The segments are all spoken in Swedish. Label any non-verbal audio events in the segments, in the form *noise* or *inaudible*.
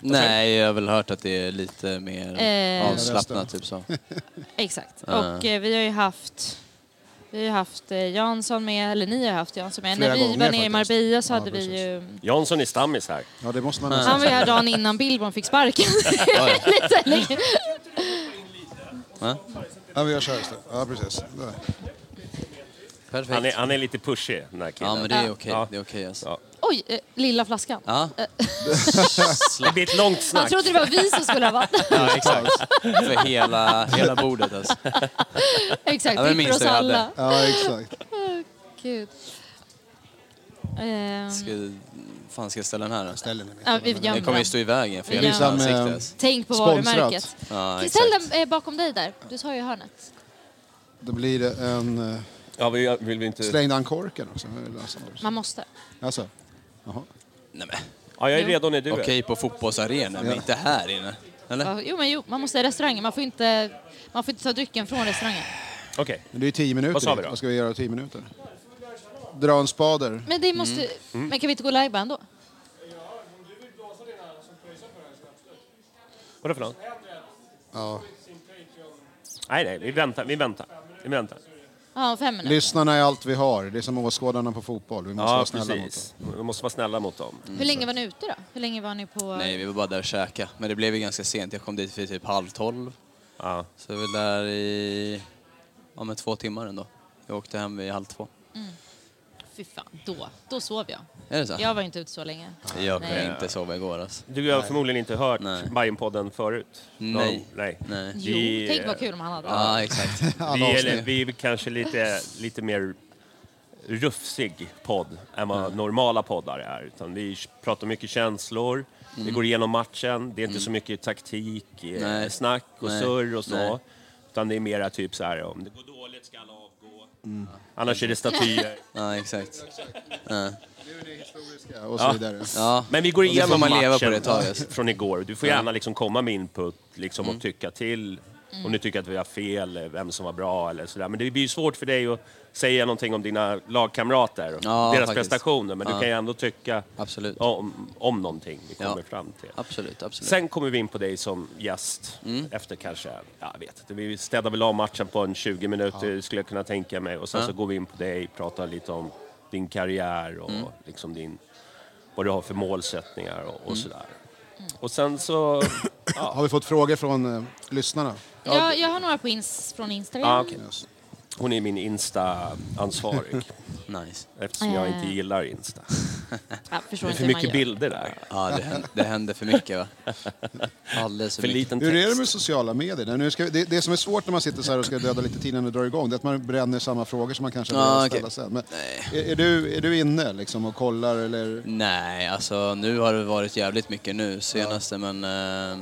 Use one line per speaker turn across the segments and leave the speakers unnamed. Nej, jag har väl hört att det är lite mer
Eh.
avslappnat typ
*laughs*
så.
Exakt. Och eh, vi har ju haft vi har ju haft eh, Jansson med, eller ni har haft Jansson med.
Flera
När vi
gånger
var nere i
faktiskt.
Marbella så
Ja,
hade
precis.
vi ju...
Jansson är stammis här.
Ja, det måste man
Han
nästan
var ju här dagen innan Billborn fick sparken. *laughs* Lite längre.
Ja, vi gör så här istället. Ja, precis. Där.
Perfekt.
Han är, han är lite pushig, den här killen.
Ja, men det är okej.
Ja.
Det är okej alltså.
Ja.
Oj, eh, lilla flaskan.
Ja.
Det blir ett långt snack.
Alltså-
Han trodde det var vi som skulle ha varit
Ja, exakt. För
*laughs*
hela, hela bordet alltså.
Exakt,
*laughs* Ja,
det
men
är för
minns
oss
jag hade.
alla.
Ja, exakt.
Gud. Ehm,
Ska, fan ska jag ställa den här då?
Ställer ni mig.
ja, vi
Den kommer
gömmer
ju
den.
stå i vägen för
Ja.
hela mitt ansikte.
Liksom, eh,
alltså.
Tänk på
Sponsrat.
varumärket.
Ja,
Ställ
exakt.
den eh, bakom dig där. Du tar ju hörnet.
Då blir det en... eh,
Ja, vi vill vi inte...
Slängde han korken också? Hur löser man det?
Man måste.
Alltså, jaha.
Nej, men.
Ja, jag är redo när du är.
Okej på fotbollsarenan, men inte här inne. Eller?
Ja, Jo, men jo, man måste i restaurangen. Man får inte, man får inte ta drycken från restaurangen.
Okej.
Men det är ju tio minuter.
Vad sa vi då?
Vad ska vi göra i tio minuter? Dra en spader.
Men det måste... Men kan vi inte gå live ändå?
Vadå för något?
Ja.
Nej, nej, vi väntar, vi väntar. Vi väntar.
Ja, om fem minuter.
Lyssnarna är allt vi har. Det är som åskådarna på fotboll. Vi måste
Ja,
vara snälla mot
precis. Vi måste vara snälla mot dem.
Hur länge var ni ute då? Hur länge var ni på...
Nej, vi var bara där och käka. Men det blev ju ganska sent. Jag kom dit vid typ halv tolv.
Ja.
Så jag var där i ja, men två timmar ändå. Jag åkte hem vid halv två.
Fy fan, då. Då sov jag.
Är det så?
Jag var inte ute så länge.
Jag kunde
Nej.
inte sova igår alltså.
Du har förmodligen inte hört
Nej.
Bajenpodden förut?
Nej.
De, nej.
Nej.
Jo,
Vi-
tänk vad kul om han hade.
Ja, ah, exakt. *laughs*
Vi, är,
avsnitt.
vi är kanske lite, lite mer rufsig podd än vad
Mm.
normala poddar är. Utan vi pratar mycket känslor, vi går igenom matchen, det är inte så mycket taktik, eh,
Mm. Nej.
snack och
Nej.
surr och så.
Nej.
Utan det är mera typ så här om det går dåligt ska alla avgå.
Mm.
Annars är
*laughs*
det statyer.
Ja, exakt.
dem. Och så vidare.
Ja.
Men vi går
Och så får
igenom
man leva
matchen
på det ett tag, alltså.
*laughs* från igår. Du får gärna liksom komma med input liksom,
Mm.
och tycka till. Om du tycker att vi har fel, eh, vem som var bra eller sådär. Men det blir ju svårt för dig att säga någonting om dina lagkamrater och
Ja,
deras
faktiskt.
prestationer. Men du
Ja.
kan ju ändå tycka
Absolut.
om, om någonting vi kommer
Ja.
fram till.
Absolut, absolut.
Sen kommer vi in på dig som gäst efter kanske, ja, jag vet inte, vi städar väl av matchen på en 20 minuter skulle jag kunna tänka mig. Och sen så går vi in på dig, pratar lite om din karriär och liksom din, vad du har för målsättningar och, och sådär. Och sen så,
Har vi fått frågor från eh, lyssnarna?
Jag, jag har några på ins, från Instagram.
Ah,
ja, okej. hon är min Insta-ansvarig
Nice.
eftersom jag inte gillar Insta.
Jag förstår
Det är för
inte hur man
mycket
gör.
bilder där,
Ja, det händer, det händer för mycket va? Alldeles för,
för
mycket.
liten
Hur är det
text.
med sociala medier? Nu ska, vi- det, det som är svårt när man sitter så här och ska döda lite tid innan det drar igång, det är att man bränner samma frågor som man kanske vill
Ja,
ställa
okej.
sen. Men är, är, du, är du inne liksom och kollar eller?
Nej, alltså nu har det varit jävligt mycket nu senaste men... Eh,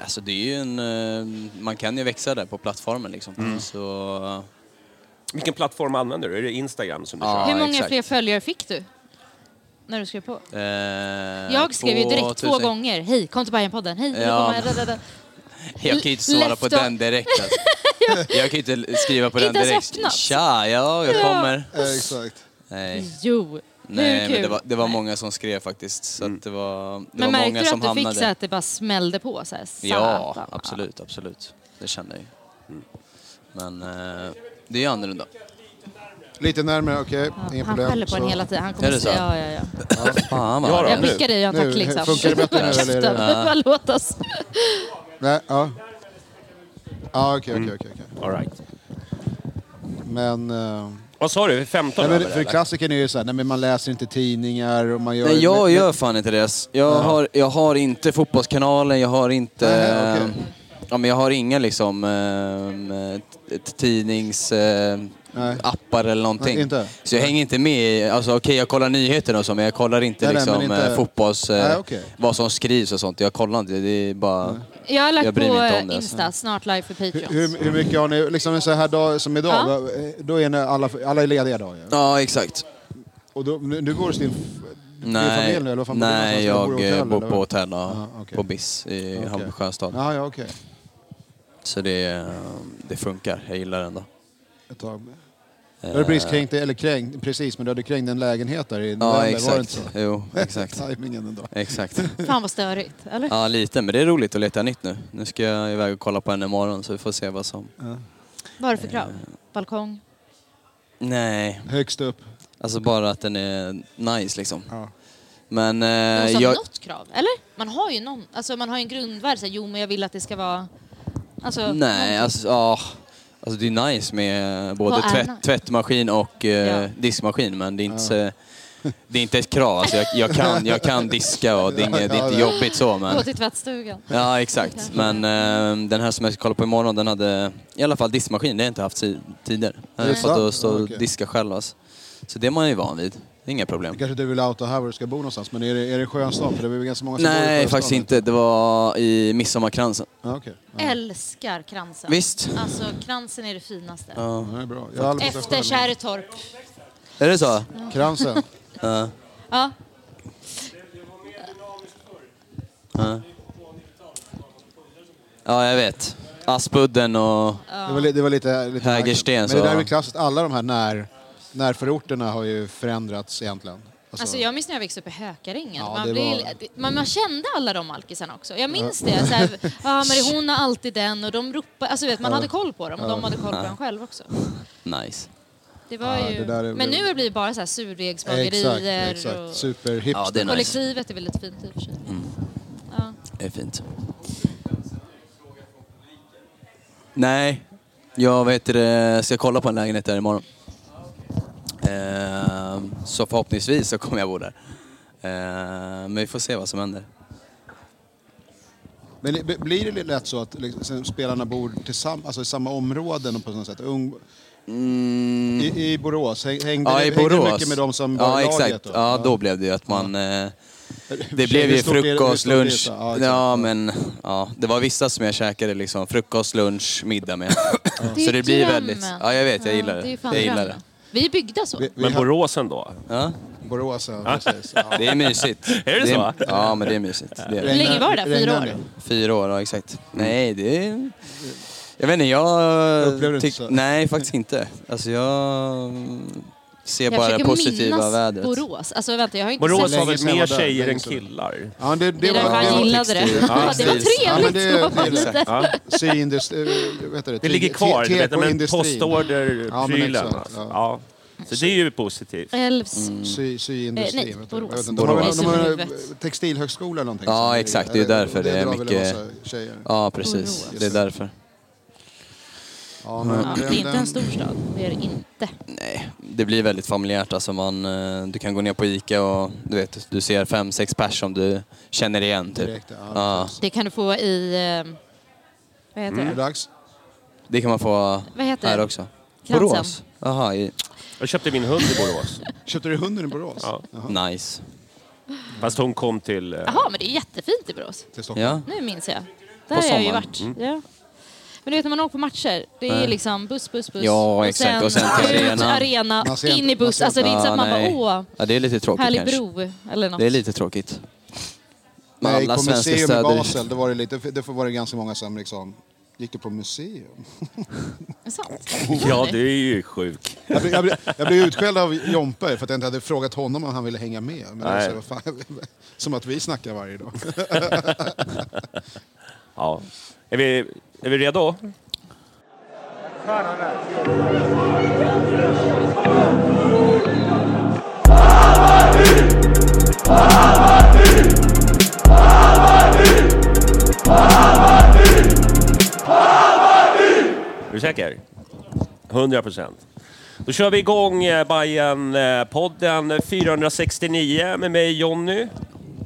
alltså det är ju en... Eh, man kan ju växa där på plattformen liksom. Så...
Vilken plattform använder du? Är det Instagram som du
Ja,
kör?
Hur många
exakt.
fler följare fick du? När du skrev på?
Eh,
Jag skrev ju direkt två
2000.
gånger. Hej, kom till Bajenpodden. Hej,
Ja,
välkomna. Da, da, da.
Jag kan ju inte svara
Left
på
on-
den direkt alltså.
*laughs*
Jag kan ju inte skriva på den
Inte ens
direkt.
öppnat.
Tja, ja, jag kommer.
Eh, exakt.
Nej.
Jo, hur
Nej,
kul?
men det var, det var många som skrev faktiskt. Så att det var, det var
men märkte
många
du
som
att du
hamnade.
fick så här att det bara smällde på? Så här,
Ja,
satan.
absolut, absolut. Det kände jag ju. Men eh, det är ju annorlunda.
Lite närmare, okej.
Han
Inga problem.
skäller på en
Så-
hela tiden. Han kommer
Är det så?
säga ja, ja, ja.
Ja, Fan vad
Ja då.
arg
Jag
nu.
blickar dig och han
Nu,
tacklar liksom.
funkar det bättre nu, eller
*laughs*
är det-
Bara låt oss.
Nej, ja. Ja, okej, okej, okej. okej.
All right.
Men... eh,
Vad sa du? 15
Nej, men
över?
för
eller?
klassikern är ju så här, nej men man läser inte tidningar och man gör...
Nej, jag gör fan inte det. Jag, har, jag har inte Fotbollskanalen, jag har inte... ehm,
Nej, okej.
ja, men jag har inga liksom ehm,
Nej.
tidningsappar ehm, eller någonting.
Nej, inte?
Så jag hänger inte med i... Alltså okej, jag kollar nyheter och så, men jag kollar inte
Nej, nej,
liksom
men inte-
eh, fotbolls... eh,
Nej, okej.
Vad som skrivs och sånt. Jag kollar inte. Det är bara...
Jag har lagt
Jag
på
bryr mig inte om det, alltså.
Insta, snart live för Patreons.
Hur, hur mycket har ni, liksom en så här dag som idag,
Ja.
va, eh, då är ni alla, alla är lediga idag ju.
Ja, exakt.
Och då, nu, nu går du till din
Nej,
familj nu, eller vad fan bor du
nej jag
någonstans? Du
eh, bor
eller
på
vad?
hotell ja,
Ja, okej.
på BIS i
Okej.
Hammarby sjöstad.
Ja, ja, okej.
Så det, eh, det funkar. Jag gillar det ändå.
Ett tag. Du hade precis kränkt, dig- eller kränkt, precis, men du hade kränkt en lägenhet där i november,
Ja,
var det inte
exakt.
så?
Jo, *laughs* exakt.
*laughs* Tajmingen ändå.
Exakt.
Fan vad störigt, eller?
Ja, lite. Men det är roligt att leta nytt nu. Nu ska jag iväg och kolla på henne imorgon så vi får se vad som...
Vad är det för
Eh,
krav? Balkong?
Nej,
Högst upp.
alltså bara att den är nice liksom.
Ja.
Men eh,
Man måste ha
jag...
alltså, något krav, eller? Man har ju någon, alltså man har ju en grundvärld så här, jo men jag vill att det ska vara... Alltså,
Nej, alltså ja. Alltså det är nice med både
Vad är
tvätt,
nice?
tvättmaskin och eh,
Ja.
diskmaskin men det är inte så, Det är inte ett krav. Alltså, jag, jag, kan, jag kan diska och det är, inget, det är inte jobbigt så men...
Gå till tvättstugan.
Ja, exakt. Men eh, den här som jag ska kolla på imorgon, den hade i alla fall diskmaskin. Det har jag inte haft si- tidigare. Jag har
Är det
fått
sant?
att stå och
Okej.
diska själv alltså. Så det är man ju van vid. Det är inga problem.
Kanske du vill outa här var du ska bo någonstans, men är det, är det skön stad? För det är väl ganska många som bor i
Nej,
skön
faktiskt
stad?
inte. Det var i Midsommarkransen.
Ja, okej.
Älskar kransen.
Visst?
Alltså kransen är det finaste.
Ja, det är bra. Jag har aldrig fått
Efter
det själv.
Kärrtorp.
Är det så?
Kransen.
Ja.
Ja, jag vet. Aspudden och...
Det var, li- det var lite... lite
Hägersten,
märkligt. Men
så-
det där är väl klassiskt. Alla de här när, närförorterna har ju förändrats egentligen. Alltså,
Alltså jag minns när jag växte upp i Hökarängen.
Ja,
man,
det
blev,
var-
det- man, man kände alla de alkisarna också. Jag minns det. Så
*laughs*
här, ja, men hon har alltid den och de ropar. Alltså, vet, man hade koll på dem och de hade koll på en själv också.
Nice.
Det var
Ja,
ju...
det där är-
Men nu har det blivit bara så här
Exakt,
surdegsbagerier
exakt.
och... liksom
Superhipster.
Ja, det är nice. Mm.
Kollektivet är väl lite fint i och för sig.
Det är fint. Nej, jag vet det, ska kolla på en lägenhet där imorgon. Ehm, Så förhoppningsvis så kommer jag bo där. Ehm, Men vi får se vad som händer.
Men det- blir det lätt så att liksom, spelarna bor tillsamm- alltså, i samma områden och på något sätt? Ung... I, I Borås? Häng- Hängde,
Ja, i
hängde
Borås.
du mycket med dem som var
ja,
i laget?
exakt.
Då?
Ja, då blev det ju att man... eh, Det
Hur
blev ju
stort är det- hur
frukost,
stort är det?
lunch.
Ja,
Ja,
exakt.
men ja, det var vissa som jag käkade liksom frukost, lunch, middag med.
är
Så det blir
drömmen.
väldigt... Ja, jag vet. Jag gillar
det. är
det.
fan
Jag gillar det.
drömmen. Vi är byggda så.
Vi, vi
Men
har-
Borås ändå?
Ja.
Borås, ja. Precis.
*laughs*
Ja.
Det är mysigt.
Är det så?
Ja, men det är mysigt. Det är
Hur
det.
länge var det där? Fyra
Regnar
år?
det?
Fyra år, ja exakt.
Mm.
Nej, det är... Jag vet inte, jag...
Upplevde du inte
tyck-
så?
Nej, faktiskt inte. Alltså jag mm, ser bara det
försöker
positiva
minnas
vädret.
Borås. Alltså vänta, jag har inte
Borås
sett...
har
Länge
väl
sedan jag
mer
var där,
tjejer
länge
än
sedan.
killar?
Ja, det, det,
Det är därför
var,
han
det
gillade det. Ja, det var
Ja, men det-
trevligt. Ja,
det är det.
lite.
Ja.
var eh, syindustri... Vet du,
Det ligger kvar, du vet, men
Ja, men
postorderprylen.
exakt,
alltså.
ja.
ja. Så det är ju positivt.
Älvs...
Mm.
Sy, syindustri.
Eh, nej,
vet du.
Borås.
Jag vet inte, De har, väl-
Borås.
de har väl
Huvudet.
textilhögskola eller någonting.
Ja,
som ligger-
exakt. Det är
eller-
därför det är
drar väl en
mycket-
massa Tjejer.
Ja, precis.
Borås.
Det är därför.
Ja, men
Ja,
den-
det är inte
den-
en stor stad. Det är det inte.
Nej, det blir väldigt familjärt. Alltså man, eh, du kan gå ner på Ica och du vet, du ser fem, sex pers som du känner igen typ.
Direkt, ja,
Ja,
Det kan du få i... eh, Vad heter
Det är
det?
dags.
det kan man få
Vad heter
Mm. här
det?
också.
Kransen.
Borås? Jaha, i...
Jag köpte min hund i Borås.
Köpte du hunden i Borås?
Ja.
Jaha,
nice.
Fast hon kom till... eh,
Jaha, men det är jättefint i Borås.
till Stockholm.
Ja.
Nu minns jag. Där har jag ju
sommaren. Mm.
varit. Ja. Men du vet när man åker på matcher, det är liksom buss, buss, buss.
Ja, exakt. Och sen till
ut,
arenan.
Man ser
in
inte-
i buss.
man
Alltså
ser
det är inte så att man
nej.
bara åh,
Ja, det är lite tråkigt
härlig
kanske.
bro eller något.
Det är lite tråkigt.
När jag gick
Alla
på
svenska
museum i
städer-
Basel, då var det, lite, det var det ganska många som liksom... Gick du på museum?
sant.
Ja, du är ju sjuk.
Jag blev, jag blev, jag blev utskälld av Jompe för att jag inte hade frågat honom om han ville hänga med. *laughs* Men
Nej.
alltså, vad fan, som att vi snackar varje dag.
*laughs* Ja. Är, vi, är vi redo? Är du säker? 100 procent. Då kör vi igång eh, Bajen-podden 469 med mig Jonny.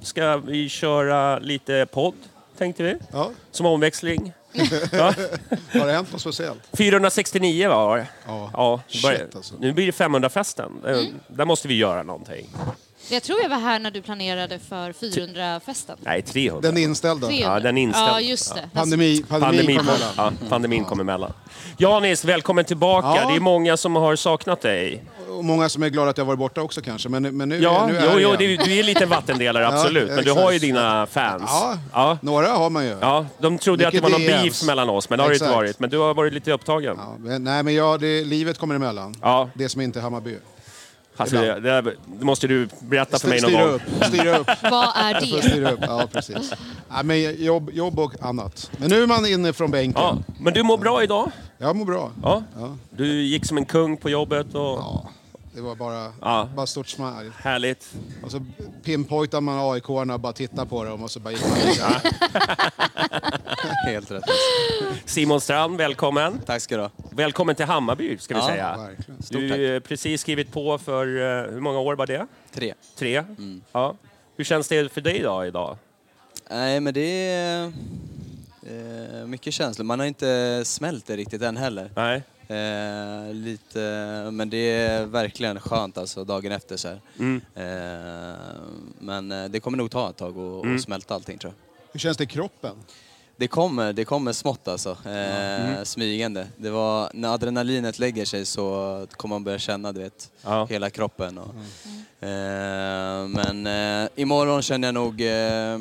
Ska vi köra lite podd, tänkte vi.
Ja.
Som
*laughs*
omväxling.
Har det hänt något speciellt?
469 var det.
Ja.
det börjar-
Shit, alltså. Mm.
Nu blir det 500-festen. Eh, Där måste vi göra någonting.
Jag tror jag var här när du planerade för 400-festen.
Nej, 300.
Den är inställd.
300.
Ja, den är inställd.
Ja, just det.
Pandemi,
Pandemin,
pandemi, kom
kom,
emellan.
ja, pandemin kom emellan. Janis, välkommen tillbaka.
Ja.
Det är många som har saknat dig.
Och många som är glada att jag varit borta också kanske. Men, men nu,
Ja,
nu är
jo,
jag
jo,
igen.
du, du är lite
*laughs*
vattendelare, absolut. men du
exakt.
har ju dina fans.
Ja,
ja.
några har man ju.
Ja, de trodde att det
Mycket
var någon
DMs.
beef mellan oss, men det har det inte
Exakt.
varit. Men du har varit lite upptagen.
Ja, men, nej, men jag, det, livet kommer emellan.
Ja.
Det som inte är Hammarby.
alltså, det,
ibland.
det där måste du berätta för mig någon
Styra
gång.
upp, styra upp.
Vad är
Jag får
det?
styra upp. Ja, precis. Nej, men jobb, jobb och annat. Men nu är man inne från bänken.
Ja, men du mår bra idag?
Jag mår bra.
Ja. Du gick som en kung på jobbet och...
Ja, Det var bara,
Ja.
bara stort smile.
Härligt.
Och så pinpointar man AIK-arna och bara tittar på dem och så bara gick man vidare.
Helt rätt.
Simon Strand, välkommen.
Tack ska du ha.
Välkommen till Hammarby, ska vi
Ja,
säga.
Verkligen.
Stort
Du
tack.
har precis skrivit på för, eh, hur många år var det?
Tre.
Tre?
Mm.
Ja. Hur känns det för dig idag? idag?
Nej, men det är eh, mycket känslor. Man har inte smält det riktigt än heller.
Nej.
Eh, lite, men det är verkligen skönt alltså dagen efter så här.
Mm.
Eh, men eh, det kommer nog ta ett tag att
Mm.
att smälta allting tror jag.
Hur känns det i kroppen?
Det kommer, det kommer smått alltså. Eh, Smygande. Det var, när adrenalinet lägger sig så kommer man börja känna du vet,
Ja.
hela kroppen. Och, eh, men eh, imorgon känner jag nog eh,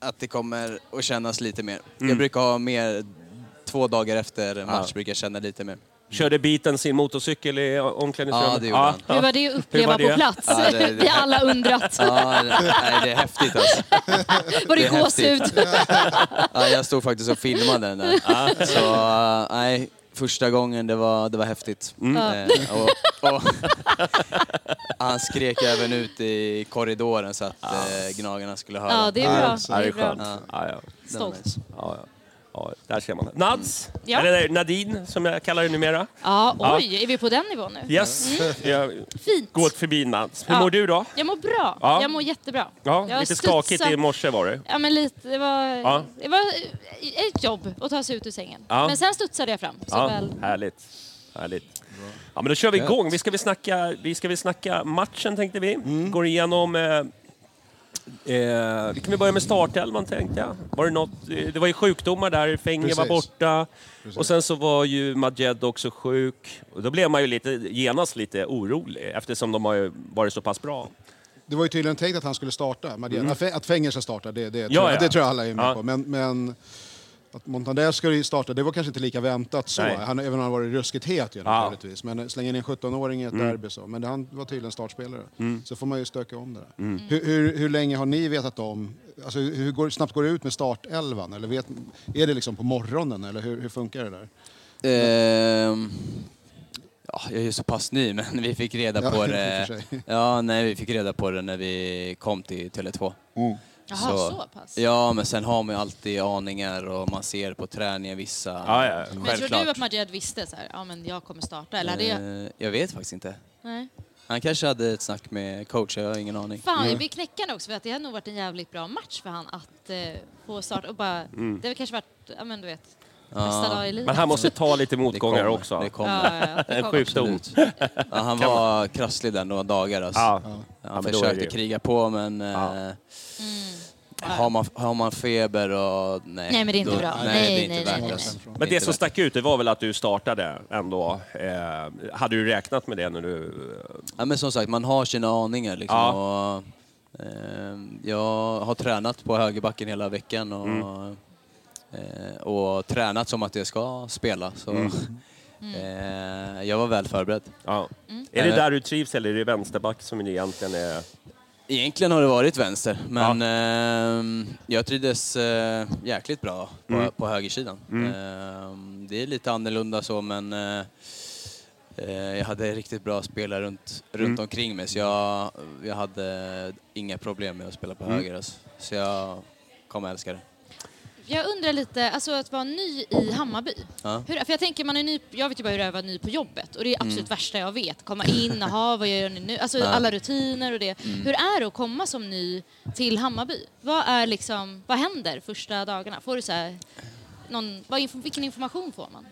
att det kommer att kännas lite mer. Jag brukar ha mer, två dagar efter match brukar jag känna lite mer.
Körde biten sin motorcykel i omklädningsrummet?
Ja, det gjorde han.
Hur var det att uppleva
var det?
på plats?
Ja, det- det-
Vi har alla
*laughs*
undrat.
Ja, nej, det är häftigt alltså.
Var det
det är
gåshud?
häftigt. Ja, jag stod faktiskt och filmade den där. Så eh, nej, första gången det var, det var häftigt. Eh, och, och, han skrek även ut i korridoren så att eh, gnagarna skulle höra.
Ja, det är bra.
Ja, det är
bra.
skönt. Ja, ja.
Det var
Stolt.
nice.
Ja, ja. ja där ser man. Nads,
Ja.
eller nej, Nadine som jag kallar dig numera.
Ja, oj, är vi på den nivån nu?
Yes, jag
Fint.
gått förbi Nads. Hur
Mm. Ja.
mår du då?
Jag mår bra.
Ja.
Jag mår jättebra.
Ja,
jag har
lite skakigt
studsat-
i morse var det.
Ja, men lite. Det var,
Ja.
det var eh, ett jobb att ta sig ut ur sängen.
Ja.
Men sen studsade jag fram. Så
Ja,
väl.
härligt. härligt. Ja, men då kör vi igång. Vi ska väl snacka, vi ska väl snacka matchen tänkte vi.
Mm.
Går igenom... Eh, eh, vi kan väl börja med startelvan tänkte jag. Var det, något, eh, det var ju sjukdomar där, Fenge var
Precis.
borta. Och sen så var ju Majed också sjuk. Och då blev man ju lite, genast lite orolig eftersom de har ju varit så pass bra.
Det var ju tydligen tänkt att han skulle starta. Madeleine. Att Fe- Att Fenger ska starta, det, det,
Mm. Ja,
tror,
ja.
det tror jag alla är med
Ja.
på. Men, men att Montander skulle ju starta, det var kanske inte lika väntat så.
Nej.
Han, även om han varit ruskigt het ju
Ja. Mm.
naturligtvis. Men slänga in en 17-åring i ett derby så. Men han var tydligen startspelare. Så får man ju stöka om det
Mm.
där.
Mm.
Hur, hur, hur länge har ni vetat om, alltså hur- hur går, snabbt går det ut med startelvan? Eller vet, är det liksom på morgonen eller hur, hur funkar det där?
Ehm, ja, jag är ju så pass ny, men *laughs* vi fick reda
Ja,
på
*laughs* i och
det.
för sig.
Ja, nej, vi fick reda på det när vi kom till Tele2.
Jaha, så pass.
Ja, men sen har man ju alltid aningar och man ser på träningen vissa.
Ja, ja.
Självklart.
Men tror du att Majed visste så här, ja men jag kommer starta, eller hade jag...
Eh, Jag vet faktiskt inte.
Nej.
Han kanske hade ett snack med coach, jag har ingen aning.
Fan, jag blir knäckande också för att det hade nog varit en jävligt bra match för han att eh, få starta och bara, det hade kanske varit, ja men du vet, bästa dag i livet.
Men han måste ta lite
Det
motgångar
kommer,
också.
Det kommer.
Ja, ja, det
En
kommer.
sjukdom.
Absolut. Ja, han var krasslig där några dagar. Alltså.
Ja.
Han
men då är
försökte
det-
kriga på, men...
Mm.
Eh, Har, man, har man feber och... Nej,
Nej, men det är inte bra.
Nej,
Nej,
det är inte
nej, nej,
värt
nej,
alltså.
nej.
Men
är
det
inte
som
värt.
stack ut det var väl att du startade ändå. Eh, hade du räknat med det eh, när du...
Ja, men som sagt, man har sina aningar. Liksom, och, eh, jag har tränat på högerbacken hela veckan och, eh, och tränat som att jag ska spela. Så, *laughs* eh, jag var väl förberedd.
Ja. Är det
Eh.
Mm. Eh. där du trivs eller är det vänsterback som det egentligen är...
Egentligen har det varit vänster, men ehm, jag trivdes eh, jäkligt bra på, på högersidan. Ehm, det är lite annorlunda så, men eh, eh, jag hade riktigt bra spelare runt, runt omkring mig, så jag, jag hade inga problem med att spela på höger. Alltså. Så jag kommer älska det.
Jag undrar lite, alltså att vara ny i Hammarby.
Ja.
Hur, för jag tänker, man är ny, jag vet ju bara hur det är att vara ny på jobbet och det är absolut värsta jag vet. Komma in, aha, vad gör ni nu? Alltså alla rutiner och det. Hur är det att komma som ny till Hammarby? Vad är liksom, vad händer första dagarna? Får du så här, någon, vad, info- vilken information får man?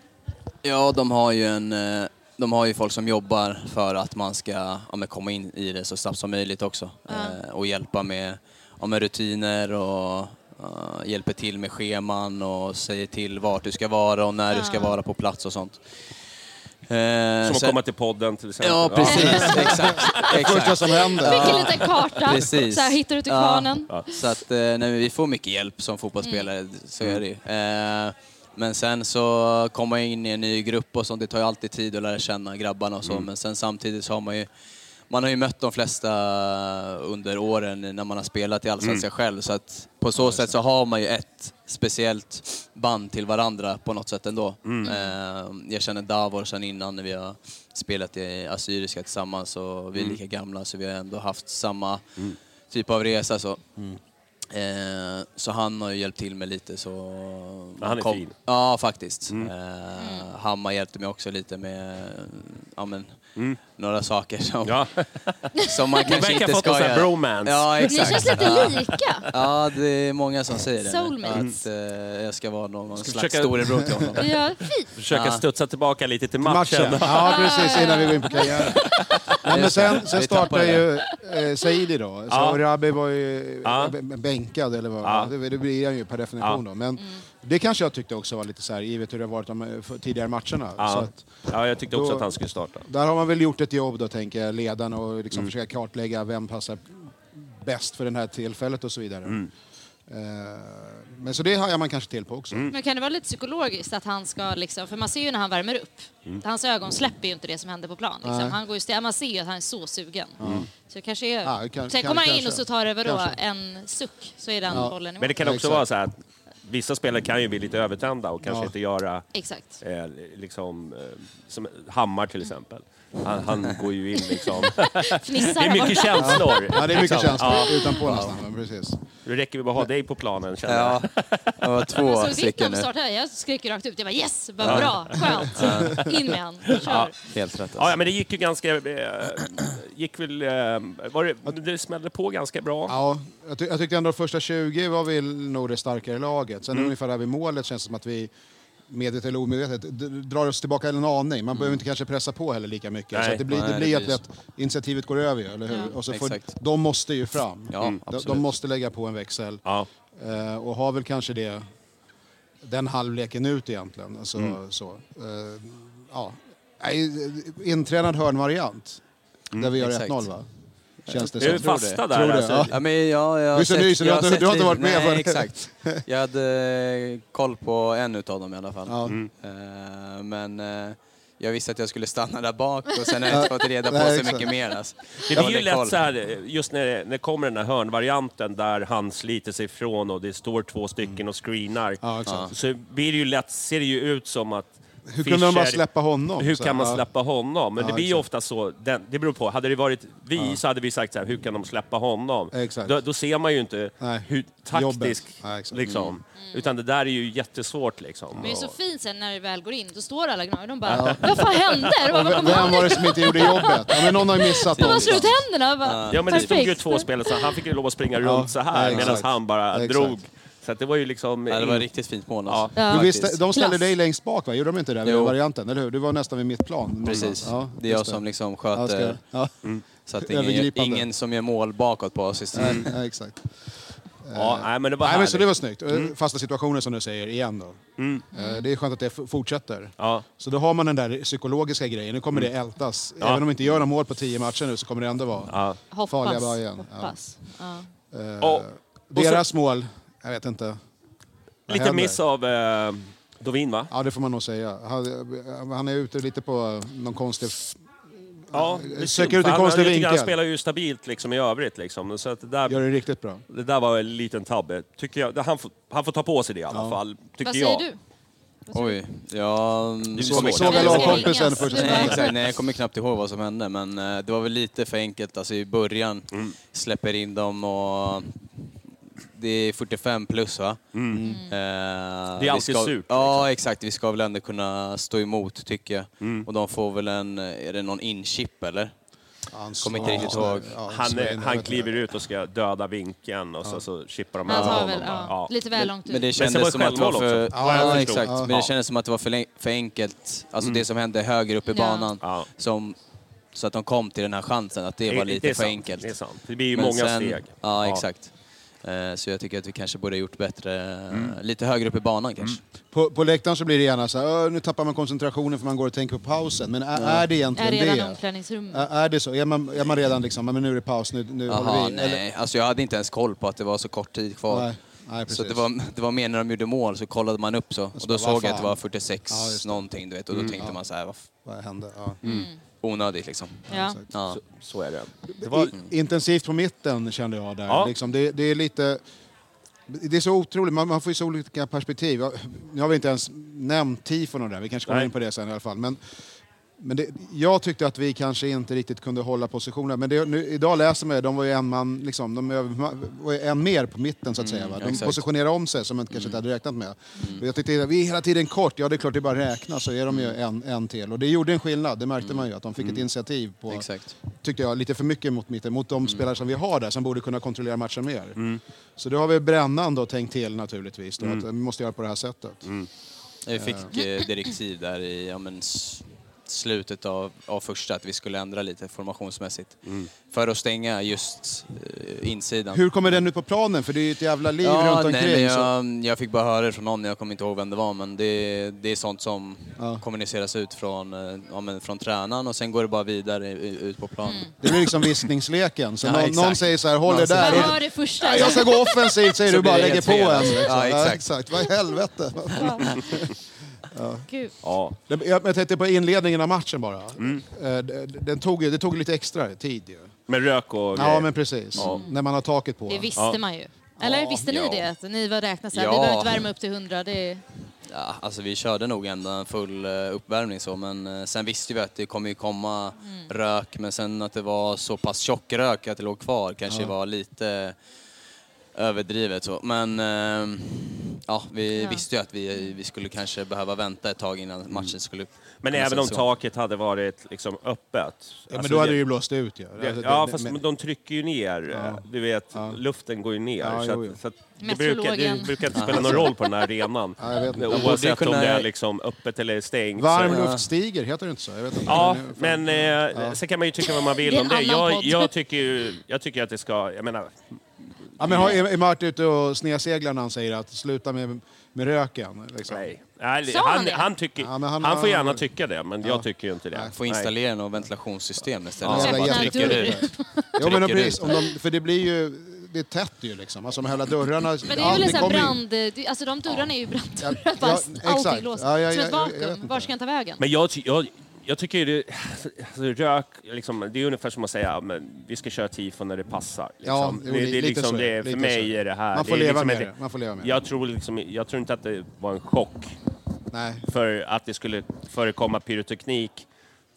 Ja, de har ju en... eh, De har ju folk som jobbar för att man ska ja, men komma in i det så snabbt som möjligt också. Eh, och hjälpa med, ja, med rutiner och eh, hjälper till med scheman och säger till vart du ska vara och när du ska vara på plats och sånt. Eh,
Som att
sen-
komma till podden till exempel.
Ja, precis. Exakt.
Det första
exakt.
som händer.
Fick en liten karta,
Precis.
så här hittar du till
Ja.
kvarnen.
Så att eh, nej, men vi får mycket hjälp som fotbollsspelare, så är det ju. Eh, men sen så kommer jag in i en ny grupp och sånt, det tar ju alltid tid att lära känna grabbarna och så, men sen samtidigt så har man ju man har ju mött de flesta under åren när man har spelat i Allsvenskan
Mm.
själv så att på så sätt så har man ju ett speciellt band till varandra på något sätt ändå.
Mm.
Eh, Jag känner Davor sen innan när vi har spelat i Assyriska tillsammans och
Mm.
vi är lika gamla så vi har ändå haft samma typ av resa så.
Mm.
Eh, Så han har ju hjälpt till mig lite så...
Men han är fin. Mm.
Ja, faktiskt. Eh, Hammar hjälpte mig också lite med ja, men, några saker som,
Mm. Ja.
som man kanske
verkar
inte
ha fått
ska
en sån här
göra.
bromance.
Ja,
Ni
exakt.
känns lite lika.
Ja, det är många som säger det.
Soulmates.
Att eh, jag ska vara någon slags
försöka-
storebror till
*laughs*
honom.
Ja, fint.
*laughs* Försöka studsa tillbaka lite till matchen.
Matchen. Ja,
*laughs*
precis. Innan vi går in på karriären. Nej, men sen, sen
Vi tappar
startade
det.
ju eh, Saidi då. Så
Ja.
Rabi var ju
Ja.
b- b- bänkad eller vad.
Ja. Mm.
Det, det blir han ju per definition då. Men det kanske jag tyckte också var lite så här, givet hur det har varit de eh, för- tidigare matcherna. Så
Ja.
att,
ja, jag tyckte också
Då-
att han skulle starta.
där har man väl gjort ett jobb då, tänker jag, ledaren och liksom
Mm.
försöka kartlägga vem passar bäst för det här tillfället och så vidare.
Mm.
Eh, Men så det hajar man kanske till på också.
Men kan det vara lite psykologiskt att han ska liksom, för man ser ju när han värmer upp, hans ögon släpper ju inte det som händer på plan. Liksom. Han går ju st- man ser ju att han är så sugen. Så det kanske är,
Ja, det kan-
sen
kan-
kommer han in
kanske.
och så tar det vadå,
Kanske.
en suck så är den bollen i
Men det
mål.
kan också
Exakt.
vara så här att vissa spelare kan ju bli lite övertända och kanske
Ja.
inte göra
Exakt.
eh, liksom, eh, som Hammar till exempel. Han, han går ju in liksom. *laughs* Det
Fnissar
är
där
mycket
borta.
känslor.
*laughs* Ja, det är mycket
Liksom.
känslor utanpå nästan. Men precis.
Nu räcker vi bara ha dig på planen känner jag.
Ja, det var
Jag
två
såg ditt
stycken
namn
nu.
Alltså, starta, här. jag skrek ju rakt ut. Jag bara yes, bara, bra, skönt. In med han, kör.
Helt rätt.
Ja,
Alltså.
ja, men det gick ju ganska... Eh, gick väl... Eh, var det, det smällde på ganska bra.
Ja, jag, ty- jag tyckte ändå de första 20 var vi nog det starkare laget.
Mm.
Sen ungefär där vid målet känns det som att vi medvetet eller omedvetet d- drar oss tillbaka en aning. Man behöver inte kanske pressa på heller lika mycket.
Mm. Nej.
så att det blir,
Nej,
det
det
blir att
blir
lätt, initiativet går över ju, eller hur? och så får,
Exakt.
de måste ju fram.
Ja,
de,
absolut.
de måste lägga på en växel.
Ja.
Eh, och har väl kanske det, den halvleken ut egentligen. Alltså,
Mm.
så. Eh, ja. Nej, Intränad hörnvariant, där vi gör
exakt.
1-0 va? Känns det
Du är
som.
fasta där.
Tror det,
alltså.
ja.
Ja, men jag, jag har
Du är så
sett-
ny, så du
jag
har inte-
sett
du har inte varit
lite-
med
Nej,
på det. *laughs*
exakt. Jag hade eh, koll på en utav dem i alla fall.
Ja. Mm.
Eh, Men eh, jag visste att jag skulle stanna där bak och sen
*laughs*
har jag inte fått reda på
Nej,
så
exakt.
mycket mer. Alltså.
Det
Jag
blir ju
hade koll.
lätt så här, just när, när det kommer den här hörnvarianten där han sliter sig ifrån och det står två stycken och screenar.
Mm. Ja, exakt.
Så blir det ju lätt, ser det ju ut som att
Hur kunde de bara
Fischer-
släppa honom?
Hur
Så,
kan man
ja.
släppa honom? Men
Ja,
det blir ju
exakt.
ofta så, den, det beror på. Hade det varit vi så hade vi sagt så här, hur kan de släppa honom?
Exakt.
Då, då ser man ju inte
Nej,
hur
jobbet.
taktisk,
Ja, exakt. Mm.
liksom. Utan det där är ju jättesvårt liksom.
Mm. Men det är så
Och-
fint sen när det väl går in, då står alla gnagare de bara vad fan hände? De bara, "Var
Vem
kom han
var det
ifrån?"
som inte gjorde jobbet? Ja, men någon har ju missat
De har
någonstans.
slagit händerna. Jag Bara,
Ja men det stod ju
perfekt.
två spelare så han fick ju lov att springa runt så
ja,
här
exakt.
medan han bara
Ja, exakt.
drog. Så att det var ju liksom...
Ja, det var ett riktigt fint mål. Alltså.
Ja.
Men
Faktiskt.
visst, de ställde
Klass.
dig längst bak, va? Gjorde de inte det? Vid
Jo.
varianten, eller hur? Du var nästan vid mitt plan.
Precis.
Ja,
det är jag
just
som liksom
Ja, ska
sköter
jag- ja.
Mm.
så att ingen, gör-
Övergripande.
ingen som gör mål bakåt på Mm. oss istället.
ja, exakt.
ja, nej, men det var
Nej, men
härligt. Mm.
så det var snyggt. Fasta situationer som du säger, igen då. Eh, Det är skönt att det f- fortsätter.
Ja. Mm.
Så då har man den där psykologiska grejen. Nu kommer det ältas. Även om vi inte gör några mål på tio matcher nu så kommer det ändå vara farliga
Hoppas.
början. Ja. eh,
Hoppas. Ja.
Och, och så,
Deras mål, jag vet inte. Vad
lite
händer?
miss av eh, Dovin va?
eh, Ja, det får man nog säga. Han, han är ute lite på någon konstig
Ja, det är synd,
Eh, Söker ut
för
en
han-
konstig
jag tycker Han
vinkel.
spelar ju stabilt liksom i övrigt. Liksom. Så att det,
Gör
där,
det riktigt bra.
det där var en liten tabbe. Tycker jag, han, får, han får ta på sig det i alla fall, tycker
Vad säger
jag.
du?
Oj, ja... mm,
är
så-
svårt.
Såga
Jag älskar
lagkompisen
Elias.
först.
Nej, exakt. Nej, jag kommer knappt ihåg vad som hände, men eh, det var väl lite för enkelt. Alltså i början
Mm.
släpper in dem och det är 45 plus va?
Mm.
Eh,
Mm. Det
vi
är alltid
ska,
surt, liksom.
Ja, exakt. Vi ska väl ändå kunna stå emot tycker jag.
Mm.
Och de får väl en, är det någon inchip eller?
Han
Kommer inte riktigt
slår-
ihåg.
ja,
Han,
slår
är,
in-
han kliver ut och ska döda vinkeln och så, så chippar de
Han
över
tar
honom.
väl,
bara.
ja, lite väl långt ut.
Men det
sen var
kändes
det
som att det var
självmål
för...
också.
Ja,
jag förstod.
exakt. Men
Ja. Mm.
det kändes som att det var för, län- för enkelt. Alltså det som hände högre upp i
Ja.
banan.
Ja.
Som, så att de kom till den här chansen, att det
Det-
var
det
lite
är
för
sant,
enkelt.
det är sant. Det blir ju
Men
många steg.
Ja,
Ja.
exakt. Eh, Så jag tycker att vi kanske borde ha gjort bättre, eh,
Mm.
lite högre upp i banan kanske.
På, på läktaren så blir det gärna så här, "Åh, nu tappar man koncentrationen för man går och tänker på pausen. Men är, är det
Är
egentligen
redan
det?
omklädningsrummet.
Är, är det så? Är man, är man redan liksom, "Ja, men nu är det paus, nu, nu
Jaha,
håller vi i." Eller-
nej. Alltså jag hade inte ens koll på att det var så kort tid kvar.
Nej, nej,
så
precis.
det var, det var mer när de gjorde mål så kollade man upp så. Och
så
då
bara,
såg jag
"Vad
att det var
fan."
46
Ja, just det. Mm.
någonting du vet. Och då tänkte man så här, vad f-
Vad hände? Ja.
onödigt liksom.
Ja.
Ja.
Så är det. det var,
I, intensivt på mitten kände jag där.
Ja.
Liksom, det, det är lite... Det är så otroligt, man, man får ju så olika perspektiv. Jag, nu har vi inte ens nämnt tifon och det där, vi kanske kommer
Nej.
in på det sen i alla fall. Men, men det, jag tyckte att vi kanske inte riktigt kunde hålla positionerna. Men det, nu, idag läser man ju, de var ju en man, liksom, de över- var ju en mer på mitten så att
Mm,
säga. Va? De
exakt.
positionerade om sig som man kanske inte hade räknat med. Och jag tyckte, vi är hela tiden kort, ja det är klart det är bara att räkna så är de
Mm.
ju en, en till. Och det gjorde en skillnad, det märkte man ju att de fick ett initiativ på,
Exakt.
tyckte jag, lite för mycket mot mitten, mot de spelare som vi har där som borde kunna kontrollera matchen mer. Så då har vi brännan då tänkt till naturligtvis,
mm,
då, att vi måste göra på det här sättet.
Vi fick eh, direktiv där i ja, men, s- slutet av, av första att vi skulle ändra lite formationsmässigt.
Mm.
För att stänga just eh, insidan.
Hur kommer den ut på planen? För det är ju ett jävla liv
ja,
runt omkring.
nej, men
så-
jag, jag fick bara höra det från någon, jag kommer inte ihåg vem det var, men det, det är sånt som kommuniceras ut från, eh, ja, men, från tränaren och sen går det bara vidare i- ut på planen.
Det blir liksom viskningsleken. Så *laughs*
Ja,
någon,
exakt.
någon säger så här, håll
Någon
det
säger-
där.
Man
Och,
hör det första.
jag ska gå offensivt, *laughs* säger
Så
du bara
blir det
lägger
helt
på
fel,
en.
alltså.
liksom.
Ja, exakt.
Vad i helvete. *laughs*
Gud.
ja.
Jag, jag tänkte på inledningen av matchen bara. Eh, det- Den tog, ju- det tog lite extra tid ju.
Med rök och
Ja, men precis. När man har taket på.
Det visste man ju. Eller visste ni
ja.
det? Att ni var räknade så här,
Ja.
ni behöver inte värma upp till 100. Det är...
Ja, alltså vi körde nog ändå en full eh, uppvärmning så, men eh, sen visste vi att det kommer ju komma rök, men sen att det var så pass tjock rök att det låg kvar kanske var lite överdrivet så. Men eh, ja, vi visste ju att vi, vi skulle kanske behöva vänta ett tag
Mm.
innan matchen skulle...
Men
kunna
även om
sättas igång.
taket hade varit liksom öppet.
Ja, men
Alltså,
då hade
det-
det ju blåst ut ju. Alltså,
ja,
det-
fast
men-
de trycker ju ner. Du vet, luften går ju ner.
Ja,
så
jo, jo.
att, så att det, brukar,
Meteorologen.
det brukar inte
*laughs*
spela någon roll på den här arenan.
Ja, jag vet inte.
borde ju
Oavsett
kunna-
om det är liksom öppet eller stängt.
Varm
så-
luft stiger, heter det inte så? Jag vet inte.
Ja,
Men-
men eh, sen kan man ju tycka vad man vill
Det är
om
en
det.
annan
Jag,
podd.
jag, tycker ju, jag tycker att det ska... Jag menar,
ja, men har, är, är Martin ute och snedseglar när han säger att sluta med, med röken? Liksom.
nej. nej
Sa han
han,
det?
han, tycker,
Ja, men han-
han, får
han-
gärna tycka det, men jag tycker ju inte det.
Få
Nej.
installera något ventilationssystem istället.
Ja,
så
jävla
bara
jätte-
trycker
dörr.
ut.
Jo, men
Trycker
precis,
ut.
om de, för det blir ju... Det är tätt ju liksom. Alltså de här dörrarna...
Men det är väl en sån här
kommer in.
brand... det- Alltså de dörrarna är ju
Ja,
branddörrar
ja,
fast allting
exakt.
låst.
Ja, ja,
Som
ja,
ett
jag- jag vet
vakuum.
inte.
Var ska den ta vägen?
Men jag, ty- jag, jag tycker ju det, alltså, rök, liksom, det är ungefär som att säga ja, men vi ska köra tifon när det passar. Liksom. det,
Ja, jo, li-
det, är
lite så
liksom,
är
det,
det,
är- för
lite så är
mig
det.
är det här...
Man får
det är
leva
liksom
med
inte-
det, man får leva med
jag tror, liksom, jag tror inte att det var en chock
Nej.
för att det skulle förekomma pyroteknik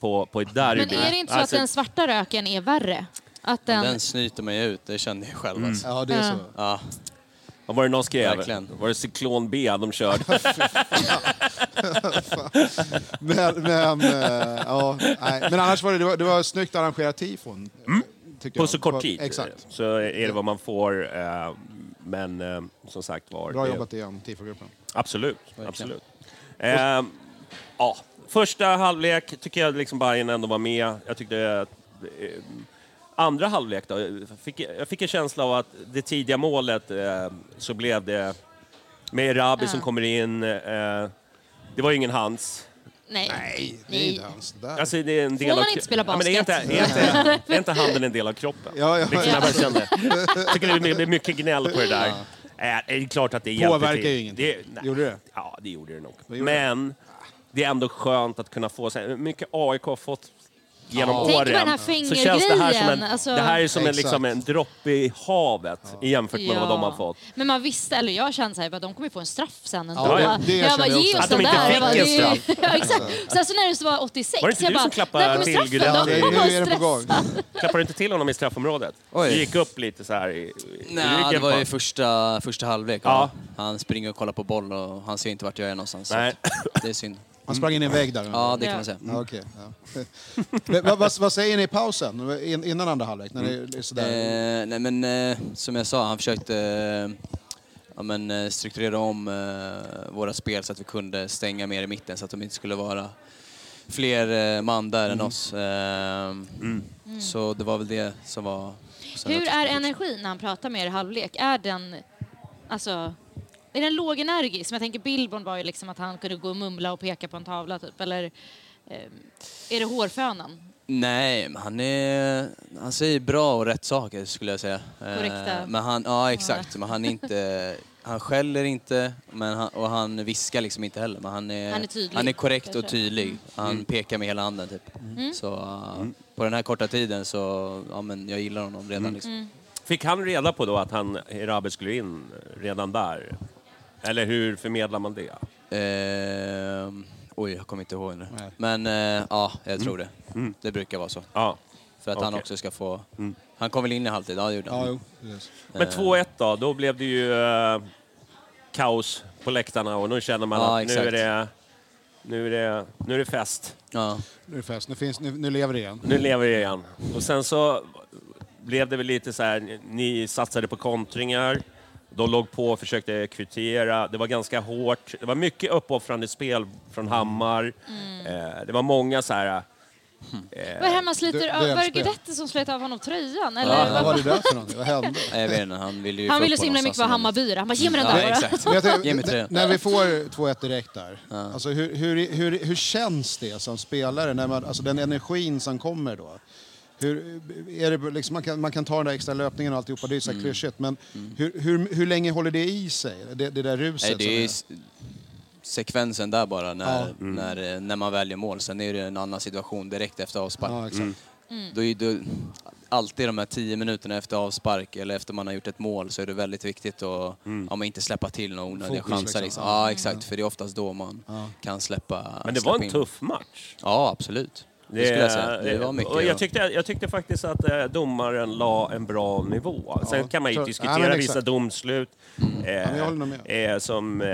på, på ett derby.
Men är det inte så att
Alltså,
den svarta röken är värre? Att den...
Den snyter mig ut, det kände jag själv. Alltså.
Ja, det är så.
Ja,
Vad var det någon skrev?
Verkligen.
Var det cyklon B de körde?
*laughs* Men, men, eh, ja, nej. men annars var det, det, var, det var snyggt arrangerat tifon. tycker
Mm. På
jag.
så kort
Var-
tid
Exakt.
så är det vad man får. eh, Men eh, som sagt var...
Bra
det-
jobbat igen, tifogruppen.
Absolut. absolut. Ehm, ja. Första halvlek tycker jag liksom Bayern ändå var med. Jag tyckte att, eh, andra halvlek då, jag fick, jag fick en känsla av att det tidiga målet eh, så blev det med Rabi som kommer in. Eh, det var ju ingen hans.
Nej.
Det är inte hans. Där.
Alltså, det är en del
man
av-
inte spela
Ja, men är, inte,
basket?
är, inte,
*laughs*
är inte handen en del av kroppen?
Ja, ja.
Liksom jag bara kände. Jag tycker det blir mycket gnäll på det där. Eh, Det är klart att det hjälpte
Påverkar
till.
ju ingenting.
nej.
Gjorde det?
Ja, det gjorde det nog.
gjorde
men det är ändå skönt att kunna få... Så här, mycket AIK har fått genom
Tänk på
åren.
den här
så känns det här som en,
fingergrejen, alltså.
det här är som en,
Exakt.
liksom en droppe i havet jämfört med vad de har fått.
Men man visste, eller jag kände såhär, de kommer ju få en straff sen ändå.
Ja,
ja.
Det
jag bara,
kände jag
ge
också.
oss
Att de
den
inte
där.
fick
Jag bara,
en
det är- *laughs* ja, exakt. Sen så när det var 86,
Var det inte
jag
du som
bara,
klappade
där kommer
till
straffen,
Gudan?
de
Nu
kommer vara
är det på
stressade.
gång.
Klappade du inte till honom i straffområdet?
Oj.
Du gick upp lite så här i, i
Nej, det
ryggen
var
på-
ju första, första halvlek.
Ja.
Han springer och kollar på boll och han ser inte vart jag är någonstans. så
Nej. Mm.
att Det är synd.
Han sprang in i en vägg där.
Ja, det kan
Ja.
man säga.
Ja, Okej. ja. Men vad, vad, vad säger ni i pausen? In, innan andra halvlek? När det är sådär.
Eh, nej, men eh, som jag sa, han försökte eh, ja, men, eh, strukturera om eh, våra spel så att vi kunde stänga mer i mitten så att de inte skulle vara fler eh, man där än
Mm.
oss. Eh, Så det var väl det som var... sen
Hur
att-
är energin när han pratar med er i halvlek? Är den, alltså, är den lågenergisk? Men jag tänker Billborn var ju liksom att han kunde gå och mumla och peka på en tavla typ, eller eh, är det hårfönan?
Nej, men han, är, han säger bra och rätt saker skulle jag säga. Eh,
Korrekta.
Men han, ja, exakt. Men han, är inte, han skäller inte men han, och han viskar liksom inte heller. Men han är,
Han är tydlig,
han är korrekt och
kanske. Mm.
tydlig. Han
Mm.
pekar med hela handen typ. Så eh, på den här korta tiden så, ja men jag gillar honom redan
Mm.
liksom.
Fick han reda på då att han, Erabi skulle in redan där? Eller hur förmedlar man det?
Mm.
Eh, oj, jag kommer inte ihåg nu. Men eh, ja, jag tror
Mm.
det. Det brukar vara så.
Ja.
För att han
Okej.
också ska få... Han kom väl in i halvtid? Ja, det gjorde han.
Mm. Ja, jo. precis.
Eh.
Men 2-1 då, då blev det ju eh, kaos på läktarna och nu känner man
Ja,
att nu
exakt.
är, det, nu, är det, nu är det fest.
Ja.
Nu är det fest. Nu, finns, nu, nu lever det igen.
Nu lever det igen. Och sen så blev det väl lite så här, ni satsade på kontringar, de låg på och försökte kvittera. Det var ganska hårt. Det var mycket uppoffrande spel från Hammar. Eh, det var många så här...
Vad är det här man sliter
det-
av?
det är
Var det
spel.
Guidetti som slet av honom tröjan? Eller
Ja,
vad-
Vad var det där för någonting? Vad hände?
Nej, Jag vet inte, han ville ju
han
få
ville
upp
så himla
honom
mycket vara
någonstans.
Hammarbyra. Han bara, ge mig den
Ja,
där bara. *laughs*
exakt.
Men jag
Ge mig
tänkte,
tröjan.
när vi får 2-1 direkt där, alltså hur, hur, hur, hur känns det som spelare? När man, alltså den energin som kommer då. Hur, är det, liksom, man, kan, man kan ta den där extra löpningen och alltihopa, det är ju så
Mm.
här klyschigt. Men hur, hur, hur länge håller det i sig, det, det där ruset?
Nej, det är ju
som
s- sekvensen där bara när,
Ja.
när, eh, när man väljer mål. Sen är det en annan situation direkt efter avspark. Mm.
Ja, exakt.
Mm.
Då är det, alltid de här tio minuterna efter avspark eller efter man har gjort ett mål så är det väldigt viktigt att ja, men inte släppa till några onödiga
Mm. Fokus
chanser.
liksom.
Liksom. Ja, exakt. För det är oftast då man kan släppa
Men det
släppa
var en
in.
tuff match.
Ja, absolut. Det, skulle jag säga. Det var mycket.
och jag,
att-
tyckte, jag tyckte faktiskt att eh, domaren la en bra nivå. Sen kan man ju
så-
diskutera
ja, men exakt. Mm.
vissa domslut. Eh,
men jag håller med.
Eh, som, eh,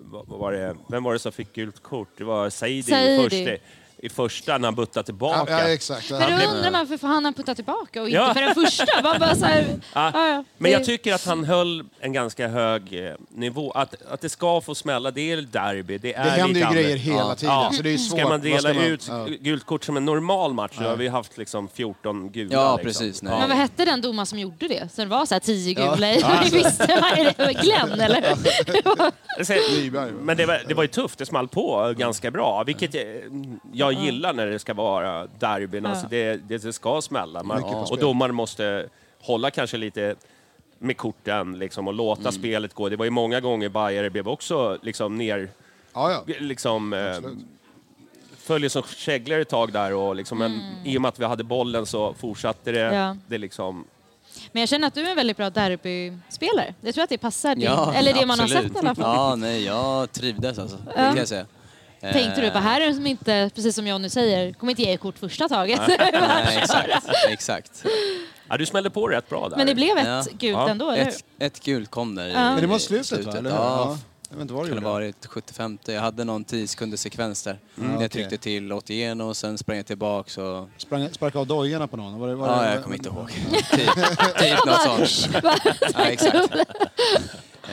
vad vad var det, vem var det som fick gult kort? Det var Saidi,
Saidi.
I, första, i första när han buttade
Ja,
tillbaka.
ja, exakt.
Men
Ja,
då undrar man, för fan han puttat tillbaka och inte
Ja.
för den första? Man bara så
*laughs*
här,
Ja,
ja, ja.
Men jag
Det-
tycker att han höll en ganska hög eh, nivå. Att, att det ska få smälla, det är derby. Det, är
det händer
lite
ju grejer
annorlunda.
hela tiden, så det är ju svårt.
Ska man
Vad
dela
ska man-
ut
ja.
gult kort som en normal match, då har vi haft liksom 14 gula.
Ja,
liksom.
precis. Nej.
Men vad hette den domaren som gjorde det? Så det var så här tio gula i.
alltså.
*laughs* Visste man, är det Glenn eller?
Jag säger-
Nyberg, va?
Men det var, det var ju tufft, det small på ganska bra. Vilket eh, jag gillar när det ska vara derbyn. Alltså det, det, det ska smälla. Man,
Mycket på
och
spel.
domaren måste hålla kanske lite med korten liksom, och låta
Mm.
spelet gå. Det var ju många gånger Bajare blev också liksom ner...
Ja, ja.
Liksom, eh,
Absolut.
följer som käglor ett tag där och liksom, men i och med att vi hade bollen så fortsatte det.
Mm. Ja.
det liksom,
Men jag känner att du är en väldigt bra derbyspelare. Jag tror att det passar din,
Ja,
eller det man har
absolut.
sett i alla fall.
Ja, nej, jag trivdes alltså. Det kan jag säga.
*laughs* Tänkte du,
Eh,
vad här är det som inte, precis som jag nu säger, kommer inte ge er kort första taget.
Nej, exakt. exakt.
ja, du smällde på rätt bra där.
*laughs* Men det blev ett
Ja.
gult
Ja,
ändå, eller hur?
Ett, ett gult kom där i-
Men det var
i
slutet, va? Eller hur?
Ja,
Ja. Jag vet inte vad
det
det
kan
gjorde.
ha varit 75. Jag hade någon 10 sekunders sekvens där. När jag tryckte
okej.
till, åt igenom och sen sprang jag tillbaka. Så...
Sprang, sparkade av dojorna på någon? Var det, var
Ja,
det,
jag kommer inte
*laughs*
ihåg. typ, typ något sånt. ja,
*laughs*
exakt. Eh,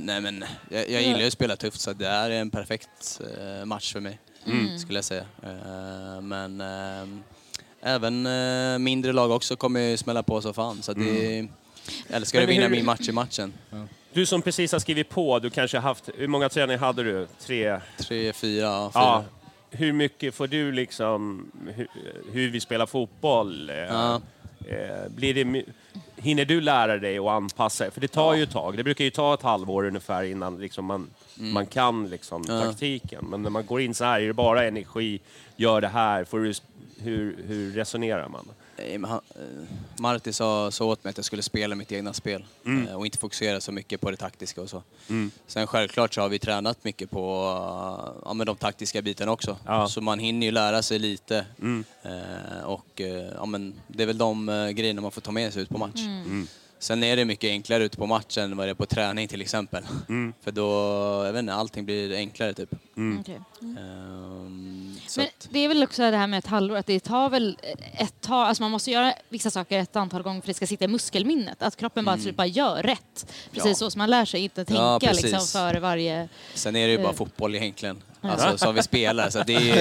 nej men, jag, jag gillar ju att spela tufft så det här är en perfekt eh, match för mig.
Mm.
Skulle jag säga. Eh, men ehm, även eh, mindre lag också kommer ju smälla på så fan. Så det, jag älskar att
Mm. Men
vinna
hur-
min match i matchen.
Du som precis har skrivit på, du kanske har haft, hur många träningar hade du? Tre?
Tre, fyra, ja, fyra.
Ja. Hur mycket får du liksom, hur, hur vi spelar fotboll? eh,
Ja.
eh, Blir det, my- hinner du lära dig att anpassa dig? För det tar ju ett tag, det brukar ju ta ett halvår ungefär innan liksom man,
Mm.
man kan liksom taktiken. Men när man går in så här, är det bara energi, gör det här, får du s- hur, hur resonerar man?
Nej, men han, eh, Marti sa så åt mig att jag skulle spela mitt egna spel eh, och inte fokusera så mycket på det taktiska och så. Sen självklart så har vi tränat mycket på eh, ja, men de taktiska bitarna också.
Ja.
Så man hinner ju lära sig lite. Eh, och eh, ja, men det är väl de eh, grejerna man får ta med sig ut på match.
Mm.
Sen är det mycket enklare ute på matchen än vad det är på träning till exempel. För då, jag vet inte, allting blir enklare typ.
Okej.
Ehm, så
Men
att,
det är väl också det här med ett halvår, att det tar väl ett tag, alltså man måste göra vissa saker ett antal gånger för det ska sitta i muskelminnet. Att kroppen bara, mm. bara gör rätt. Precis
Ja.
så som man lär sig, inte tänka
Ja, precis.
liksom
*laughs*
före varje
sen är det ju bara
eh.
fotboll egentligen. Alltså som vi spelar. Så att det är ju,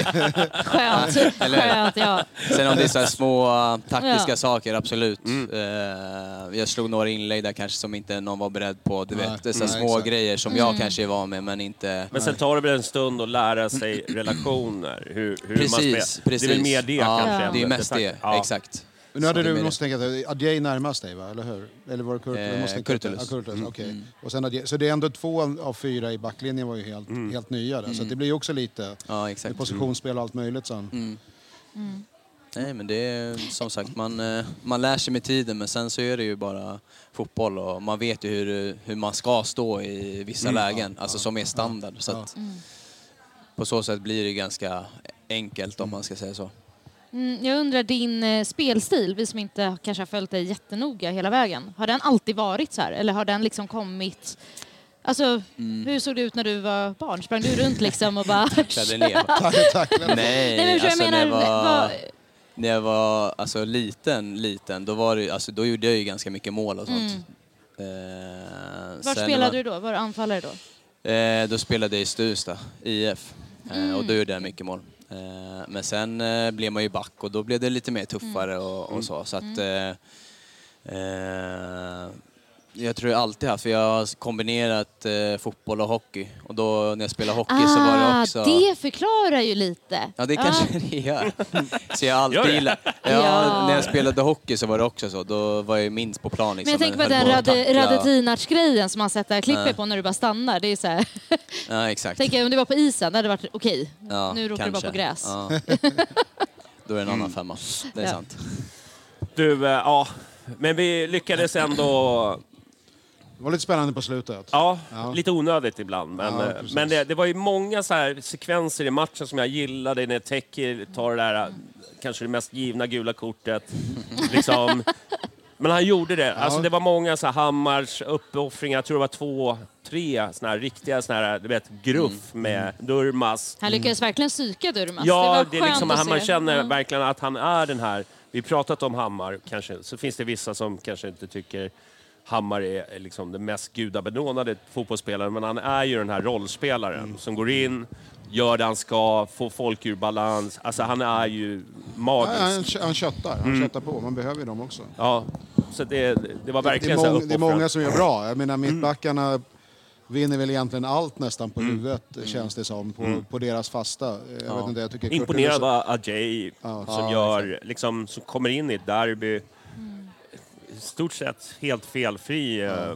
skönt,
eller hur?
skönt ja.
Sen om det är
*laughs*
så här små eh, taktiska
Ja.
saker, absolut.
Mm.
Eh, jag slog några inlägg där kanske som inte någon var beredd på. Du
Nej.
vet, det är så här
Nej,
små
exakt.
grejer som
Mm.
jag kanske är van med men inte...
Men sen tar det väl en stund att lära sig
*clears throat*
relationer? Hur, hur man
precis,
spelar.
precis.
Det är väl mer det
ja,
kanske? än
Det är ju
det
mest det,
taktiska. Ja.
exakt.
Men nu
Så
hade
det är
du,
mer
måste tänka att Adjei närmast dig, va? eller hur? Eller var det Kurtulus?
Eh, Mm.
Jag måste tänka
Kurtulus.
efter. Ja, Kurtulus. okej. Och sen Adjei. Så det är ändå två av fyra i backlinjen var ju helt,
Mm.
helt nya där. Så det blir ju också lite
Ja, exakt.
positionsspel och allt möjligt sen.
Mm.
Nej, men det är som sagt, man, eh, man lär sig med tiden men sen så är det ju bara fotboll och man vet ju hur, hur man ska stå i vissa
Mm.
lägen, alltså som är standard. Så att,
Mm.
På så sätt blir det ganska enkelt om man ska säga så.
Mm, jag undrar din eh, spelstil, vi som inte kanske har följt dig jättenoga hela vägen. Har den alltid varit så här eller har den liksom kommit Alltså,
Mm.
hur såg det ut när du var barn? Sprang du runt liksom
*laughs*
och bara...
Klädde ner.
Tack, tack.
Nej,
Nej, men förstår
alltså
jag
när jag
menar,
var,
vad-
när jag var alltså, liten, liten, då, var det, ju- alltså, då gjorde jag ju ganska mycket mål och sånt. Eh,
Var
sen
Mm. spelade
var-
du då? Var du Mm. anfallare då?
Eh, då spelade jag i Stuvsta, IF. Eh, och då gjorde jag mycket mål. Eh, men sen eh, blev man ju back och då blev det lite mer tuffare
Mm.
och, och så. så att, eh, eh, jag tror jag alltid haft, för jag har kombinerat eh, fotboll och hockey. Och då när jag spelade hockey så var det också...
Ah, det förklarar ju lite. Ah.
Ja, det kanske liksom det gör. Så jag har
Gör
alltid
det?
gillat... Ja,
Ja.
När jag spelade hockey så var det också så. Då var jag ju minst på plan.
Men
Liksom,
jag tänker på
höll
den
att
Rade-
tackla.
Radetinac-grejen som man sätter klipper
Nej.
på när du bara stannar. Det är så här. *laughs*
Ja, exakt.
Tänker jag, om det var på isen, det hade varit okej.
Ja,
nu råkar det vara
kanske.
på gräs. *laughs*
Ja. Då är det en
Mm.
annan femma. Det är
Ja.
sant.
Du, eh, ja. Men vi lyckades ändå...
Det var lite spännande på slutet.
Ja, lite onödigt ibland. Men,
Ja,
eh,
precis.
men det, det var ju många så här sekvenser i matchen som jag gillade när Tekir tar det där eh, kanske det mest givna gula
*laughs*
kortet. liksom. Men han gjorde det. Alltså, det var många så här, Hammars uppoffringar. Jag tror det var två, tre såna här riktiga såna här, du vet, gruff
Mm.
med Durmaz.
Han lyckades
Mm.
verkligen psyka Durmaz.
Ja,
det
det
var
är
skönt
liksom,
att
han,
se.
man känner
Mm.
verkligen att han är den här... Vi har pratat om Hammar, kanske, så finns det vissa som kanske inte tycker Hammar är är liksom den mest gudabenådade fotbollsspelaren, men han är ju den här rollspelaren
Mm.
som går in, gör det han ska, får folk ur balans. Alltså han är ju
Ja, Han,
magisk. Mm.
han köttar. Han köttar på. Man behöver ju dem också.
Ja, så det, det var
Det är,
verkligen
mång,
så Mm.
det är många som gör bra. Jag menar mittbackarna vinner väl egentligen allt nästan på huvudet känns det som. På, på deras fasta. Eh, Jag vet inte, jag tycker Kurtulus-
Imponerad av Ajay som,
Ja,
gör, liksom, som kommer in i ett derby. I stort sett helt felfri eh,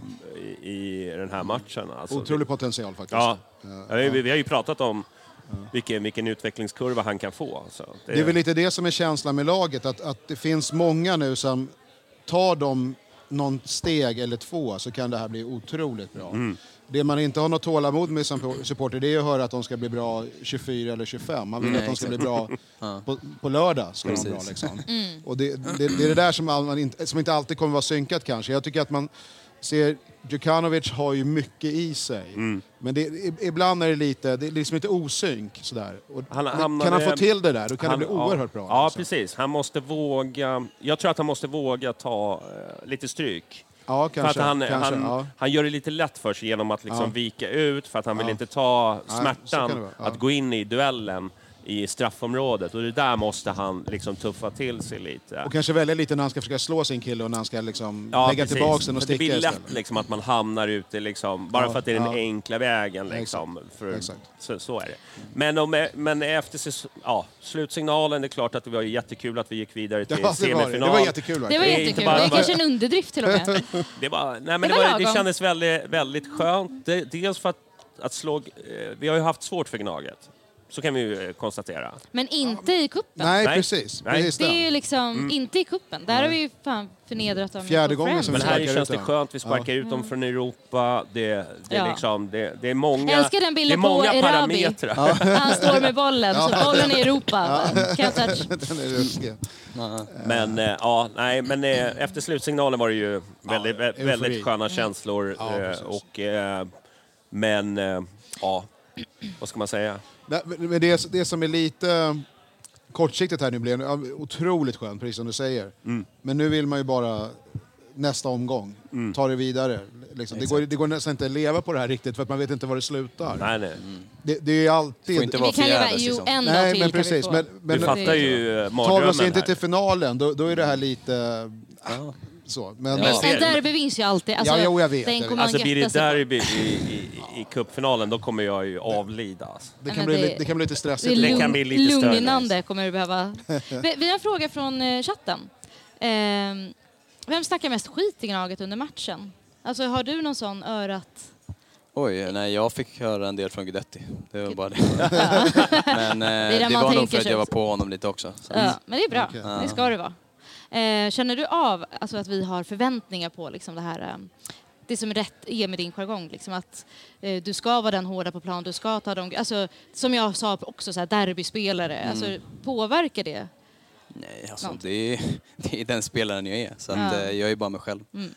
i, i den här matchen. Alltså,
Otrolig potential faktiskt.
Ja. Ja, vi, vi har ju pratat om vilken, vilken utvecklingskurva han kan få. alltså. Så det,
Det är väl lite det som är känslan med laget, att, att det finns många nu som tar dem någon steg eller två så kan det här bli otroligt bra. Det man inte har något tålamod med som supporter det är att höra att de ska bli bra 24 eller 25. Man vill att de ska bli bra på, på lördag. Ska de bli bra, liksom.
Mm.
Och det, det, det är det där som, man inte, som inte alltid kommer vara synkat kanske. Jag tycker att man ser Djukanovic har ju mycket i sig.
Mm.
Men det, i- ibland är det lite, det är liksom lite osynk sådär. Och
Han
det-
hamnade-
kan han få till det där, då kan
han-
det bli oerhört
ja,
bra.
Ja,
liksom.
precis. Han måste våga... Jag tror att han måste våga ta eh, lite stryk.
Ja,
för
kanske,
att han,
kanske,
han,
ja.
han gör det lite lätt för sig genom att liksom
Ja.
vika ut för att han vill inte ta
Nej, så kan
smärtan
det vara, ja.
att gå in i duellen i straffområdet. Och det där måste han liksom tuffa till sig lite.
Och kanske välja lite när han ska försöka slå sin kille och när han ska liksom
Ja,
lägga
precis.
tillbaka den och
För Det
sticka
blir
istället.
lätt liksom, att man hamnar ute, liksom, bara
Ja,
för att det är den
ja.
enkla vägen. Liksom, För,
Exakt.
Så, så är det. Men, om, eh, men efter säs- ja, slutsignalen, det är klart att det var ju jättekul att vi gick vidare
Ja,
till
det, var,
semifinal.
det. det var jättekul
Det var
Det är
verkligen.
inte
jättekul.
bara-
Det är kanske en underdrift till och
*laughs*
med.
Det, var, nej, men det,
Det var
var, det
lagom.
kändes väldigt, väldigt skönt. Det- Dels för att, att slå... eh, Vi har ju haft svårt för Gnaget. Så kan vi ju eh, konstatera.
Men inte i kuppen.
Nej,
Nej.
precis.
Nej.
precis
Det är ju
den.
liksom,
Mm.
inte i kuppen. Där har vi ju fan förnedrat dem.
Fjärde gången
Friends. Mm.
som
Men
vi
här
sparkar
känns
ut
det
dem.
skönt. Vi sparkar ut dem från Europa. Det, det, är
Ja.
liksom, det, det är många,
Jag älskar den bilden
det är
på
många
Erabi.
parametrar.
Han står med bollen, så bollen är i Europa. Can't touch.
Den är ruskig.
Men, eh, ja, nej, men eh, efter slutsignalen var det ju väldigt, vä-
eufori. Mm.
väldigt sköna känslor.
Ja,
eh,
precis.
och, eh, men, eh, ja, vad ska man säga?
Nej, men men det, det som är lite kortsiktigt här nu blev ja, otroligt skönt, precis som du säger.
Mm.
Men nu vill man ju bara nästa omgång,
Mm.
ta det vidare. Liksom. Det, går, det går nästan inte att leva på det här riktigt för att man vet inte var det slutar. Mm.
Nej, nej.
Det, det är ju alltid...
Får inte vara
Vi kan ju vara,
förgäves,
jo
liksom.
en dag
Nej,
till
men
kan vi
precis,
få.
men- men-
Du fattar ju eh,
Tar vi oss
mardrömmen
inte
här.
till finalen, då, då är det här lite... ah, Så. Men,
Men
ja.
ser-
En derbyvinst ju alltid. Alltså,
Ja, jo, jag vet, jag
Den
vet.
kommer
Alltså
man
blir
götta
det
sig på.
derby i, i, i cupfinalen, då kommer jag ju avlida. Alltså.
det,
men
kan bli,
det-
li- det kan bli lite
Det är
stressigt.
Det
lugn,
kan bli lite större.
lugnande kommer du behöva. Vi, vi har en fråga från eh, chatten. Ehm, vem snackar mest skit i Gnaget under matchen? Alltså har du någon sån örat?
Oj, nej, jag fick höra en del från Guidetti. Det var
*laughs*
bara det. Men
det
eh, det
man
var nog
tänker
för att
sig.
jag var på honom lite också. Så.
Ja, men det är bra,
Okej.
det ska det vara. Eh, känner du av alltså, att vi har förväntningar på liksom, det här eh, det som rätt är med din jargong, liksom att eh, du ska vara den hårda på plan, du ska ta de... Alltså, som jag sa också, så här, derbyspelare, alltså,
Mm.
påverkar det?
Nej, alltså,
något.
det, är, det är den spelaren jag är, så att,
Ja. Mm.
eh, jag är bara mig själv.
Men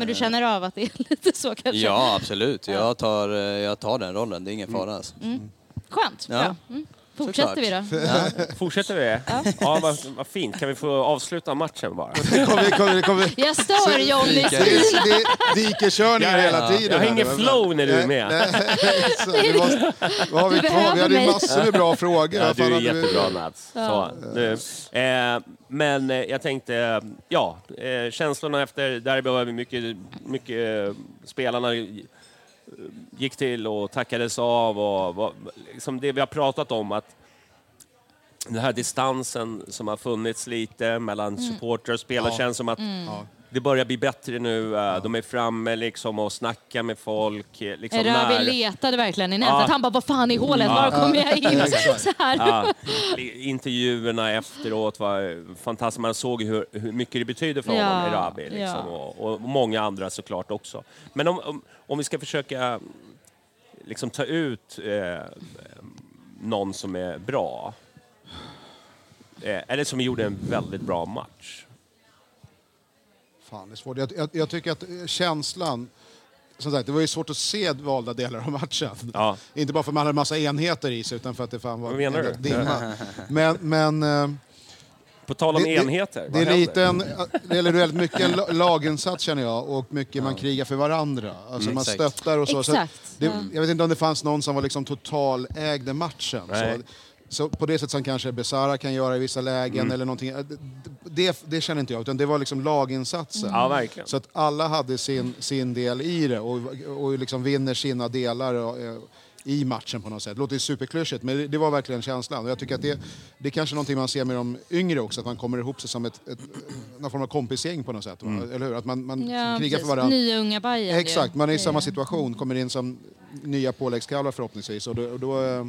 Eh.
du känner av att det är *laughs* lite så kanske?
Ja, absolut. Jag tar, eh, jag tar den rollen, det är ingen
Mm.
fara. Alltså.
Mm. Skönt,
Ja.
bra. Mm. Fortsätter vi då.
*laughs*
Fortsätter vi? Ja, vad, vad fint. Kan vi få avsluta matchen
*laughs*
bara?
Det kommer, kommer, kommer,
Jag stör Johnny.
det är, det är dikekörningar hela tiden.
Jag har
här
ingen
nu.
flow när du är med.
*laughs* Så vi måste, vad har vi
Du
kvar? Vi hade
behöver
ju
mig.
massor med bra frågor.
Ja,
Vad
du
fan
är
hade vi-
jättebra Mats. Så, nu. Eh, men eh, jag tänkte, eh, ja, eh, känslorna efter derby var mycket, mycket eh, spelarna eh, gick till och tackades av och var, liksom det vi har pratat om att den här distansen som har funnits lite mellan
Mm.
supportrar och spelare känns som att det börjar bli bättre nu. eh, De är framme liksom och snackar med folk. eh, Liksom
Rövi
när-
letade verkligen i nätet.
Ja. Mm.
Han bara, vad fan är hålet? Var kom
*laughs*
jag in? Så här.
Ja, intervjuerna efteråt var fantastiska. Man såg hur, hur mycket det betyder för
Ja,
honom, Erabi. Liksom,
ja.
och, och många andra såklart också. Men om, om, om vi ska försöka liksom, ta ut eh, någon som är bra. Eh, eller som gjorde en väldigt bra match.
Fan, det är svårt. Jag, jag, jag tycker att eh, känslan... Som sagt, det var ju svårt att se valda delar av matchen.
Ja.
Inte bara för att man hade en massa enheter i sig, utan för att det fan var
Vad menar
en
du?
jävla dimma. Men, men eh,
På tal om
det- det-
enheter,
Det
vad
är
händer?
lite en, eller det är väldigt mycket en la- laginsats känner jag och mycket man krigar för varandra. Alltså man
Mm, Exakt.
stöttar och så.
Exakt,
så det,
ja.
Jag vet inte om det fanns någon som var liksom totalägde matchen.
Nej.
Så, så på det sätt som kanske Besara kan göra i vissa lägen
Mm.
eller någonting. Det, det, det känner inte jag, utan det var liksom laginsatsen.
Ja, verkligen.
Så att alla hade sin, sin del i det och, och liksom vinner sina delar och, eh, i matchen på något sätt. Det låter ju superklyschigt men det, det var verkligen känslan. Och jag tycker att det, det är kanske någonting man ser med de yngre också, att man kommer ihop sig som ett, ett, någon form av kompisgäng på något sätt. va? Eller hur? Att man, man
Ja,
krigar för
precis.
varandra.
Nya unga Bajen.
Exakt,
ju.
man är i
Det-
samma situation, kommer in som nya påläggskavlar förhoppningsvis. Och då, och då, eh,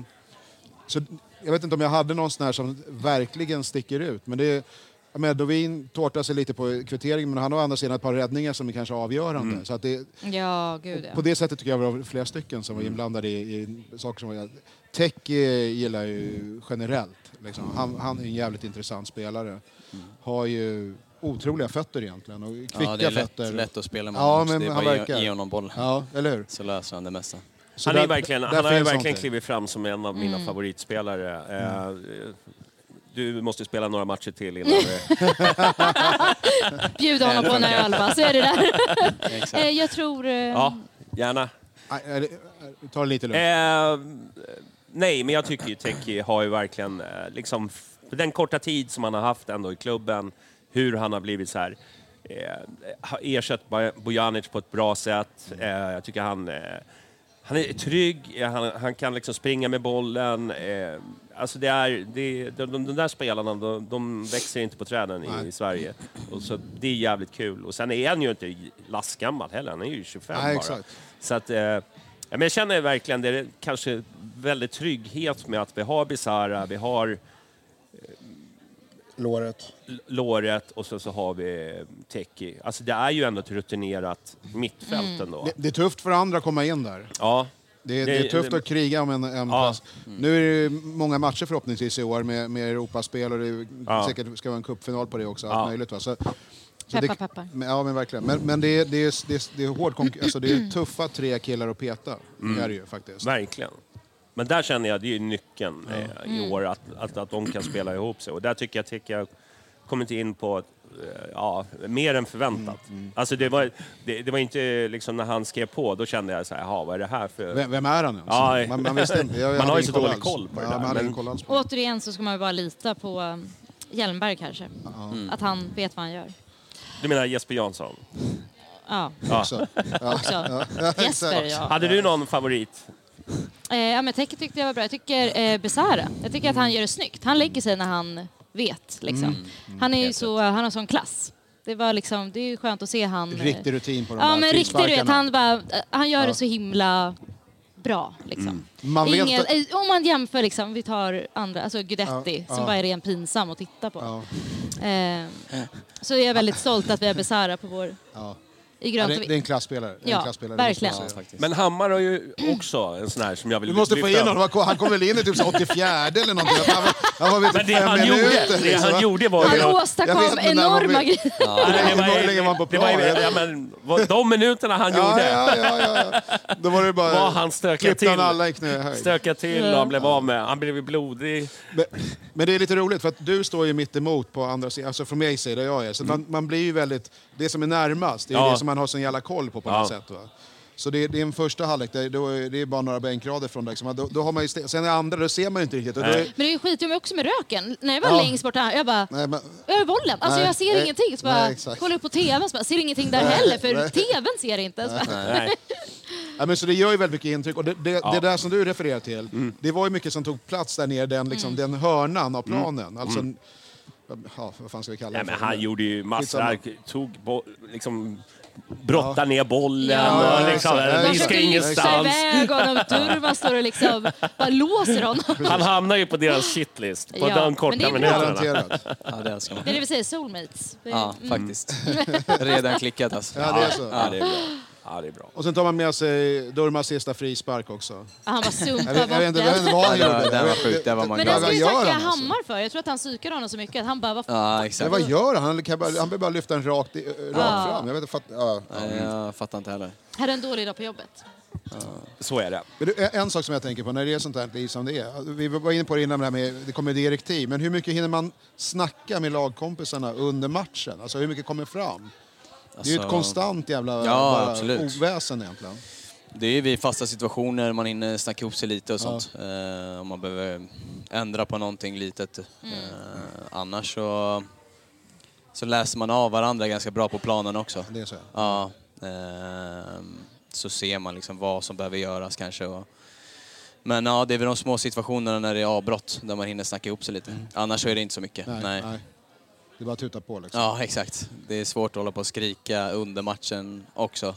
så jag vet inte om jag hade någon sån här som verkligen sticker ut. Men det, jag menar, Dovin tårtar sig lite på kvitteringen men han har å andra sidan ett par räddningar som är kanske avgörande.
Mm.
Så att det,
Ja, gud ja.
på det sättet tycker jag det var flera stycken
Mm.
som var inblandade i, i saker som var... Tech eh, gillar ju generellt. Liksom. Han, han är en jävligt intressant spelare.
Mm.
Har ju otroliga fötter egentligen och kvicka
Ja, det är lätt,
fötter.
lätt att spela med
Ja,
honom, så
men
det är
han
bara att
verkar.
ge, ge honom bollen.
Ja, eller hur?
Så löser han det mesta.
Så
Han, är
där-
verkligen,
där
han har ju
finns
verkligen
någonting.
klivit fram som en av mina favoritspelare. Eh,
Mm.
Du måste spela några matcher till innan vi...
Bjuda honom på en öl bara, så är det
*laughs*
där. Eh, jag tror... eh,
Ja, gärna.
Nej, nej, det- nej, eh, Ta det lite lugnt.
Eh, nej, men jag tycker ju Teki har ju verkligen, eh, liksom, f- den korta tid som han har haft ändå i klubben, hur han har blivit så här, eh, har ersatt Boj- Bojanic på ett bra sätt. Eh, jag tycker han, eh, han är trygg, eh, han, han kan liksom springa med bollen. Eh, alltså det är, det, de, de, de där spelarna, de, de växer inte på träden i, i Sverige. Och så det är jävligt kul. Och sen är han ju inte lastgammal heller, han är ju 25
Nej,
bara.
exakt.
Så att, eh, ja, men jag känner verkligen det, det kanske väldigt trygghet med att vi har Bizarra, vi har eh,
Låret.
L- låret och sen så har vi Teki. Alltså det är ju ändå ett rutinerat mittfält ändå.
Det, det är tufft för andra att komma in där.
Ja.
Det, är- det är
Det-
tufft
det-
att kriga om en, en
Ja.
plats. Nu är det ju många matcher förhoppningsvis i år med, med Europaspel och det är,
Ja.
säkert ska vara en cupfinal på det också.
Ja.
Allt möjligt, va? Så, så
Peppar, peppar.
Men, ja, men verkligen. Men, men det, är, det, är, det, är, det, är hård konkur- alltså, det
Mm.
är tuffa tre killar att peta. Det är det ju faktiskt.
Mm. Verkligen. Men där känner jag, det är ju nyckeln eh,
Mm.
i år, att, att, att de kan spela ihop sig. Och där tycker jag Teki har kommit in på eh, Ja, mer än förväntat.
Mm,
Alltså det var, det, det var inte liksom när han skrev på, då kände jag så här, jaha, vad är det här för...
Vem, vem är han ens?
Ja,
man, man,
*laughs*
visste, inte. jag,
man
hade
har ju så
ingen koll
dålig
alls.
koll på det
ja,
där,
man hade
men-
ingen koll alls på det.
Återigen så ska man ju bara lita på um, Hjelmberg kanske.
Mm.
Att han vet vad han gör.
Du menar Jesper Jansson?
Ja,
Så, ja.
också.
exakt.
Jesper ja.
Hade du någon favorit?
Eh, ja men Teke tyckte jag var bra. Jag tycker eh, Besara. Jag tycker att han gör det snyggt. Han lägger sig när han vet liksom. Han är ju så, han har sån klass. Det var liksom, det är ju skönt att se han. eh,
Riktig rutin på de
Ja
där
men riktigt du vet,
frisparkarna.
han, bara, han gör det så himla bra. Liksom.
Mm. Man vet
Ingen,
att-
eh, om man jämför, liksom, vi tar andra, alltså Gudetti
Ja,
som
ja.
bara är ren pinsam att titta på.
Ja.
Eh, så är jag väldigt stolt att vi har Besara på vår,
Ja.
i
Ja,
grönt
det,
och vitt.
det är en klasspelare. Det är
Ja,
en klasspelare det måste man
verkligen.
säga.
Men Hammar har ju också en sån här som jag vill
Du måste få in
lyfta upp.
honom. Han kom väl in i typ så 84 eller någonting. Han var, han var vid
Men det
fem
han
minuter.
gjorde, det
liksom, va?
han gjorde var ju...
Han
jag-
åstadkom
jag vet inte när man
enorma
blir-
grejer.
Nej,
Hur länge var han på
det var ju-
plan?
ja, men, vad- de minuterna han
Ja,
gjorde
ja, ja, ja, ja. Då var det bara...
var han stökade
klippte
till.
han alla i knähöjd.
Stökade till och han blev av med... Han blev ju blodig.
Men, men det är lite roligt för att du står ju mitt emot på andra sidan, alltså från min sida jag är. Så att man, man blir ju väldigt, det som är närmast, det är ju
Mm. Ja.
det som man har sån jävla koll på på
Ja.
något sätt. Va? Så det, det är en första halvlek, där, då är, det är bara några bänkrader från liksom. då, då har man ju, ste- Sen i andra, då ser man ju inte riktigt. Och då är,
Men det är ju skitjobbigt men också med röken. När jag var
Ja.
längst bort, här, jag bara,
nej, men,
över bollen. Alltså
Nej,
jag ser
nej,
ingenting. Så
nej,
bara,
exakt.
kollar upp på tvn, så bara, ser ingenting där heller för tvn ser inte. Så bara,
Nej.
Ja, men så det gör ju väldigt mycket intryck. Och det, det, det där som du refererar till,
Mm.
det var ju mycket som tog plats där nere, den, liksom, den hörnan av planen. Alltså, ja, vad fan ska vi kalla
Mm. Nej,
det
men
för?
han gjorde ju massor.
Skitsamma.
Tog bo, liksom... Brottade ner bollen
Ja,
och
ja,
liksom...
exakt.
Ja,
Ja, exakt.
viskade
Skjutsar
ingenstans.
iväg honom, Durman står och liksom bara låser honom.
Han hamnar ju på deras shitlist på
Ja,
de
men det
korta
är bra.
minuterna.
Garanterat.
Ja, det älskar man.
*laughs* Det är det vi säger, soulmates. Det är-
Ja,
*laughs*
faktiskt. Redan klickat alltså.
Ja, det är så.
Ja, det är bra. Ja, det är bra.
Och sen tar man med sig Durmas sista frispark också.
Han bara
Jag
sumpar
vet,
bort
jag vet, inte, jag vet
den.
inte vad han
Ja, det
gjorde.
var-
Jag
det var
vet-
sjukt, det var man
Men
glad
det
vad
för.
ska vi
gör
tacka
han, alltså?
Hammar för. Jag tror att han psykade honom så mycket att han bara, vad fan.
Ja,
Men
exakt.
vad gör han? Han kan bara, han behöver bara lyfta den rakt, i- rakt fram. Jag vet inte, fatt, ja.
Nej, jag fattar inte heller.
Här är en dålig dag på jobbet.
Så är det.
Men du, en sak som jag tänker på när det är sånt här liv som det är. Alltså, Vi var inne på det innan, det, här med, det kommer direktiv. Men hur mycket hinner man snacka med lagkompisarna under matchen? Alltså hur mycket kommer fram? Det är ju ett
Alltså-
konstant jävla
Ja,
bara
absolut.
oväsen egentligen.
Det är vid fasta situationer man hinner snacka ihop sig lite och sånt. Eh, om man behöver ändra på någonting litet. Eh, annars så, så läser man av varandra ganska bra på planen också.
Det är så.
Ja. ehm, så ser man liksom vad som behöver göras kanske. Och, men ja, det är väl de små situationerna när det är avbrott där man hinner snacka ihop sig lite. Annars så är det inte så mycket.
Mm. Nej, nej. Det är bara att tuta på liksom.
Ja, exakt. Det är svårt att hålla på och skrika under matchen också.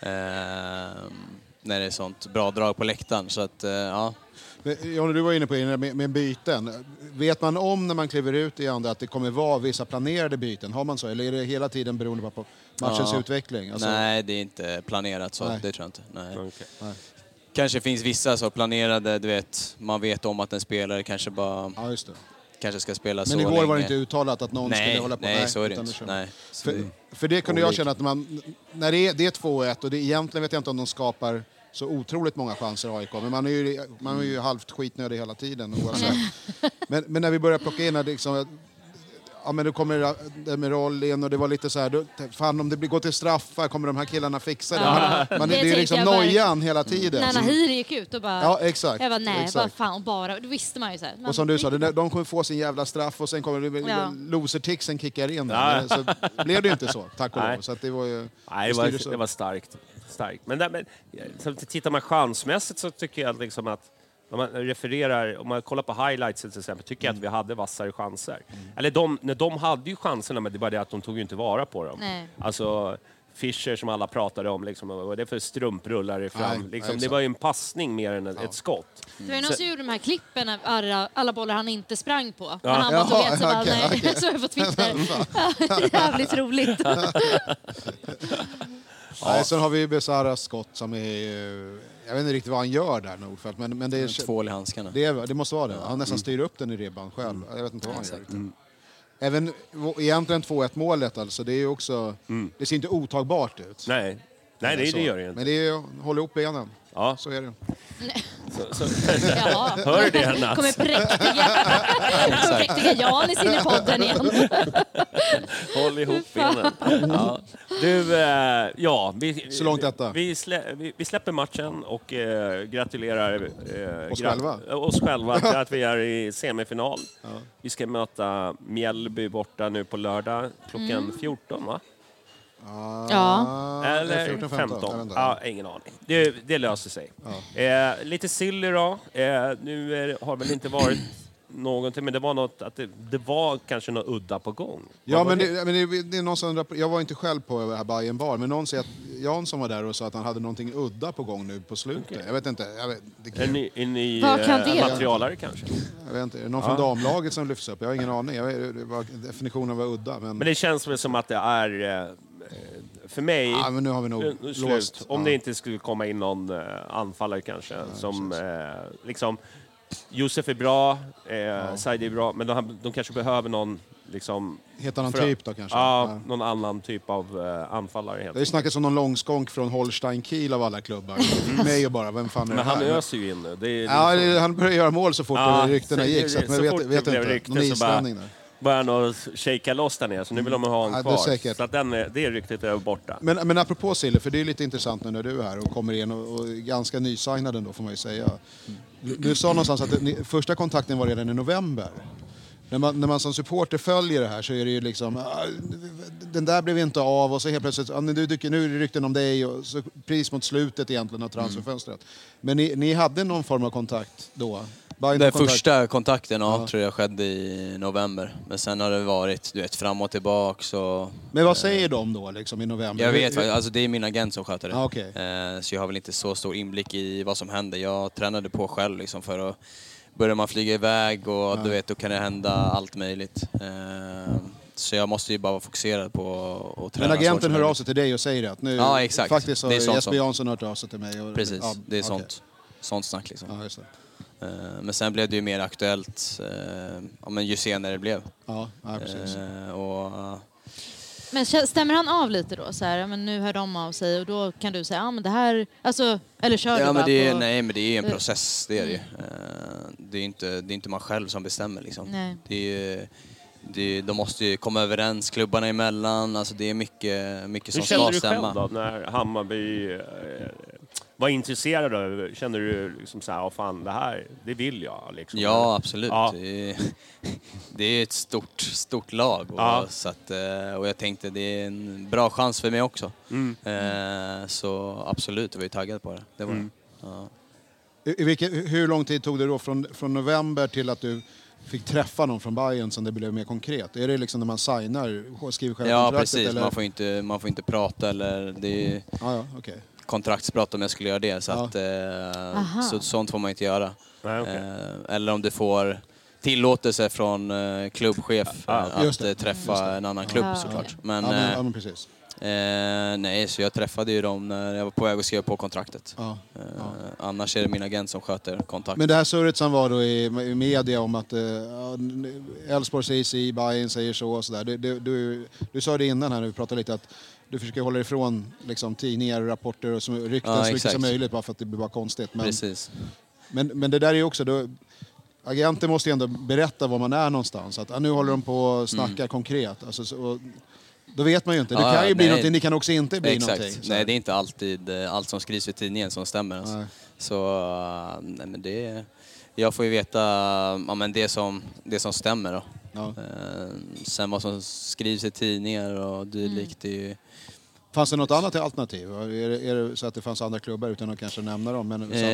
Ehm, när det är sånt bra drag på läktaren. Så att, eh, ja.
Men, Johnny, du var inne på det med, med byten. Vet man om när man kliver ut i andra att det kommer vara vissa planerade byten? Har man så? Eller är det hela tiden beroende på- på matchens
Ja.
utveckling? Alltså,
Nej, det är inte planerat så.
Nej.
Det tror jag inte. Nej.
Okej.
Kanske finns vissa så planerade, du vet, man vet om att en spelare kanske bara
Ja, just det.
kanske ska spela så
Men igår
länge.
var det inte uttalat att någon
Nej,
skulle hålla på?
nej, så är det
utan
inte.
kör.
Nej, så
För,
det-
för det kunde jag
olika.
känna att man, när det är, det är 2-1 och det, egentligen vet jag inte om de skapar så otroligt många chanser AIK, men man är ju, man är ju halvt skitnödig hela tiden oavsett. men, men när vi börjar plocka in, här, liksom, ja men då kommer Demirol in och det var lite så här, då, fan om det blir, går till straffar, kommer de här killarna fixa det? Man, man, det, är
Det
ju liksom
tänker jag verkligen.
nojan hela tiden.
När Nahiri gick ut och bara...
Ja, exakt,
Jag bara, nej,
exakt.
vad fan, och bara... Då visste man ju så här. Man,
Och som du sa, den där- de kommer få sin jävla straff och sen kommer det-
Ja.
losertixen kickar in.
Ja.
Men Så blev det ju inte så, tack och lov.
Nej.
Så att det var ju...
Nej, det
styrdes
var,
upp.
det var starkt. starkt. Men, där, men så tittar man chansmässigt så tycker jag liksom att om man refererar, om man kollar på highlights till exempel, tycker
Mm.
jag att vi hade vassare chanser. Eller de, nej, de hade ju chanserna, men det var det att de tog ju inte vara på dem.
Nej.
Alltså, Fischer som alla pratade om, liksom, vad var det för strumprullare fram?
Nej,
liksom, det
exakt.
var ju en passning mer än ett ett skott.
Det var ju någon som gjorde de här klippen av alla, alla bollar han inte sprang på. Men han var
Jaha,
så vet så bara,
okej,
nej,
okej.
*laughs* så är det på Twitter. Ja, Jävligt roligt.
Nej, sen har vi Besaras skott som är... eh, Jag vet inte riktigt vad han gör där, Nordfeldt, men, men det
Mm,
är...
Tvål i handskarna.
Det, är, det måste vara det. Han nästan styr upp den i ribban själv. Jag vet inte vad han gör.
Mm.
riktigt. Även vå- egentligen 2-1 målet, alltså, det är ju också... Det ser inte otagbart ut.
Mm. Nej, Nej det,
Så.
det gör det ju
Men
inte.
det är ju, håll ihop benen.
Ja.
Så är det.
Så, så,
Jaha.
hör du det Nats?
Kommer präktiga,
*laughs*
kommer präktiga Janis in i podden
*laughs*
igen.
Håll ihop benen. Ja. Du, eh, ja, vi,
Så långt detta.
Vi, slä, vi, vi släpper matchen och eh, gratulerar eh,
Oss
grat-
själva.
eh, oss själva
*laughs*
till att vi är i semifinal. Vi ska möta Mjällby borta nu på lördag klockan 14, va?
Ja.
Eller
14,
15.
15. Jag vet inte.
Ja, ingen aning. Det, det löser sig. Eh, lite sill idag. Eh, nu är, har väl inte varit någonting, men det var något att det, det var kanske något udda på gång.
Ja,
Vad var
men det, men det, det är någon som, rappor- jag var inte själv på det här Bajen bar, men någon säger att Jansson var där och sa att han hade någonting udda på gång nu på slutet. Jag vet inte. Jag vet, det,
En ny, en ny
Vad kan
eh,
det vara?
materialare kanske.
jag vet inte. Är det någon från damlaget som lyfts upp? Jag har ingen aning. Jag vet, det var definitionen av udda, men...
Men det känns väl som att det är, eh, för mig,
ja, men nu har vi nog
eh, slut.
låst.
Om
ja.
det inte skulle komma in någon eh, anfallare kanske. som eh, liksom, Josef är bra, eh, Saidi är bra, men de, de kanske behöver någon liksom...
Helt annan
för att-
typ då kanske?
Ja,
Ja.
någon annan typ av eh, anfallare helt
Det har ju
enkelt.
snackats om någon långskonk från Holstein Kiel av alla klubbar.
Mm.
Mig och bara, vem fan är
Men
det
han
här?
öser ju in nu. Det är
Ja,
liksom-
det- han började göra mål så fort
Ja,
ryktena
så-
gick, så att man
så
vet,
fort
vet
det blev
inte.
rykte
Någon
så bara-
islänning där.
Börjar han att shakea loss där nere, så nu vill de ha
Ja, det är
honom kvar.
säkert.
Så att den, är- det ryktet är borta.
Men, men apropå Sille, för det är lite intressant nu när du är här och kommer in och, och är ganska nysignad ändå får man ju säga. Du, du sa någonstans att ni, första kontakten var redan i november. När man, när man som supporter följer det här så är det ju liksom, "Ah, den där blev inte av och så helt plötsligt, ah, men du dyker, nu är det rykten om dig och så pris mot slutet egentligen av transferfönstret. Men ni, ni hade någon form av kontakt då? Bayern
Den
kontakt.
första kontakten ja, tror jag skedde i november. Men sen har det varit du vet, fram och tillbaks och...
Men vad säger de då liksom i november?
Jag vet faktiskt, alltså det är min agent som sköter det.
Ah, okej.
Eh, Så jag har väl inte så stor inblick i vad som händer. Jag tränade på själv liksom för att... Börjar man flyga iväg och du vet, då kan det hända allt möjligt. Eh, Så jag måste ju bara vara fokuserad på att- att träna
Men
så hårt
agenten
som
hör
möjligt.
av sig till dig och säger det? Att nu,
Ja, exakt.
Faktiskt har
Det är sånt
Jesper
som-
Jansson hört av sig till mig. Och,
Precis,
ja,
det är
okej.
sånt. Sånt snack liksom.
Ja, just det.
Eh, Men sen blev det ju mer aktuellt eh, ja, men ju senare det blev.
Ja, ja, precis.
Eh, Och
Men kä- stämmer han av lite då? Så här, ja, men nu hör de av sig och då kan du säga, ja men det här, alltså, eller kör du
Ja,
bara
men det är,
på...
nej, men det är en
Eh.
process, det är det ju. Eh, Det är inte, det är inte man själv som bestämmer liksom.
Nej.
Det är, ju- det är, de måste ju komma överens klubbarna emellan, alltså det är mycket, mycket som
Hur kände
ska
du själv
stämma.
då när Hammarby eh, var intresserad? Av, kände du liksom så här, "Ja, fan det här, det vill jag? Liksom.
Ja, absolut.
Ja.
Det, är, *laughs* det är ett stort, stort lag och,
Ja.
så att, eh, och jag tänkte det är en bra chans för mig också.
Mm.
Eh, Så absolut, jag var ju taggad på det. det
Mm.
var det. ja.
I, i vilken, hur lång tid tog det då från, från november till att du fick träffa någon från Bayern som det blev mer konkret? Är det liksom när man signar, skriver själva
Ja,
kontraktet?
precis.
Eller?
Man får, inte, man får inte prata eller det är,
Ja, ja, okej.
kontraktsbrott om jag skulle göra det. Så
Ja.
att, eh, så, sånt får man inte göra.
Nej, okej.
eh, eller om du får tillåtelse från eh, klubbchef
Ah,
eh,
Just
att
det.
eh, träffa en annan klubb
Ja,
såklart.
okej.
Men,
Ja, men, ja,
eh,
men precis.
eh, nej, så jag träffade ju dem när jag var på väg att skriva på kontraktet.
Ja,
Eh, Annars är det min agent som sköter kontakt.
Men det här surret som var då i, i media om att eh, ja, Elfsborg säger si, Bayern säger så och sådär. Du, du, du, du sa det innan här när vi pratade lite att du försöker hålla dig ifrån liksom, tidningar och rapporter och som, rykten
Ja,
så mycket
exakt.
som möjligt bara för att det blir bara konstigt. Men,
Precis.
men, men det där är ju också, då, agenter måste ju ändå berätta var man är någonstans. Att, ah, nu håller de på och
Mm.
snackar konkret. Alltså, så, och, då vet man ju inte. Det
Ja,
kan ju
Ah,
bli
nej.
någonting, det kan också inte bli
Exakt.
någonting. Så här.
Nej, det är inte alltid eh, allt som skrivs i tidningen som stämmer. Alltså.
Nej.
Så eh, nej, men det, jag får ju veta ja, men det, som, det som stämmer. Då.
Ja.
Eh, Sen vad som skrivs i tidningar och dylikt. det är ju-
Fanns det något annat alternativ? Är det, är det så att det fanns andra klubbar utan att kanske nämna dem, men Mm. som,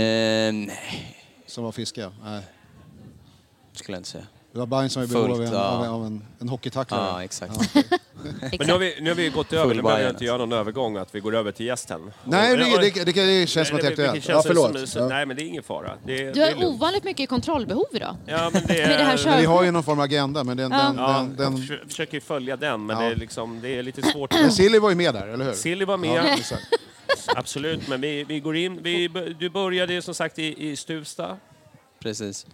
Eh, nej,
som var fiska? Nej.
skulle jag inte säga.
Det var Bayern som var i behov av en,
Fullt, ja.
av en, av en, en hockeytacklare.
Ja, exakt.
Men nu har vi, nu har vi gått över,
Full
nu behöver jag
Bayern,
inte göra någon övergång att vi går över till gästen.
Nej,
Och- och-
det, det, det, det känns som att det är
vilket
aktuellt. Ja,
känns som-
förlåt.
så-
Ja.
Nej, men det är ingen fara. Det,
Du
det är
har
lugnt.
ovanligt mycket kontrollbehov idag.
Ja, men det,
*laughs* Med det här
är-
Men vi
köret.
har ju någon form av agenda, men den... den,
Ja,
den, den,
Jag försöker- försöker ju följa den, men
Ja.
det, är liksom, det är lite svårt.
men Silly var ju med där, eller hur?
Silly var med,
Ja,
*laughs*
exakt.
absolut, men vi, vi går in. Vi, b- du började ju som sagt i, i Stuvsta.
*laughs* Precis.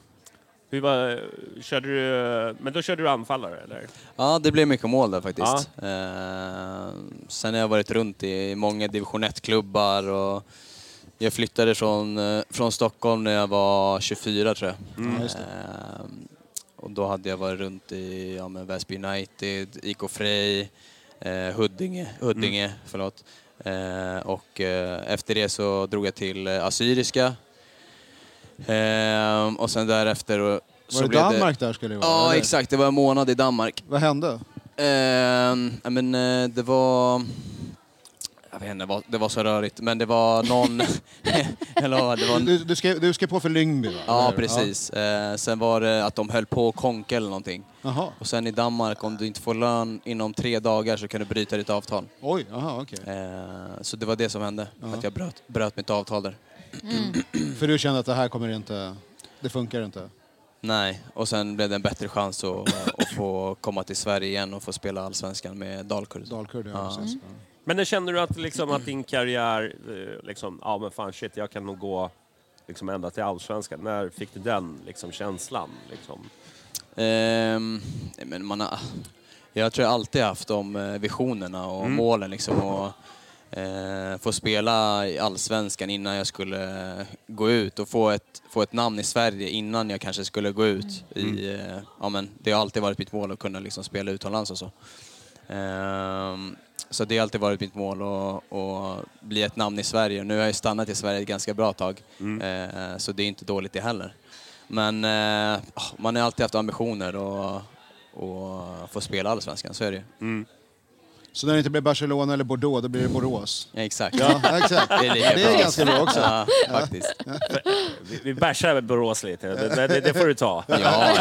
Hur var, körde du, men då körde du anfallare, eller?
Ja, det blev mycket mål där faktiskt. Eh, sen har jag varit runt i många division 1-klubbar och jag flyttade från, eh, från Stockholm när jag var 24 tror jag.
Mm.
Eh, och då hade jag varit runt i ja, men Väsby United, IK Frej, eh, Huddinge, Huddinge
Mm.
förlåt. Eh, och eh, efter det så drog jag till eh, Assyriska. Eh, och sen därefter... Var
Var det Danmark där skulle det vara?
Ja,
eller?
exakt. Det var en månad i Danmark.
Vad hände?
Ehm, ja, men eh, det var... Jag vet inte, vad- det var så rörigt, men det var någon... *laughs* Eller vad, det var...
Du, du, skrev, du skrev på för Lyngby, va? Eller
Ja,
hur?
precis. Eh, sen var det att de höll på att konka eller någonting.
Ja. Jaha.
Och sen i Danmark, om du inte får lön inom tre dagar så kan du bryta ditt avtal.
Oj, jaha, okej.
Eh, så det var det som hände, att jag bröt, bröt mitt avtal där. Mm.
För du kände att det här kommer inte... Det funkar inte?
Nej, och sen blev det en bättre chans att, att få komma till Sverige igen och få spela Allsvenskan med Dalkurd.
Dalkurd, ja, precis. Ja.
Men det känner du att, liksom, att din karriär, eh, liksom, ja men fan shit, jag kan nog gå liksom, ända till allsvenskan. När fick du den liksom, känslan? Liksom?
Ehm, nej, men man har, jag tror jag alltid haft de eh, visionerna och målen liksom. Och, eh, få spela i Allsvenskan innan jag skulle eh, gå ut och få ett, få ett namn i Sverige innan jag kanske skulle gå ut. I, eh, ja, men det har alltid varit mitt mål att kunna liksom spela utomlands och så. Ehm, så det har alltid varit mitt mål att, att bli ett namn i Sverige. Nu har jag ju stannat i Sverige ett ganska bra tag, eh, så det är inte dåligt det heller. Men eh, man har alltid haft ambitioner och, och få spela Allsvenskan, så är det ju.
Så när det inte blir Barcelona eller Bordeaux, då blir
Mm.
det Borås?
Ja, Exakt.
Ja, exakt.
Det är, lika
Det är
bra.
ganska bra också.
Ja, faktiskt.
Vi, vi bärsar Borås lite, det, det, det får du ta.
*laughs*
Ja.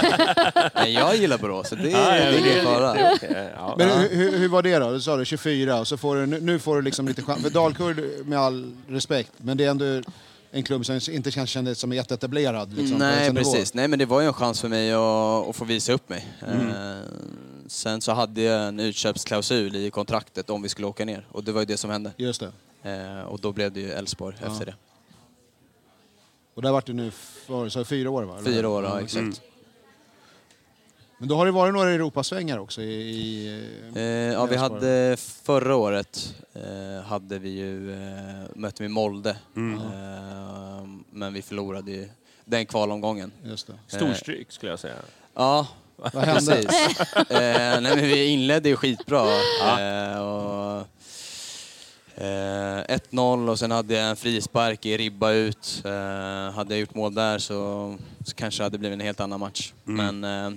Nej, jag gillar Borås, så det,
ja,
det är ingen
det
fara.
är okej, ja.
Men hur- hur, hur var det då? Du sa det, 24, och så får du, nu- nu får du liksom lite chans. För Dalkurd, med all respekt, men det är ändå en klubb som inte känns kändes som jätteetablerad. Liksom, på
Nej,
högsta nivå.
precis. Nej, men det var ju en chans för mig att, att få visa upp mig. Eh, sen så hade jag en utköpsklausul i kontraktet om vi skulle åka ner och det var ju det som hände.
Just det.
Eh, och då blev det ju Elfsborg efter det.
Och där vart du nu för, så fyra år va? Eller?
Fyra år, ja, exakt.
Men då har det varit några Europasvängar också i... i
Eh, ja, vi
Elfsborg.
hade förra året eh, hade vi ju, eh, mötte vi Molde.
Mm.
Eh, men vi förlorade ju den kvalomgången. Eh,
Just det.
Storstryk skulle jag säga.
Ja,
Vad hände?
precis. eh, nej, men vi inledde ju skitbra. Eh, och, eh, 1-0 och sen hade jag en frispark i ribba ut. Eh, hade jag gjort mål där så, så kanske det hade blivit en helt annan match. Men eh,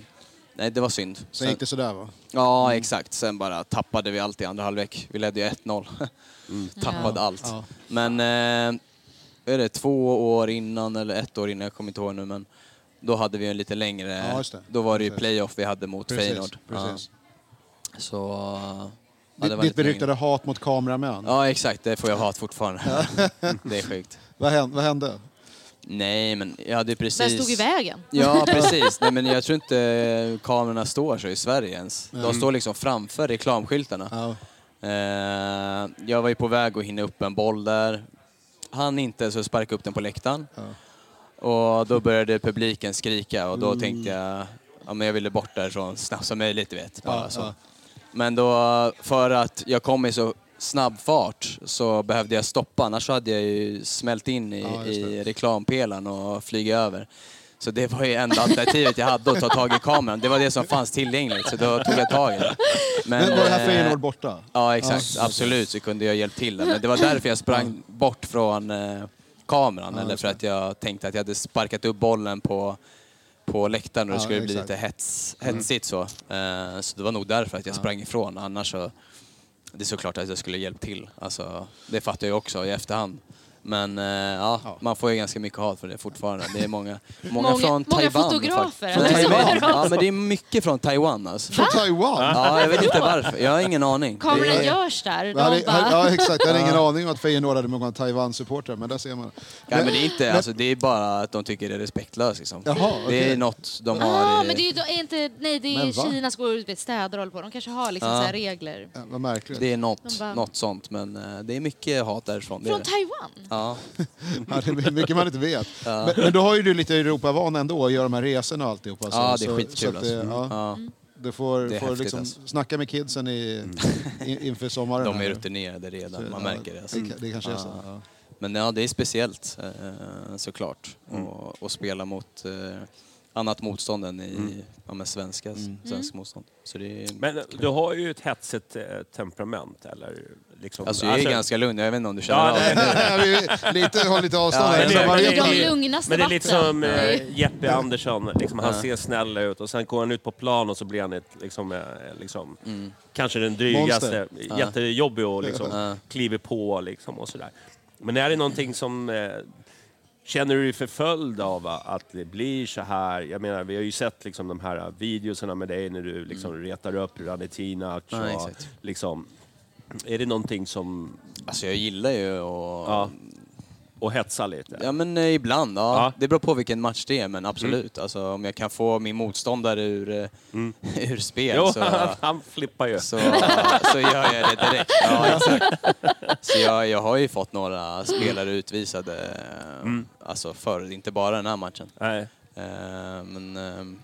nej, det var synd.
Sen Mm. gick det sådär va?
Ja,
Mm.
exakt. Sen bara tappade vi allt i andra halvlek. Vi ledde ju 1-0.
Mm.
*laughs* Tappade allt.
Ja.
Men, eh, vad är det, två år innan eller ett år innan, jag kommer inte ihåg nu, men då hade vi en lite längre...
Ja, just det.
Då var det ju
Precis.
playoff vi hade mot Feyenoord.
precis.
Ja. Så... Ja, det var
Ditt, ditt
lite längre.
beryktade hat mot kameramän.
Ja, exakt. Det får jag hat fortfarande. *laughs* det är sjukt.
Vad hände? Vad hände?
Nej, men jag hade ju precis...
Vem stod i vägen?
Ja, precis. Nej, men jag tror inte kamerorna står så i Sverige ens. De står liksom framför reklamskyltarna.
Ja.
Eh, jag var ju på väg att hinna upp en boll där. Han inte, så sparkade upp den på läktaren. Och då började publiken skrika och då
Mm.
tänkte jag, ja men jag ville bort därifrån så snabbt som möjligt, du vet. Bara
Ja,
så.
ja.
Men då, för att jag kom i så snabb fart så behövde jag stoppa, annars så hade jag ju smält in i,
Ja, just det.
i reklampelaren och flyga över. Så det var ju enda alternativet jag hade att ta tag i kameran. Det var det som fanns tillgängligt, så då tog jag tag i det.
Men var det
eh,
här Feyenoord borta?
Ja, exakt. Absolut så kunde jag hjälpt till där. Men det var därför jag sprang bort från eh, kameran. eller för att jag tänkte att jag hade sparkat upp bollen på, på läktaren och
Ja,
det skulle bli
exakt.
lite hets, hetsigt så. Eh, så det var nog därför att jag sprang ifrån. Annars så... Det är såklart att jag skulle hjälpt till. Alltså, det fattar jag också i efterhand. Men eh, ja, man får ju ganska mycket hat för det fortfarande. Det är många, många,
Många-
från
många
Taiwan.
fotografer,
Från
eller?
Taiwan. Ja, men det är mycket från Taiwan alltså.
Från Taiwan?
Ja, jag vet inte varför. Jag har ingen aning. Det
Kameran
är-
görs där.
Jag hade,
De bara...
ja, exakt. Jag hade ingen aning om att Feyenoord hade många Taiwan-supportrar, men där ser man.
Nej, men det är inte, alltså, det är bara att de tycker det är respektlöst liksom.
Jaha,
Det är
okej.
något de har...
Ah,
i-
men det är ju då, är inte, nej, det är
Men va?
Kina som går ut med städar och håller på. De kanske har liksom så här regler.
Ja, vad märkligt.
Det är
De
något,
bara-
något sånt, men eh, det är mycket hat därifrån. det är
Från
det.
Taiwan?
Ja.
Ja, det är mycket man inte vet. Men, men då har ju du lite Europavana ändå och gör de här resorna och alltihopa. så-
ja, det
så-
är
så
skitkul
att det-
alltså.
ja.
Ja.
Du får,
Det är
får
häftigt,
liksom
alltså. Mm.
snacka med kidsen i, i, inför sommaren.
De
Mm.
här
är
nu.
rutinerade redan, man
Ja,
märker det. Alltså.
Det, det kanske är så.
Ja. Men ja, det är speciellt eh, såklart
Mm.
att att spela mot eh, annat motstånd än i
Mm.
ja, men svenska, svensk
Mm.
motstånd. Så det är,
Men du har ju ett hetsigt eh, temperament, eller? Liksom,
alltså, jag är ganska lugn, jag vet inte om du känner
Ja,
av
nej,
det.
nej.
Ja, *laughs* vi- lite, håll lite avstånd
Ja,
här.
men-
så man
det är
vet
de
aldrig.
lugnaste
Men det är lite som
vatten.
eh, Jeppe Andersson, liksom, han ser snäll ut och sen går han ut på plan och så blir han ett, liksom, eh, liksom,
Mm.
kanske den drygaste, jättejobbig och liksom, kliver på liksom, och sådär. Men är det någonting som eh, Känner du dig förföljd av va, att det blir så här? Jag menar, vi har ju sett liksom de här eh, videoserna med dig när du liksom
Mm.
retar upp Radetinac.
Ja,
och
exakt.
liksom, är det någonting som...
Alltså jag gillar ju att
Ja, Ehm, och hetsa lite?
Ja men eh, ibland, ja.
Ja.
Det beror på vilken match det är men absolut. Alltså, om jag kan få min motståndare ur, eh, *laughs* ur spel
jo,
så,
*laughs* han flippar ju.
så, så gör jag det direkt. Ja, exakt. Så jag, jag har ju fått några spelare utvisade eh, alltså förr, inte bara den här matchen.
Nej.
Eh, Men eh,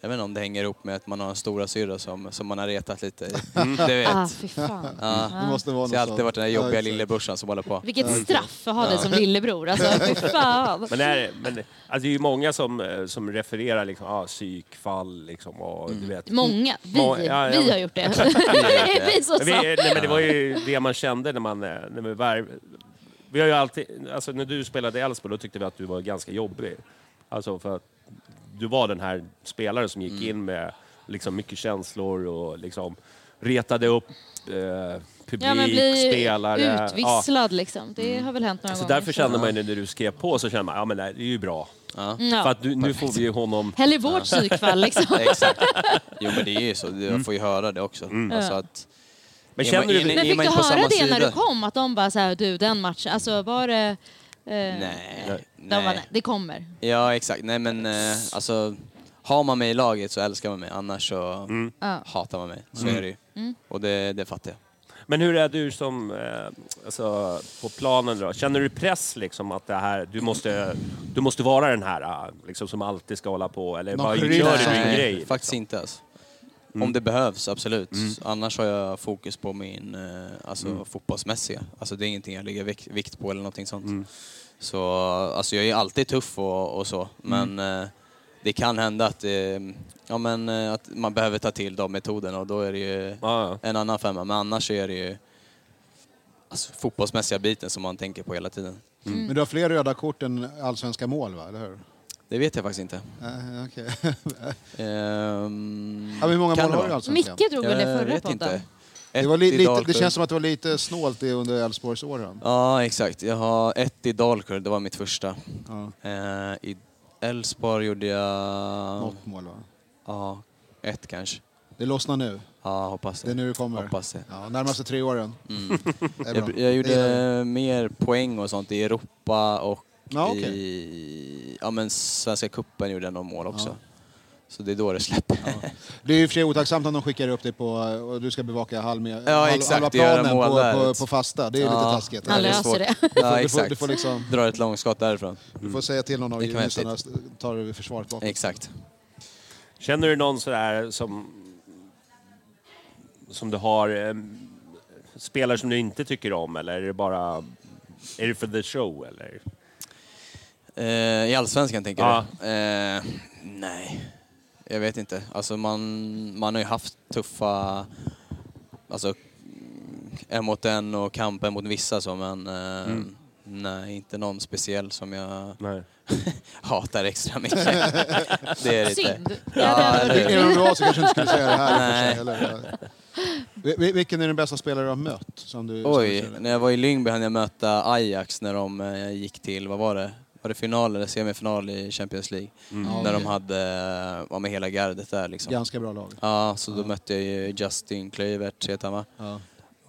jag vet inte om det hänger ihop med att man har en stora syrra som, som man har retat lite i. *laughs* Du vet.
Ah, fy fan.
Det måste vara
Så jag har
något
alltid varit den där
sånt.
jobbiga
Ja, exakt.
lillebrorsan som håller *laughs* på.
Vilket straff att ha dig som lillebror. Alltså, fy fan.
Men, är, det- men det- alltså det är ju många som, eh, som refererar liksom, ah, psykfall liksom, och
Mm.
du vet.
Många. Vi,
Må- ja, ja.
vi har gjort *laughs* det. vi är så
Vi,
sant.
nej, men det var ju det man kände när man... eh, När vi, var, vi har ju alltid, alltså, när du spelade i Elfsborg då tyckte vi att du var ganska jobbig. Alltså för att du var den här spelaren som gick
Mm.
in med liksom, mycket känslor och liksom, retade upp eh, publik,
Ja, men bli
spelare. Ja.
utvisslad liksom. Det har väl hänt några
Så
gånger.
Alltså, därför kände man ju när du skrev på så kände man, ja men nej, det är ju bra.
Ja.
För att du, nu får vi ju honom
Hellre vårt psykfall liksom.
Exakt. Jo men det är ju så, jag får ju höra det också. Alltså att,
Men
Är
känner
man-
du
är ni-
dig...
Men
är
fick
man
du
inte på
höra
samma
det när
sida?
du kom? Att de bara så här, du den matchen, alltså var det... Eh,
nej.
De bara, nej, det kommer.
Ja exakt, nej men eh, alltså har man mig i laget så älskar man mig, annars så
Mm.
hatar man mig. Så är det ju. Och det, det fattar jag.
Men hur är du som, eh, alltså, på planen då? Känner du press liksom att det här, du måste, du måste vara den här eh, liksom, som alltid ska hålla på? Eller
Någon
bara
pryl
gör
som-
du en
Nej,
grej? liksom? Mm.
Faktiskt inte alltså. Om det behövs, absolut. Annars har jag fokus på min eh, alltså,
Mm.
fotbollsmässiga. Alltså, det är ingenting jag lägger vikt, vikt på eller någonting sånt.
Mm.
Så alltså, jag är alltid tuff och, och så, men
Mm.
eh, det kan hända att, eh, ja, men, eh, att man behöver ta till de metoderna och då är det ju
Ja,
en annan femma. Men annars så är det ju alltså, fotbollsmässiga biten som man tänker på hela tiden.
Men du har fler röda kort än allsvenska mål, va? eller hur?
Det vet jag faktiskt inte.
Uh, okay.
*laughs* Ehm,
ja, hur många
kan
mål
det
har du
vara?
allsvenskan?
Micke drog väl det
Jag
förra
vet
podden?
inte.
Det, var li-
Ett i
lite, det
Dalkurd.
känns som att det var lite snålt det under Elfsborgsåren.
Ja, exakt. Jag har ett i Dalkurd, det var mitt första.
Ja.
Eh, I Elfsborg gjorde jag...
Något mål, va?
Ja, ett kanske.
Det lossnar nu.
Ja, hoppas det.
Det är nu det kommer.
Hoppas det.
Ja, närmaste tre åren. Det är bra.
Jag, jag
Det gillar vi.
gjorde mer poäng och sånt i Europa och
Ja,
i... Ja, men Svenska Cupen gjorde jag några mål också. Så det är då det släpper. *laughs* Ja,
Det är ju i och för sig otacksamt om de skickar upp dig på och du ska bevaka halv, ja,
exakt,
halva
göra
planen
mål
på,
där. Alltså,
på, på fasta. Det är ju lite taskigt.
Han
det är
löser
svårt.
det.
Ja,
du får-
exakt.
du får liksom-
Dra ett långskott därifrån.
Du
Mm.
får säga till någon av
Det kan vara
juniorerna att ta över försvaret bakåt.
Exakt.
Känner du någon sådär som, som du har, eh, spelare som du inte tycker om eller är det bara, är det för the show eller?
Eh, I Allsvenskan tänker
Ja.
du? Eh, nej, jag vet inte. Alltså man, man har ju haft tuffa... Alltså, mm, en mot en och kampen mot vissa så, men eh,
Mm.
nej, inte någon speciell som jag
Nej.
hatar extra mycket. det är det inte.
Synd.
Ja,
Ja,
eller
det
hur?
Även om du var så kanske du inte skulle säga det här. i och för sig,
Nej.
eller? Vi- vi- Vilken är den bästa spelare du har mött? Som du,
Oj,
som du
när jag var i Lyngby hann jag möta Ajax när de eh, gick till, vad var det? Var det final eller semifinal i Champions League?
Mm.
När de hade, eh, var med hela gardet där liksom.
Ganska bra lag.
Ja, så då mötte jag ju Justin Kluivert, heter han va?
Ja.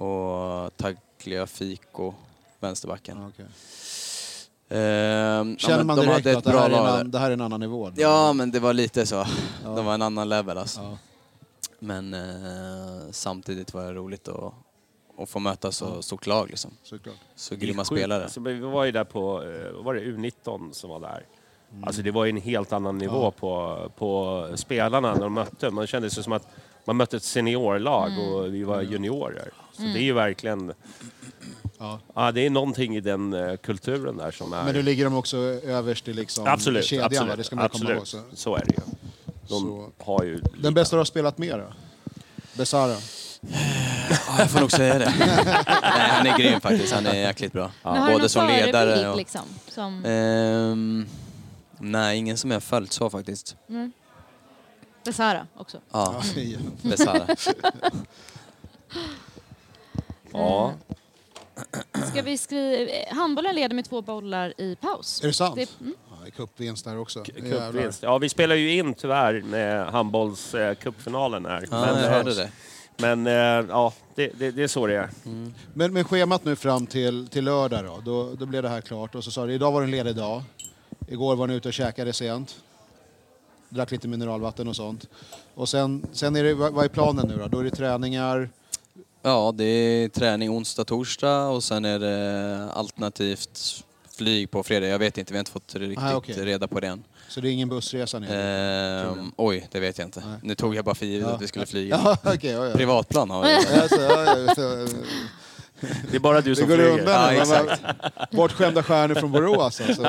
Och Tagliafico, vänsterbacken.
Ja, okej.
Ehm, ja,
Känner
men
man
de
direkt
hade ett
att det
bra
här, är en,
lag
annan-
där.
det här är en annan nivå?
Ja, men det var lite så. De var en annan level alltså.
Ja.
Men eh, samtidigt var det roligt att, att få möta så stort lag liksom.
Såklart.
Så
Det är
grymma
sjukt.
spelare.
Alltså, men vi var ju där på, eh, vad var det U19 som var där?
Mm.
Alltså det var ju en helt annan nivå på, på spelarna när de mötte. Man kände sig som att man mötte ett seniorlag och vi
Mm.
var juniorer. Så det är ju verkligen,
Ja.
ja, det är någonting i den eh, kulturen där som är...
Men nu ligger de också överst i liksom
absolut,
kedjan,
absolut,
va? det ska man komma ihåg.
absolut.
Så.
Så. är det ju. De
Så.
har ju...
Den bästa du har spelat med då? Besara?
Ja, jag får nog säga det. *laughs* Nej, han är grym faktiskt. Han är jäkligt bra.
Men har du någon
Både som ledare Eh.
förebild
och...
liksom? Som,
Ehm, nej, ingen som jag följt så faktiskt.
Besara också.
Ja, Besara.
Ja.
Ska vi skriva... Handbollen leder med två bollar i paus.
Är det sant?
Det- mm.
Ja, det är cupvinst där också. Jävlar.
Cupvinst. Ja, vi spelar ju in tyvärr med handbollscupfinalen här.
Ja, jag
eh,
hörde det.
Men eh, ja, det, det, det är så det är.
Men, men schemat nu fram till, till lördag då, då, då blev det här klart. Och så sa du, idag var det en ledig dag. Igår var ni ute och käkade sent. Drack lite mineralvatten och sånt. Och sen, sen är det, vad vad är planen nu då? Då är det träningar.
Ja, det är träning onsdag, torsdag och sen är det alternativt flyg på fredag. Jag vet inte, vi har inte fått riktigt
Ah, okej.
reda på det än.
Så det är ingen bussresa ner?
Ehm, oj, det vet jag inte. Nu tog jag bara för givet att vi skulle flyga.
*laughs* Ja, okej. ja, ja.
Privatplan har vi.
*laughs* Ja, så, ja, ja, så,
Det är bara du
Det
som
går
flyger.
undan.
Ja,
Man- Bortskämda stjärnor från Borås alltså. Så,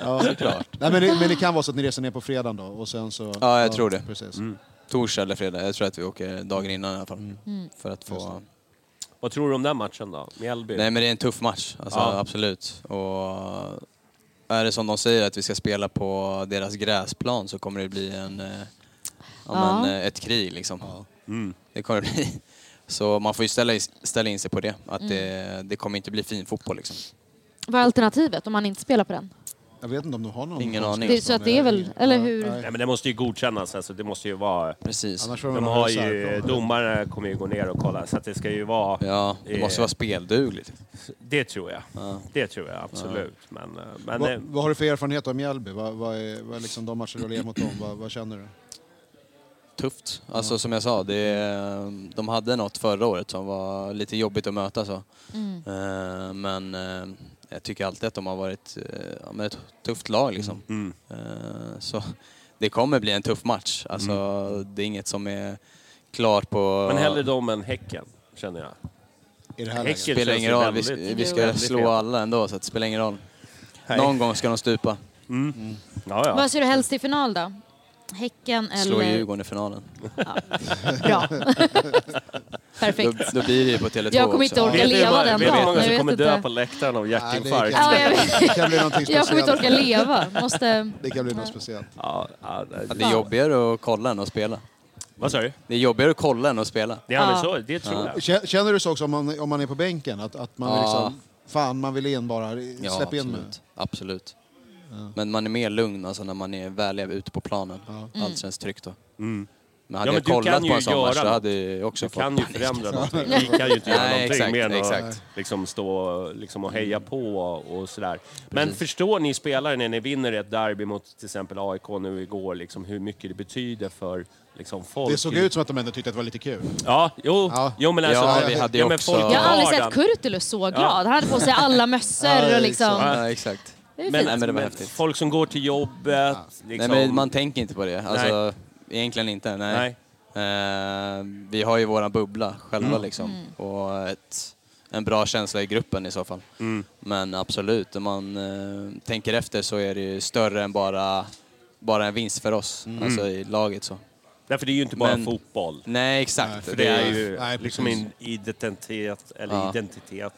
ja. Såklart. Nej, men, det, men det kan vara så att ni reser ner på fredagen då och sen så...
Ja, jag tror det.
Precis.
Mm.
Torsdag eller fredag. Jag tror att vi åker dagen innan i alla
Mm.
fall.
Mm.
För att få...
Vad tror du om den matchen då? Mjällby?
Nej men det är en tuff match, alltså,
Ja.
absolut. Och är det som de säger att vi ska spela på deras gräsplan så kommer det bli en, eh, ja,
Ja.
Men, eh, ett krig liksom.
Mm.
Det kommer det bli. *laughs* Så man får ju ställa, i- ställa in sig på det,
Mm.
att det, det kommer inte bli fin fotboll liksom.
Vad är alternativet om man inte spelar på den?
Jag vet inte om de har någon...
Ingen aning.
Det är så att det är väl... Eller hur?
Nej, men det måste ju godkännas. Alltså, det måste ju vara...
Precis.
Annars får
De
man
har
ha
ju,
reservplan.
domarna kommer ju gå ner och kolla, så att det ska ju vara...
Ja, det
eh,
måste vara speldugligt.
Det tror jag. Det tror jag absolut. Men, eh, men
Vad,
eh,
vad har du för erfarenhet av Mjällby? Vad, vad är, vad är liksom de matcher du har levt mot dem? Vad, vad känner du?
Tufft. Alltså som jag sa, det, är- de hade något förra året som var lite jobbigt att möta. Så.
Mm.
Eh, Men eh, jag tycker alltid att de har varit eh, ja, men ett tufft lag. Liksom.
Mm.
Eh, Så det kommer bli en tuff match. Alltså, Det är inget som är klart på...
Mm. men hellre dem än Häcken, känner jag.
I det
Häcken
här läget?
det spelar
känns
ingen
ju
roll. Vi,
väldigt-
vi ska
väldigt
slå
fet.
alla ändå, så att det spelar ingen roll. Någon gång ska de stupa.
Ja, ja.
Vad ser du helst till final då? Häcken eller...
Slå Djurgården i finalen. *laughs*
Bra.
Då,
Perfekt.
då blir det ju på Tele2
Jag kommer
också.
inte orka
Ja.
Vet ni
leva
vad-
den
vet ni hur
dagen?
många
Jag
som
vet
kommer dö
inte.
på läktaren av
Nej, det,
hjärtinfarkt?
Ja, jag
kan,
vet.
det kan bli någonting
Jag kommer inte orka
speciellt.
leva. Måste...
Det kan bli något speciellt.
Ja, ja,
Ja,
det-
Det är jobbigare att kolla än att spela.
Vad sa du?
Det är jobbigare att kolla än att spela.
Ja, men
Ja.
så, det tror jag.
Kä- Känner du så också om man, om man är på bänken? Att, att man
Ja.
vill liksom... Fan, man vill in bara. Släpp
absolut.
in mig.
Absolut. Men man är mer lugn alltså, när man är väl ute på planen. Allt känns tryggt då. Men hade
Mm. Ja, men
jag
du
kollat
kan
på
ju
en sån
göra
match så
något.
hade jag också
Du
fått
*laughs*
kan ju
panik. *laughs*
förändra någonting. Vi kan ju inte göra
Nej,
någonting
exakt,
mer än
exakt.
att liksom stå liksom, och heja på och sådär. Men förstår ni spelare när ni vinner ett derby mot till exempel AIK nu igår, liksom, hur mycket det betyder för liksom, folk?
Det såg ut som att de ändå tyckte att det var lite kul.
Ja, jo,
Ja.
jo men alltså...
Ja, vi hade ju
men
också-
folk i
Jag har aldrig sett
vardagen.
Kurtulus så glad. Han hade på sig alla mössor
Ja,
och liksom...
Ja, exakt.
Det är
Men,
Nej, men
fint.
det var
men
häftigt.
Folk som går till jobbet. Liksom.
Nej, men man tänker inte på det. Alltså, egentligen inte. Nej.
Nej. Mm.
Eh, vi har ju våran bubbla själva liksom.
Mm.
Och ett, en bra känsla i gruppen i så fall.
Mm.
Men absolut, om man eh, tänker efter så är det ju större än bara, bara en vinst för oss.
Mm.
Alltså i laget så.
Därför det är ju inte bara
Men-
fotboll.
Nej, exakt.
För det är ju
Nej, precis.
liksom en identitet, eller
Ja. Mm.
identitet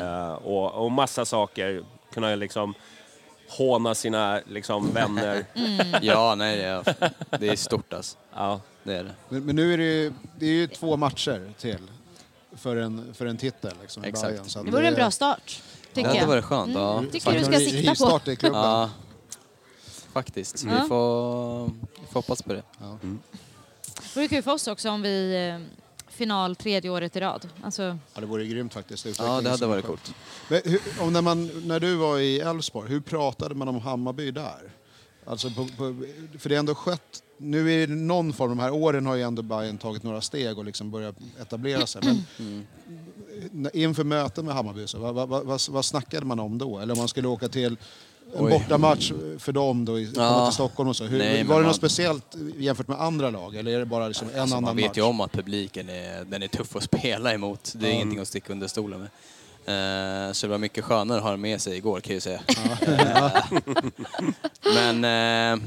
eh, och, och massa saker. Kunna liksom håna sina liksom,
*laughs*
vänner.
Mm. Ja, nej, det är, det är stort alltså.
Ja.
Det är det.
Men, men nu är det ju, det är ju två matcher till för en, för en titel. Liksom, i
Exakt.
Bayern, så att
Det vore en bra start,
Det
tycker
hade
jag.
varit skönt.
Mm.
Ja,
Tycker
faktiskt.
du ska sikta på.
Rivstart i klubben.
Ja, faktiskt. Vi får, vi får hoppas på det.
Det vore kul för oss också om vi eh, final tredje året i rad.
*laughs*
Alltså,
Ja, det vore grymt faktiskt.
Ja,
Utvecklingen
det hade
som
varit
kom.
coolt.
Men hur, om när, man, när du var i Elfsborg, hur pratade man om Hammarby där? Alltså på, på, för det har ändå skett, nu är det någon form, de här åren har ju ändå Bayern tagit några steg och liksom börjat etablera sig. Men
Mm.
när- inför möten med Hammarby, så, vad, vad, vad, vad snackade man om då? Eller om man skulle åka till en
Oj.
bortamatch för dem då, i, komma
Ja.
till Stockholm och så. Hur,
Nej, men
var det
man-
något speciellt jämfört med andra lag? Eller är det bara liksom en
Alltså,
annan
man
match?
vet ju om att publiken är, den är tuff att *laughs* spela emot. Det är ingenting att sticka under stolen med. Eh, så det var mycket skönare att ha den med sig igår kan jag ju säga. Eh, *laughs* men eh,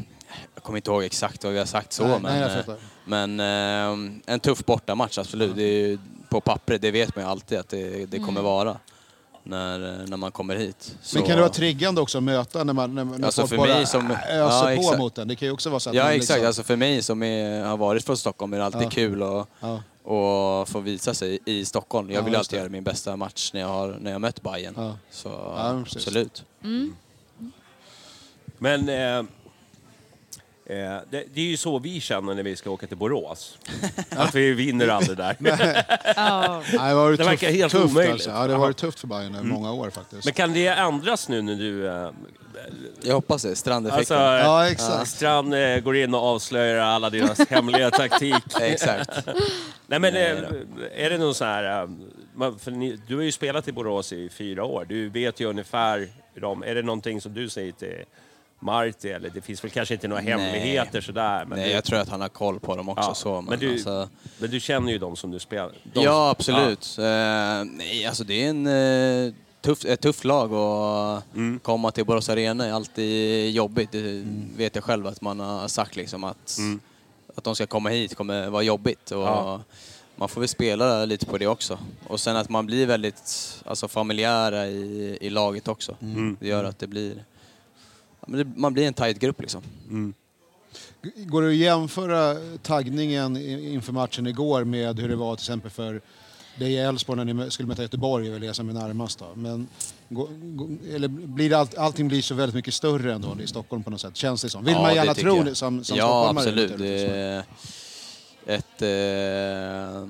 jag kommer inte ihåg exakt vad vi har sagt så.
Nej, nej,
men
jag
eh,
fattar.
men eh, en tuff bortamatch absolut. Det är ju, på pappret, det vet man ju alltid att det, det kommer vara. När, när man kommer hit. Så-
Men kan det vara triggande också att möta när man när, när
Alltså,
folk
för
bara
mig som-
öser
Ja,
på
exakt.
mot den? Det kan ju också vara så att
Ja
man
exakt,
liksom,
alltså för mig som är, har varit från Stockholm är det alltid
Ja.
kul att
Ja.
och få visa sig i Stockholm. Jag
Ja,
vill
just
alltid
det.
göra min bästa match när jag har när jag mött Bayern.
Ja.
Så
Ja, men precis.
absolut.
Men eh, eh, det, det är ju så vi känner när vi ska åka till
*laughs*
Borås. Att vi vinner aldrig där.
ja.
Nej, det, har
*laughs*
varit
Det
tufft,
verkar helt
tufft,
omöjligt. Mm.
Alltså. Ja, det har varit tufft för Bayern i många år faktiskt.
Men kan det ändras nu när du... Eh,
Jag hoppas det,
alltså,
strandeffekten.
ja, exakt.
Strand eh, går in och avslöjar alla deras
*laughs*
hemliga taktik.
Exakt.
Nej, men eh, är det någon sån här... eh, Man, för ni, du har ju spelat i Borås i fyra år. Du vet ju ungefär dem. Är det någonting som du säger till Marti? Eller det finns väl kanske inte några
Nej.
hemligheter sådär. Men
Nej,
du,
jag tror att han har koll på dem också.
ja,
Så,
men, du,
alltså,
men du känner ju dem som du spelar. De,
ja, absolut. Eh, nej, alltså det är en, eh, tuff, ett tufft lag och
Mm.
komma till Borås Arena är alltid jobbigt. Det vet jag själv att man har sagt liksom att, att de ska komma hit kommer vara jobbigt. Och
Mm. Ja.
Man får väl spela lite på det också. Och sen att man blir väldigt alltså, familjära i, i laget också.
Mm.
Det gör att det blir... ja, men det- Man blir en tight grupp liksom.
Går det att jämföra taggningen i- inför matchen igår med hur det var till exempel för dig i Elfsborg när ni mö- skulle möta Göteborg, är väl det som är närmast då. Men, gå- gå- eller blir det all, allting blir så väldigt mycket större ändå i Stockholm på något sätt, känns det som. Vill man
det
gärna
tycker
tro
jag.
det som, som liksom.
Ja,
stockholmare?
absolut. Det
naturligtvis.
är ett, eh,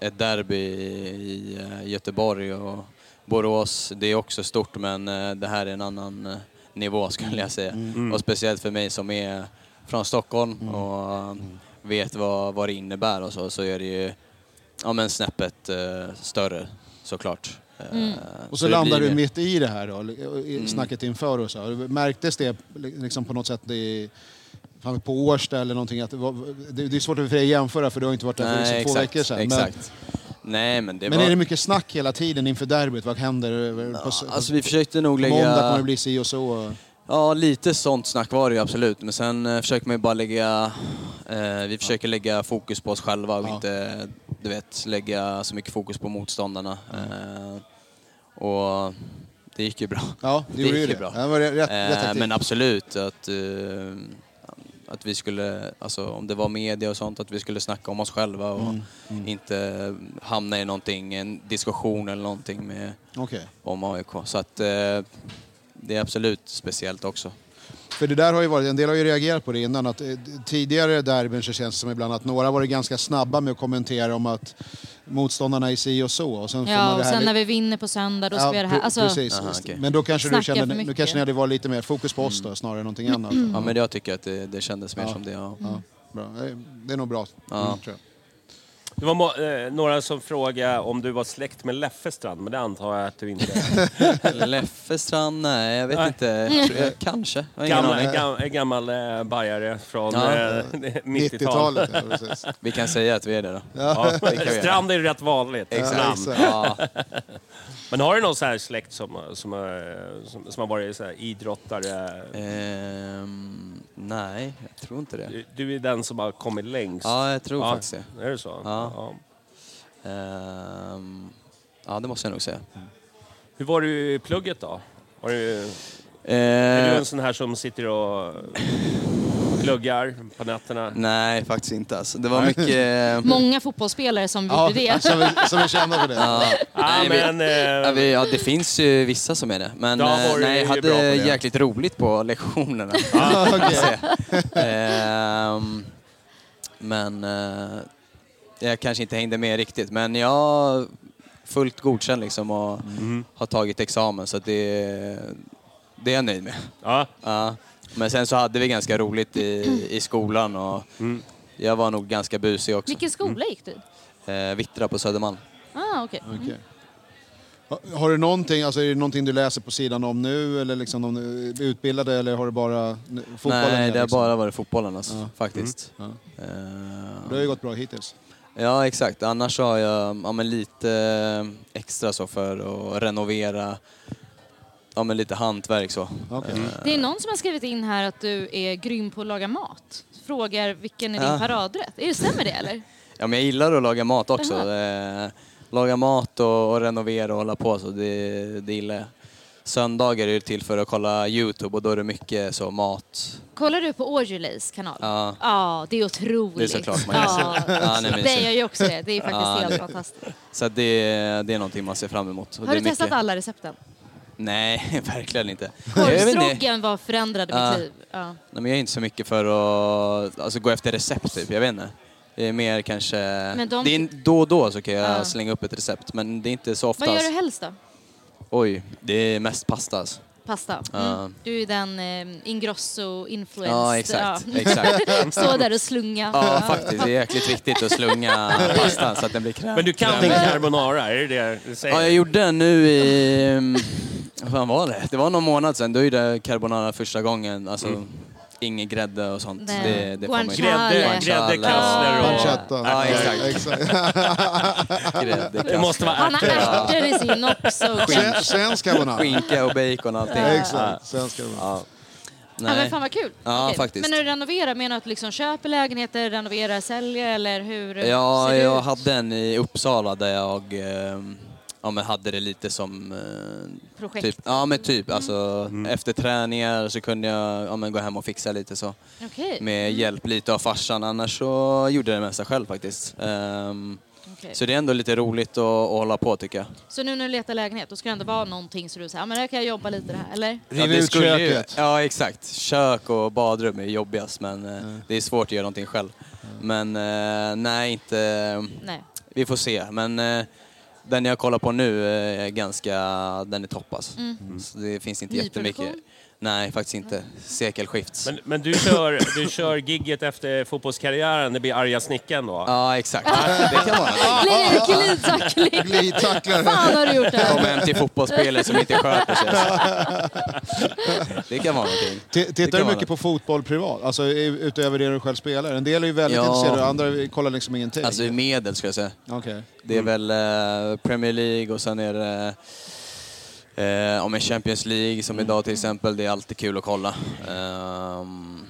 ett derby i eh, Göteborg och Borås, det är också stort men eh, det här är en annan eh, nivå
Mm.
skulle jag säga. Och speciellt för mig som är från Stockholm
Mm.
och eh, vet vad, vad det innebär och så, så är det ju ja, men snäppet eh, större såklart. Eh,
Och så,
det
landar
blir
du
mer- Mm.
mitt i det här då, i snacket inför och så. Märktes det liksom på något sätt i, fan, på Årsta eller någonting? Att det, var, det, det är svårt för dig att jämföra för du har inte varit där för liksom två veckor sedan.
Exakt. Nej, men det
Men, men
var...
är det mycket snack hela tiden inför derbyt? Vad händer? över- På, s-
Alltså vi försökte nog
på måndag kommer
lägga...
det bli si och så.
Ja, lite sånt snack var det ju absolut. Men sen eh, försöker man ju bara lägga... Eh, vi försöker lägga fokus på oss själva och
Ja.
inte, du vet, lägga så mycket fokus på motståndarna. Eh, och det gick ju bra. Eh,
Ja, det gjorde ju det. Ja, det var rätt- rätt taktik.
men absolut att... Eh, att vi skulle, alltså om det var media och sånt, att vi skulle snacka om oss själva och
Mm,
inte hamna i någonting, en diskussion eller någonting med,
Okej.
om AIK. Så att eh, det är absolut speciellt också.
För det där har ju varit, en del har ju reagerat på det innan, att eh, tidigare derbyn så känns det som ibland att några har varit ganska snabba med att kommentera om att motståndarna är si och så. Och sen får man
ja,
det
och
här
sen
li-
när vi vinner på söndag, då ska vi göra det
pre-
här. Alltså,
precis.
Aha, okej.
Men då kanske du
Snackar
kände,
för
nu
mycket.
kanske ni hade varit lite mer fokus på oss då, snarare än någonting
Mm.
annat.
Ja, men jag tycker att det, det kändes mer
Ja.
som det. Ja.
Ja, bra. Det är- Det är nog bra, Mm,
Ja.
tror jag.
Det var må- eh, några som frågade om du var släkt med Leffe Strand, men det antar jag att du inte
*laughs*
är.
Leffestrand? Nej, jag vet inte. Jag tror- jag- Kanske. Jag har ingen
Gammal,
aning.
gam, en gammal eh, bajare från
Ja.
eh, *laughs* 90-talet.
90-talet, ja,
*laughs*
precis.
Vi kan säga att vi är det då.
Ja.
kan vi göra.
Strand är ju rätt vanligt
Ja,
namn.
exakt.
Ja,
Men har du någon så här släkt som, eh, som, eh, som, som har varit så här idrottare?
Eh. ehm, nej, jag tror inte det.
Du- Du är den som har kommit längst.
Ja, jag tror faktiskt det.
Är det så?
Ja.
Ja.
Ehm, ja, det måste jag nog säga.
Hur var du i plugget då? Var du, Är du
Eh,
en sån här som sitter och pluggar på nätterna?
nej, faktiskt inte alltså. Det var mycket... eh,
Många fotbollsspelare som
Ja,
gjorde
*laughs*
det.
som, vi, som vi kände för det.
Ja,
Nej, vi-
men...
Ja,
Eh,
vi, ja, det finns ju vissa som är det. Men
Ja,
eh,
Borg är
nej,
ju
jag
bra på
hade
det.
jäkligt roligt på
*laughs*
lektionerna.
Ja, okej.
Ehm, men eh, jag kanske inte hängde med riktigt. Men jag är fullt godkänd liksom och har tagit examen så att det, det är jag nöjd med.
ja.
Ja. Men sen så hade vi ganska roligt i, i skolan och jag var nog ganska busig också.
Vilken skola gick du i?
Eh, Vittra på Södermalm.
Ah, okej.
Mm.
Okej. Ha- Har du någonting, alltså är det någonting du läser på sidan om nu eller liksom om du är utbildad eller har du bara n- fotbollen?
Nej, det
med,
har
liksom? Mm.
bara varit fotbollen alltså, faktiskt. Eh,
Det har ju gått bra hittills.
Ja, exakt. Annars har jag ja, men lite eh, extra så för att renovera, ja, men lite hantverk så. Eh,
Okej. Mm.
Mm.
Det är någon som har skrivit in här att du är grym på att laga mat. Frågar vilken är din
Ja.
paradrätt. Är det stämmer det eller?
Ja, men jag gillar att laga mat också. Eh, laga mat och, och renovera och hålla på så, det, det gillar jag. Söndagar är det till för att kolla Youtube och då är det mycket så mat.
Kollar du på Aujalys kanal?
Ja.
det är otroligt.
Det är såklart man gör.
Ja.
Ja, nej, men
Nej, jag gör också det. Det är faktiskt
Ja,
helt
det-
fantastiskt.
Så att det, det är någonting man ser fram emot. Och
Har
det
du
är
testat
mycket- *laughs*
alla recepten?
Nej, *laughs* verkligen inte. Jag vet inte.
Korvstroggen var förändrade
Ja.
mitt liv. Ja.
Nej, men jag är inte så mycket för att alltså, gå efter recept, typ. jag vet inte. Det är mer kanske...
Men de-
Det är en- då och då så kan jag
Ja.
slänga upp ett recept, men det är inte så ofta.
Vad gör
alltså.
du helst då?
Oj, det är mest pasta alltså.
Pasta?
Ja.
Mm. Du är den eh, Ingrosso-influenced.
Ja, exakt.
*laughs*
exakt.
Stå där och slunga.
Ja, faktiskt. Det är jäkligt viktigt att slunga pastan så att den blir krämig.
Men du kan din carbonara, är det det du säger?
Ja, jag gjorde den nu i... mm, Vad fan var det? Det var någon månad sedan. Då gjorde jag carbonara första gången. Alltså,
Mm.
ingen grädde och sånt.
Nej.
Det, det får man inte.
Guanciale.
Grädde,
Guanciale.
grädde, kassler och...
Pancetta.
Ja, exakt.
exakt.
Grädde,
Det måste vara
Han har
ärtor.
ärtor i sin också.
Sen- Sen ska man ha.
Skinka och bacon och allting.
Exakt, sen ska man ha.
Ja, men
Nej.
fan vad kul.
Ja,
Okej.
faktiskt.
Men när du renoverar, menar du att du liksom köper lägenheter, renoverar, säljer eller hur
Ja,
ser det
jag
ut?
hade en i Uppsala där jag eh, ja, men hade det lite som... eh,
Projekt. Mm.
Typ, ja, men typ. Alltså,
Mm.
Efter träningar så kunde jag ja, men gå hem och fixa lite så.
Okej.
Med hjälp lite av farsan. Annars så gjorde jag det mesta själv faktiskt. Ehm,
Okej.
Så det är ändå lite roligt att, att hålla på tycker jag.
Så nu när du letar lägenhet, då ska det ändå vara någonting så du säger, ja men här kan jag jobba lite det här, eller?
Ja,
Riv
det
ut
skulle ju-
köket.
Ja, exakt. Kök och badrum är jobbigast men eh,
Mm.
det är svårt att göra någonting själv. Men eh, nej, inte...
Nej.
Vi får se. Men eh, den jag kollar på nu eh, är ganska... Den är topp alltså. Så det finns inte
Nyproduktion?
jättemycket. Nej, faktiskt inte. Sekelskift.
Men, men du, kör, du kör gigget efter fotbollskarriären, det blir arga snickaren då?
Ja, exakt. Det kan vara det.
Lägg glidtackling!
Glidtacklar.
Fan har du gjort det
Kom
här?
hem till fotbollsspelare som inte sköter sig. Det kan vara någonting.
T-
Det
Tittar
kan
du
vara
mycket på fotboll privat? Alltså i- utöver det du själv spelar? En del är ju väldigt
Ja.
intresserade och andra kollar liksom ingenting.
något. Alltså i medel ska jag säga.
Okej.
Det är väl eh, Premier League och sen är det eh, om en Champions League som idag till exempel. Det är alltid kul att kolla. Ehm,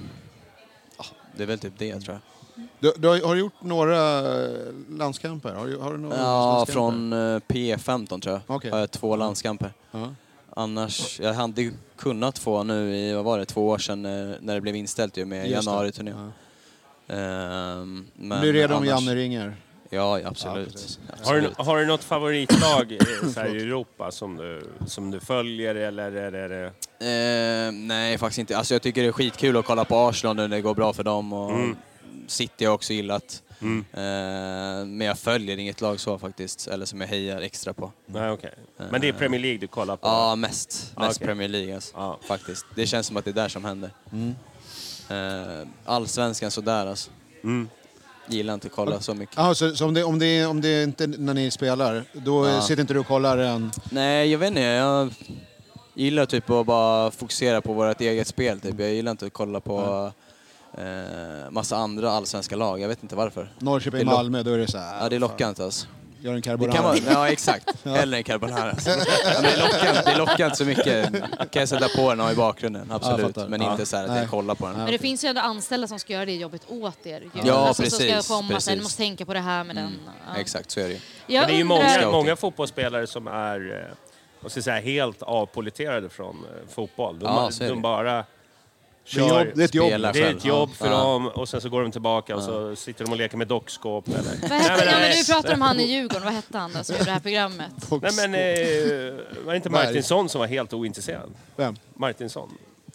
ja, det är väl typ det tror jag.
Du, du har, har du gjort några eh, landskamper? Har du, har du några
Ja,
landskamper?
från eh, P15 tror jag.
Okej.
Har jag två landskamper.
Ja.
Annars, jag hade ju kunnat få nu i, vad var det, två år sedan eh, när det blev inställt ju med
Just det.
januariturnén. Ehm, men
Blir redo om
annars-
Janne ringer.
Ja, ja,
Ja,
absolut.
precis.
Har
absolut.
du, har du något favoritlag eh, så här, i Europa som du, som du följer eller är det... Är det...
Eh, nej, faktiskt inte. Alltså, jag tycker det är skitkul att kolla på Arsenal nu när det går bra för dem. Och
Mm.
City har jag också gillat. Eh, men jag följer inget lag så faktiskt, eller som jag hejar extra på.
Nej, okej. Men det är Premier League du kollar på?
Ja, mest.
Ah,
Mest
okej. Ah.
Premier League alltså,
Ja.
faktiskt. Det känns som att det är där som händer.
Mm.
Eh, allsvenskan sådär alltså.
Mm.
Gillar inte att kolla så mycket.
Jaha, så, så om, det, om, det, om det inte är när ni spelar, då eh, sitter inte du och kollar än?
Nej, jag vet inte. Jag gillar typ att bara fokusera på vårt eget spel. Typ. Jag gillar inte att kolla på eh, massa andra allsvenska lag. Jag vet inte varför.
Norrköpen,
Det lo-
Malmö, då är det så här.
Ja, det lockar inte alltså.
Gör en
Det kan
carbonara.
vara,
*laughs*
ja, exakt. Eller en carbonara. Alltså. Ja, men det, lockar, inte- det lockar inte så mycket. Kan jag sätta på den och ha i bakgrunden, absolut.
fattar.
men
Ja.
inte så här att
Nej.
jag kollar på den.
Men det finns ju ändå anställda som ska göra det jobbet åt er. ju.
Ja,
alltså, Som
precis,
ska komma och säga,
precis. Mm.
du måste tänka på det här med den. Ja.
*laughs*
Exakt, så är det ju.
Jag
Men det är ju
undrar,
många,
Scouting.
många fotbollsspelare som är eh, och så säga, helt avpoliterade från eh, fotboll. De,
Ja, så är
de
det.
bara
Det är, jobb, det är ett jobb.
Spela.
Det är ett
Ja.
jobb för
Ja.
dem och sen så går de tillbaka och så sitter de och leker med dockskåp. Eller.
Vad hette, ja, men nu pratar om han i Djurgården, vad hette han då som gjorde det här programmet?
Nej men eh, var det inte
Berg.
Martinsson som var helt ointresserad?
Vem?
Martinsson.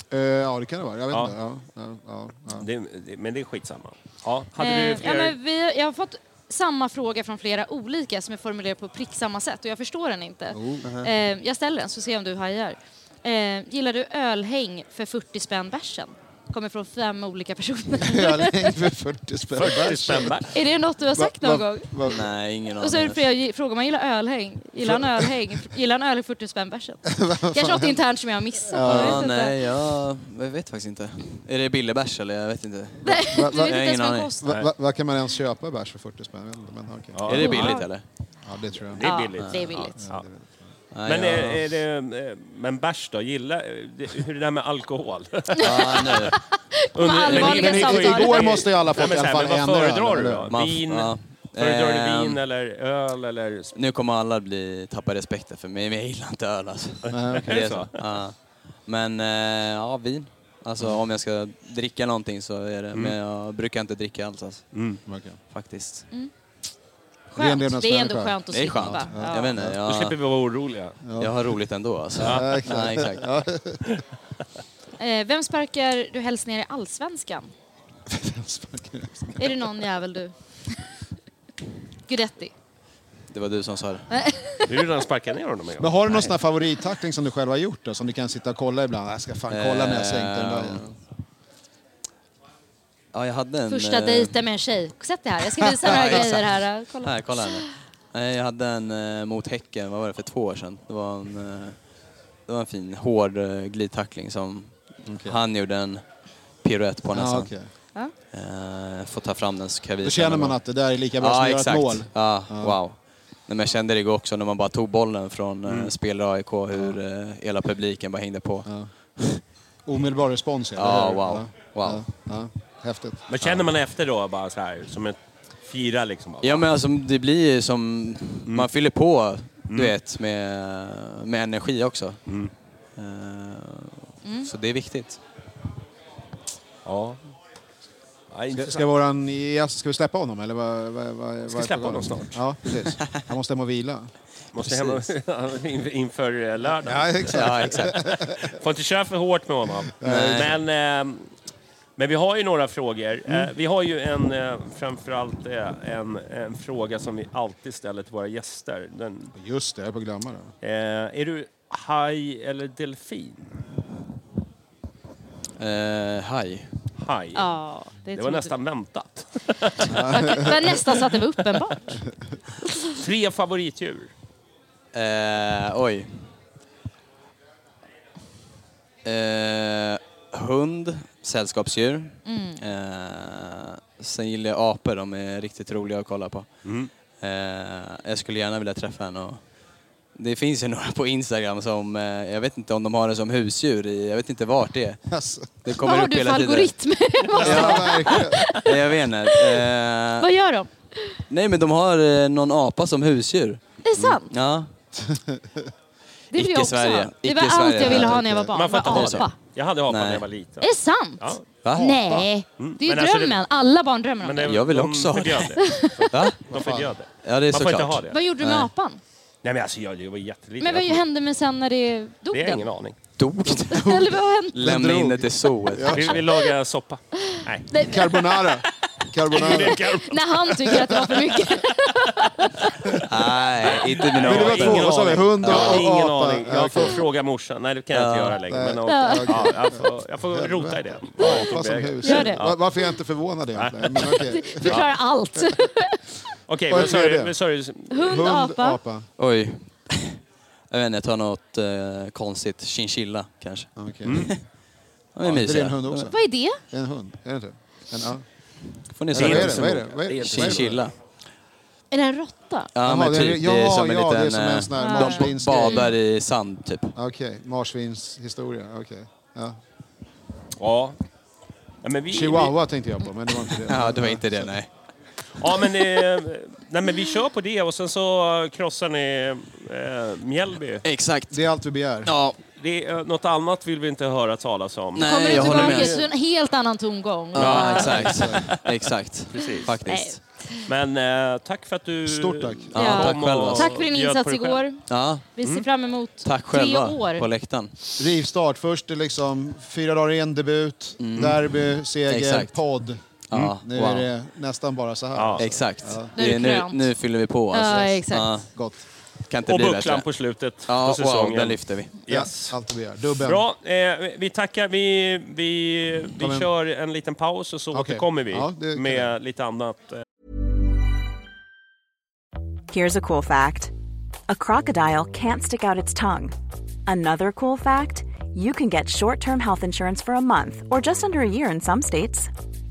Eh, ja, det kan det vara. Jag vet
Ja.
inte. Ja, ja, ja, ja.
Det, det, men det är skitsamma. Ja, hade vi
Eh, ja,
fler?
men vi, jag har fått samma fråga från flera olika som är formulerad på prick samma sätt och jag förstår den inte.
Oh,
eh, jag ställer den så ser jag om du hajar. Eh, gillar du ölhäng för 40 spänn bärsen? Kommer från fem
*laughs*
olika personer.
Öling för 40 spänn.
40 spänn back.
är det något du har sagt någon gång?
va,
Nej, ingen aning.
Och så är det flera frågor, man gillar ölhäng. Gillar han ölhäng? Gillar han öl i 40
*laughs*
spänn bärsen? Kanske något internt som jag har missat. jag
Ja,
vet inte.
nej, jag, jag vet faktiskt inte. Är det Billebärs eller? Jag vet inte.
Nej, du
va-
vet
jag
inte
har
ens
ingen
vad det
aning.
kostar.
va, va, vad kan man ens köpa bärs för 40 spänn? Jag vet inte, Men, okay. ja.
Är det billigt eller?
ja, det tror jag.
Det är billigt.
Ja, det är billigt.
Ja.
Nej,
Men,
jag,
är, är det, eh, men bärs då? Gilla, det- hur är det där med alkohol?
*laughs* ja, nu.
Under-
allvarliga
men- men-
samtal.
Igår måste ju alla
Nej,
fått i
men, så
alla fall
här, men
en
vad
öl,
föredrar du
eller?
då?
Man-
Vin?
ja.
Föredrar du
Ehm,
Eh,
vin eller öl eller...
Nu kommer alla bli, tappa respekten för mig, men jag gillar inte öl alltså.
Nej,
Det är
så?
så. Ja. Men eh, ja, vin. Alltså
Mm.
om jag ska dricka någonting så är det, men jag brukar inte dricka alls alltså,
Mm.
okej.
faktiskt.
Skönt. Det är ändå
Renlevnadsmänniska.
skönt att
Det är
slippa.
skönt.
Ja.
Jag vet inte,
Då slipper
jag,
vi vara oroliga.
jag har roligt ändå alltså.
Ja, exakt.
Nej, exakt.
Eh, vem sparkar du helst ner i allsvenskan? Är det någon jävel du? Gudetti.
Det var du som sa det.
Du har ju redan sparkat ner honom en
Men
gång.
har du någon sån här favorittackling som du själv har gjort då, som du kan sitta och kolla ibland? Jag ska fan kolla
Eh,
när jag sänkte den där.
Ja, jag hade en...
Första
eh,
dejten med en tjej. Sätt dig här, jag
*laughs*
ska visa några grejer här. Kolla.
Här, kolla här. Nej, jag hade en eh, mot Häcken, vad var det, för två år sedan. Det var en, eh, det var en fin, hård eh, glidtackling som han gjorde en piruett på nästan.
Ja, Ah, okej.
eh, får ta fram den så kan jag visa
Då känner
den
man
då.
att det där är lika bra som
Ja,
att göra ett
exakt.
mål.
Ja, wow. Nej, men jag kände det igår också när man bara tog bollen från eh, spelare i AIK, hur eh, hela publiken bara hängde på. Ja,
Omedelbar respons, eller hur?
wow.
Ja.
wow.
Ja. Ja. Häftigt.
Men känner man efter då bara så här, som ett fira liksom? Bara.
Ja men alltså det blir ju som, man fyller på du vet med, med energi också. Eh, Så det är viktigt.
Ja. Ja,
Ska,
intressant.
ska, våran, ja, ska vi släppa honom eller? Vad, vad, vad,
Ska
vad
vi
är
släppa
på gång?
honom snart?
Ja, precis. Han måste hem och vila.
Måste hem och- in- *laughs* inför eh, lördag.
Ja, exakt.
Ja exakt.
Får inte köra för hårt med honom. Men, ehm, men vi har ju några frågor. Eh,
Mm.
Vi har ju en, eh, framförallt eh, en, en fråga som vi alltid ställer till våra gäster. Den,
Just det, jag är på att glömma det.
eh, är du haj eller delfin?
Eh, Haj.
Haj.
Ja, det,
Det var
är tråkigt.
nästan väntat.
Det var nästan så att det var uppenbart.
Tre favoritdjur.
Eh, oj. Eh, hund, sällskapsdjur.
Mm.
Eh, sen gillar jag apor, de är riktigt roliga att kolla på.
Mm.
Eh, jag skulle gärna vilja träffa en och det finns ju *laughs* några på Instagram som, eh, jag vet inte om de har det som husdjur i, jag vet inte vart det är.
Alltså,
Det kommer
Vad har
upp
du för
hela tiden.
algoritm? *laughs*
ja, verkligen.
Eh, Jag vet inte. Eh,
Vad gör de?
nej men de har eh, någon apa som husdjur.
Det är sant.
Ja,
Mm. Det vill jag också
Icke-Sverige.
ha. Det var allt
Icke-Sverige.
jag ville ha när jag var barn.
Man får inte
var
ha
apa.
det. Jag hade apa när
Nej.
jag var liten.
Är det sant?
Ja.
va? Mm.
Nej, det är ju
Men alltså det-
drömmen. Alla barn drömmer om
Men det-
det.
Jag vill
de
också ha det.
förbjöd det.
Va?
De förbjöd det.
Ja det är
Man får inte ha
såklart.
det.
Vad gjorde du med
Nej.
apan?
Nej men alltså jag, jag var jätteliten.
Men vad
Jag-
hände med sen när det dog
Det har jag
den? *laughs*
ingen aning.
Dog
Eller vad hände?
Lämna in det till zooet.
Vi vill laga soppa. Nej.
Nej,
Carbonara. Carbonara.
När han tycker att det var
*laughs*
för mycket.
Nej, inte mina
Men det var
Jag har
två,
ingen
vad sa vi?
aning.
Hund och,
Jag har
och
ingen
apa.
aning. Jag får
Okej.
fråga morsan. Nej, det kan jag inte göra längre. Men okej. ja, jag, får, jag får rota i det.
Apa som hus.
Gör det.
Va- Varför är jag inte förvånad egentligen? Men okej.
Förklarar allt.
*laughs* Okej,
Vad
men sa
är
du-
det?
men sa du...
Hund,
Hund,
apa.
apa.
Oj. Jag vet inte, jag tar något eh, konstigt. Chinchilla kanske.
Okej.
Mm.
De är
Det är
mysiga.
en hund också.
Vad är det?
Det är en hund, är det inte? En, ja.
Får ni
Vad är
säga
det? Vad är det? Vad är det?
Chinchilla.
Är det en råtta?
Ja
Jaha,
men
det är-
typ, det är
ja,
som en
ja, det är
liten...
som en sån här
eh, de
marsvinsgrej.
badar i sand typ.
Okej, marsvinshistoria. Okej. Ja.
Ja. ja men vi,
Chihuahua tänkte jag på, men det var inte det.
*laughs* Ja, det var inte det nej.
Ja, men, eh, nej, men vi kör på det och sen så krossar ni eh, Mjällby.
Exakt.
Det är allt vi begär.
Ja,
Det, är- eh, något annat vill vi inte höra talas om.
nej,
Kommer
jag
ut ur
håller
varje
med.
så en helt annan tongång.
Ja, exakt. exakt. Faktiskt.
Men eh, tack för att du
Stort tack.
Ja,
Ja.
Tack själv.
och-
Alltså.
Tack för din
bjöd på
insats
dig själv.
igår.
Ja,
Vi ser fram emot
Mm. tack
tre
själva på
år.
läktaren.
Rivstart. Först är liksom fyra dagar in, debut,
Mm.
derby, seger,
Exakt.
podd.
Ja,
Mm, Nu
wow.
är det nästan bara så här.
Ja.
Exakt.
Nu är det
Det är nu,
krönt.
nu fyller vi på. Alltså.
Ja, exakt.
Gott.
kan inte
Och
bli
bucklan
bättre.
på slutet på
Ja,
säsongen.
wow, den lyfter vi.
Yes.
Ja, allt vi begär. Dubbeln.
Bra, eh, vi tackar. Vi, vi,
Ta
vi
med-
kör en liten paus och så
Okej.
återkommer vi
Ja, det kan
med lite annat. eh,
Here's a cool fact a crocodile can't stick out its tongue. Another cool fact you can get short term health insurance for a month or just under a year in some states.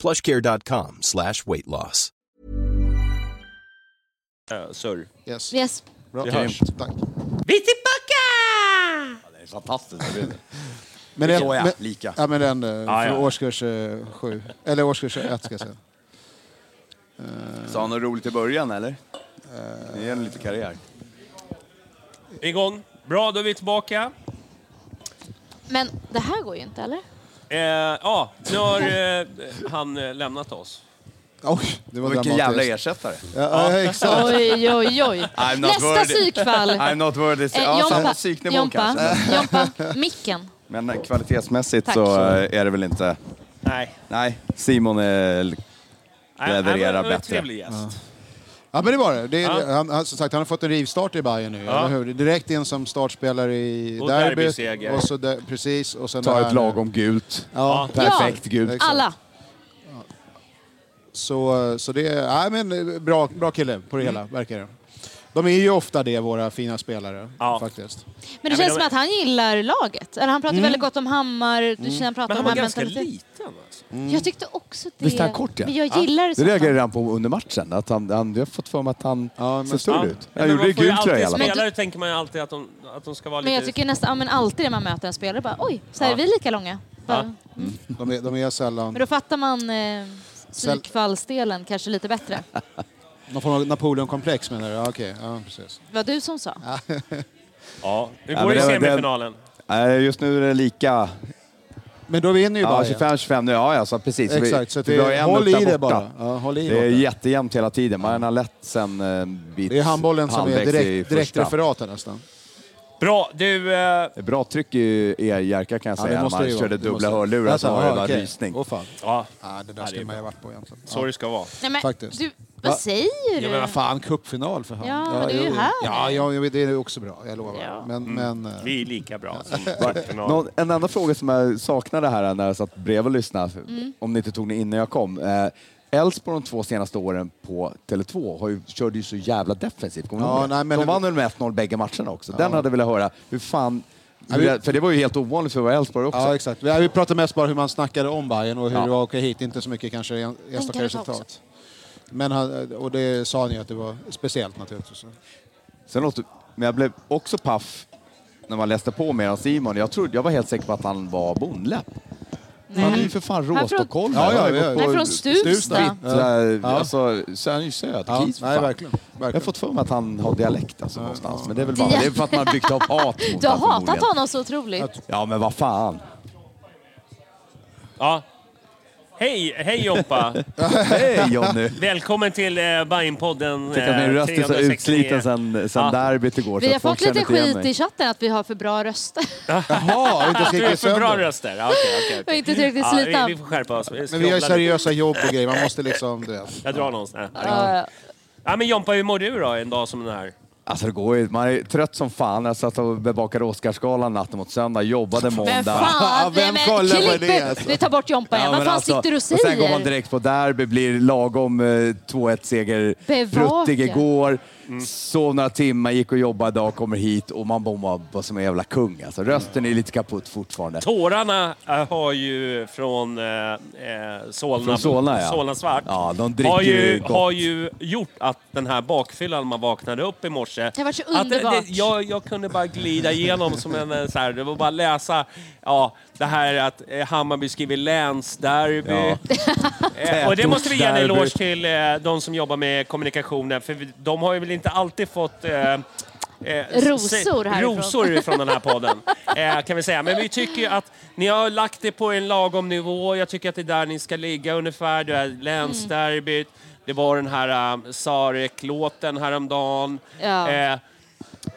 plushcare.com slash weight loss.
eh, surr.
Yes.
Yes.
Bra.
Vi hörs.
Tack.
Vi är tillbaka!
Fantastiskt.
Men
Det
den,
är så, ja.
men,
Lika.
Ja, men den eh,
Ah, ja.
från årskurs eh, sju. Eller årskurs ett ska jag säga. Eh,
Sa han något roligt i början eller? Det är en lite karriär.
Igång. Bra, då är vi tillbaka.
Men det här går ju inte, eller?
Eh, ja, nu har eh, han eh, lämnat oss.
Oj, det var
Vilken jävla
dramatiskt.
ersättare.
Ja, ja, exakt.
Oj, oj, *laughs* oj.
I'm not
Nästa
worthy.
psykfall.
I'm not worthy.
Eh,
Ja, samma
Jompa,
psyknivå
Jompa,
kanske.
Jompa, *laughs* micken.
Men eh, kvalitetsmässigt
Tack.
så eh, är det väl inte...
Nej.
Nej, Simon är...
Nej,
Leverera
han var- han var en
bättre.
trevlig gäst.
Ja, men det var det. det är,
Ja.
han, han, som sagt, han har fått en rivstart i Bayern nu, eller hur? Direkt in som startspelare i
Och
derbyt.
derbyseger.
Och så där, precis. Och sen det
Tar
här
ett
nu.
lagom gult.
Ja,
Perfekt
Ja.
gult.
Alla.
Så, så det är nej, men eh, bra, bra kille på det
Mm.
hela, verkar det. De är ju ofta det, våra fina spelare,
Ja.
faktiskt.
Men det
men
känns
de-
som att han gillar laget. Eller han pratar väldigt gott om Hammar. Du känner han pratar
Men han
om
var
här
ganska
mentaliteten.
liten. Alltså.
Jag tyckte också det.
Visst är han kort ja?
Men jag gillar det.
Det
som fan.
reagerade han på under matchen. Att han, han, jag har fått för mig att han
Ja,
ser
men-
stor
Ja.
ut.
Nej,
Han gjorde
man
ju
får ju
gul tröja i
alltid-
alla
Men
fall.
du-
Spelare tänker man ju alltid att de, att de ska vara
Men jag
lite...
tycker nästan, ja, men alltid när man möter en spelare bara oj, så här är vi lika långa. Bara,
Mm. De är, de är sällan...
Men då fattar man eh, psykfallsdelen kanske lite bättre.
Någon form av Napoleon-komplex menar du? Ja, Okej, ja precis.
Det var du som sa.
Ja, hur
Ja, men
går det i
det var- det-
semifinalen?
Nej, just nu är det lika.
Men då vinner ju
Ja,
Bayern.
25-25 nu. Ja, ja, så precis. Vi-
Exakt, så att
vi har ju
det,
en
håll
upp
i
där
det
borta.
bara. Ja, håll i
Det är
borta.
jättejämnt hela tiden. Man har lett sen eh, bit
det är handbollen som är
halvvägs i
direkt, direkt
första.
referaten nästan.
Bra, du... Eh,
Det är Bra tryck i er Jerka kan jag säga.
måste
man
ju vara.
körde
Det måste-
dubbla hörlurar så
Alltså,
var det
ja,
bara
okej.
rysning.
Åh fan.
ja,
Ja, det där skulle man ju ha varit på egentligen. Ja.
så det ska vara.
Nej, men,
Faktiskt.
Du, vad
Va?
säger du?
Jag menar,
Vad fan, cupfinal för fan.
Ja, det är ju
jo,
här.
Ja, ja, ja, det är också bra, jag lovar.
Ja.
Men, men, eh,
Mm. Vi är lika bra som
*laughs* Någon,
semifinalen.
en annan fråga som jag saknade här när jag satt bredvid och lyssnade, om ni inte tog den innan jag kom. Eh, Elfsborg de två senaste åren på Tele2 har ju, körde ju så jävla defensivt. Kommer ni
Ja,
ihåg det?
nej, men-
de vann väl med 1-0 bägge matcherna också. Den hade jag velat höra. Hur fan...
Ja, vi-
För det var ju helt ovanligt för att vara Elfsborg också.
ja, exakt. Vi, vi pratar mest bara hur man snackade om Bayern och hur
Ja.
det var att åka hit. Inte så mycket kanske en-
kan du
enstaka
ta
resultat.
också.
Men han, eh, och det sa han ju att det var speciellt naturligtvis.
Sen låter, men jag blev också paff när man läste på mer om Simon. Jag, trodde, jag var helt säker på att han var bonläpp. Han är ju för fan
Han är från-
råstockholmare.
Ja, ja,
Han har ju
ja,
gått
ja.
på
Han är från Stuvsta.
Stuvsta. Sådär, Alltså, så är han ju söt.
Ja,
Kis, för
nej,
fan.
verkligen. Verkligen.
Jag har fått för mig att han har dialekt alltså, någonstans. Men det är väl bara det är för att man har byggt upp hat mot
Du har
honom
hatat
förmodligen.
honom så otroligt.
Ja, men vad fan.
Ja. Hej, hej Joppa!
*laughs* Hej Jonny!
Välkommen till eh, Bajenpodden eh,
Tänk att min röst är så
369.
utsliten sen, sen
Ja.
derbyt igår. så
Vi har
att folk
fått lite
känner inte igen
skit
mig.
i chatten att vi har för bra röster. *laughs*
Jaha, inte
Du är
skrikit
för bra
sönder.
röster. Ja, okej, okej,
Och
okej.
inte tillräckligt
Ja, vi, vi
slitna.
får skärpa oss. Vi
Men vi har ju
skrovlar lite.
seriösa jobb och grejer, man måste liksom... Du vet.
Jag drar någonstans. Nej.
Ja,
Ja, men Jompa, hur mår du då en dag som den här?
Alltså det går ju, man är trött som fan. Jag satt och bevakade Oscarsgalan natten mot söndag, jobbade måndag.
Men fan,
vem
nej, men
kollar på
klipp
det,
ut.
alltså?
Vi tar bort Jompa igen.
Ja,
Vad
men
fan
alltså,
sitter du och
och Sen går man
säger?
direkt på derby, blir lagom eh, 2-1 seger
Bevaka.
ruttig igår. Sov några timmar, gick och jobbade idag, kommer hit och man bommar vad som en jävla kung alltså. Rösten är lite kaputt fortfarande.
Tårarna eh, har ju från eh, eh, Solna,
Från Solna, ja.
Solna Svart
Ja, de dricker
har, ju,
gott.
har ju gjort att den här bakfyllan man vaknade upp i morse... Det
har varit så
Att
underbart.
det, jag, jag kunde bara glida igenom som en eh, så här, det var bara att läsa ja, det här att eh, Hammarby skriver länsderby.
Ja.
*laughs* Eh, och det måste vi ge en
Tätortsderby.
eloge till eh, de som jobbar med kommunikationen, för vi- de har ju väl inte alltid fått eh, eh, s-
Rosor härifrån.
rosor från den här
*laughs*
podden. Eh, kan vi säga. Men vi tycker ju att ni har lagt det på en lagom nivå. Jag tycker att det är där ni ska ligga ungefär. Det är länsderbyt.
Mm.
Det var den här eh, Sarek-låten häromdagen.
Ja.
Eh,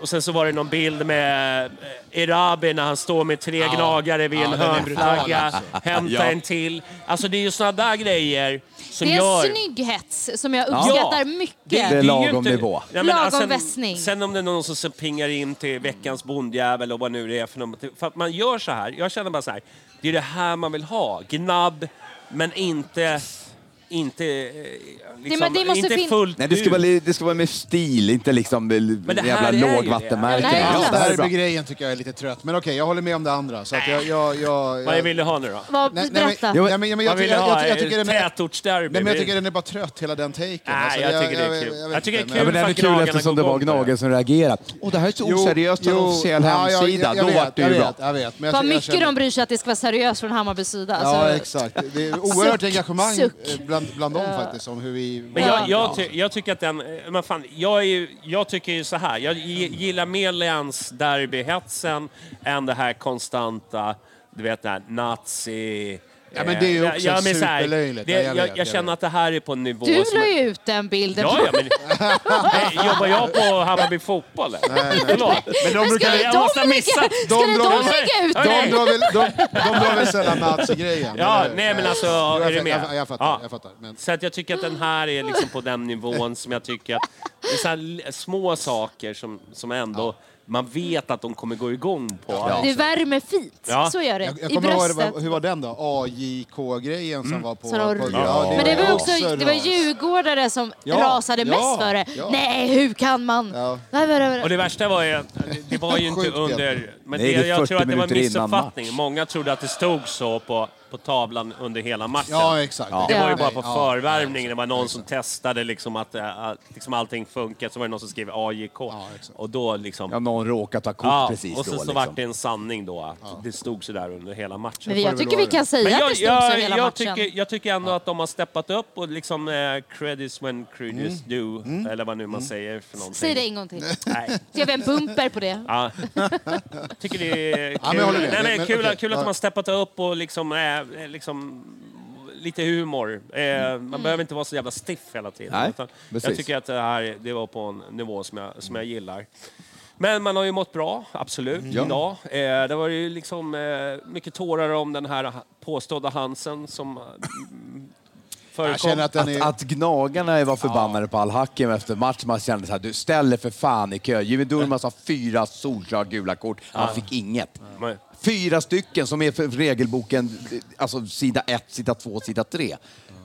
och sen så var det någon bild med eh, Erabi när han står med tre gnagare vid en
den är brutal
hörnflagga.
alltså.
Hämta
Ja.
en till. Alltså det är ju såna där grejer som
Det
gör...
är en snygg hets som jag uppskattar
Ja.
mycket.
Det är
ju
lagom
inte-
nivå.
Nej, men,
Lagom
alltså,
vässning.
Sen om det är någon som så pingar in till veckans bondjävel och vad nu det är för något. För att man gör så här, jag känner bara så här, det är det här man vill ha. Gnabb, men inte... Inte, eh, liksom,
det måste
inte
fin-
fullt
Nej, det ska,
ut.
vara, li- det ska vara med stil, inte liksom
det här
jävla
är ju det.
lågvattenmärken.
Nej,
Ja,
verkligen.
det här är bra.
Derbygrejen tycker jag är lite trött, men okej, jag håller med om det andra. Så att jag, jag, jag,
Vad
jag,
jag ville ha nu då?
Vad,
Nej, nej,
berätta.
men- nej, men jag-
Vad
jag-
vill du
jag-
ha?
jag- jag
Ett
tycker den är-
Tätortsderby?
Nej, men jag tycker den är bara trött, hela den taken. Alltså,
Nej, jag tycker det är kul.
vet
Jag tycker
inte,
det är
Ja,
men-
men det här är
Gnagarna
kul eftersom
går
det var
igång på det.
Gnagen som reagerade. Åh, det här är så oseriöst, det är en officiell
ja, jag-
hemsida.
jag
Då
vet,
vart det ju
jag
bra.
vet, Jag vet, men jag
Vad
tycker- jag
mycket
känner-
de bryr sig att det ska vara seriöst från Hammarbys sida.
Ja,
Alltså,
exakt. Det är oerhört
Suck,
engagemang
suck.
eh, bland, bland dem faktiskt, om hur vi...
Men jag, jag, ty, jag tycker att den... eh, Men fan, jag, är ju, jag tycker ju så här. Jag gi- gillar mer länsderbyhetsen än det här konstanta, du vet, den här nazi...
Ja, men det är ju
eh,
också
men så här,
superlöjligt.
Det,
Ja,
jag,
jag
jag,
vet, jag
känner
vet.
att det här är på en nivå
du
som...
la
är-
ju ut den bilden.
Ja, ja, men, nej, jobbar jag på Hammarby fotboll? eller? Förlåt. Men de
brukar-
jag
de
måste ha
lägga-
missat.
skulle de
drar-
lägga ut
Ja,
De
nej.
drar väl, de, de drar väl sällan nazigrejen?
Ja,
eller hur?
nej men alltså,
Jo, jag
är du
fa-
med?
Jag, jag fattar,
Ja.
jag fattar. Men,
Så att jag tycker att den här är liksom på den nivån som jag tycker att... Det är så här li- små saker som, som ändå... Man vet att de kommer gå igång på.
Det värmer fint.
Ja.
Så gör det.
jag, jag
I
kommer ihåg,
bröstet. Mm.
vad- hur var den då? AJK-grejen som var på...
Som var-
på
Men det var också
också
det var
ras.
djurgårdare som
Ja,
rasade
ja,
mest för det.
ja.
Nej, hur kan man?
Ja.
Nej, nej, nej,
Och
nej.
det värsta var ju... Det var ju inte
Sjukt
under... Men
Nej,
det,
det är
jag
40
tror att det var en
minuter innan
missuppfattning.
match.
Många trodde att det stod så på, på tavlan under hela matchen.
Ja, exakt.
Det var ju
Ja.
bara på
Ja.
förvärvningen. Det var någon som testade liksom att, eh, att liksom allting funkar. Så var det någon som skrev AJK.
exakt.
och då liksom...
Ja, någon råkat ta kort
Ja,
precis
och så,
då.
så
liksom.
vart det en sanning då att det stod så där under hela matchen.
Men jag tycker vi kan säga
Men
att det stod så hela
jag,
matchen.
tycker, jag tycker ändå att de har steppat upp och liksom eh, credits when credits
Mm.
do, eller vad nu man säger för någonting.
Säg det
*laughs*
en gång till.
Nej.
Så gör vi en bumper på det.
Ja. tycker det
*laughs*
är kul,
men jag håller med.
Nej, men,
Men- men
kul,
okej.
kul att
Ja.
de har steppat upp och liksom, eh, liksom lite humor. Eh,
Mm.
Man behöver inte vara så jävla stiff hela tiden.
Nej,
utan jag
precis.
tycker att det här det var på en nivå som jag, som jag gillar. Men man har ju mått bra, absolut, idag. Eh, det var ju liksom eh, mycket tårar om den här ha- påstådda Hansen som eh, förekom.
Jag känner att den
Att,
är...
att gnagarna var förbannade på all hacking efter match. Man kände så här, du ställer för fan i kö. Jimmy Durmaz har fyra solklara gula kort. Han fick inget.
Nej.
Fyra stycken som är för regelboken, alltså sida ett, sida två, sida tre.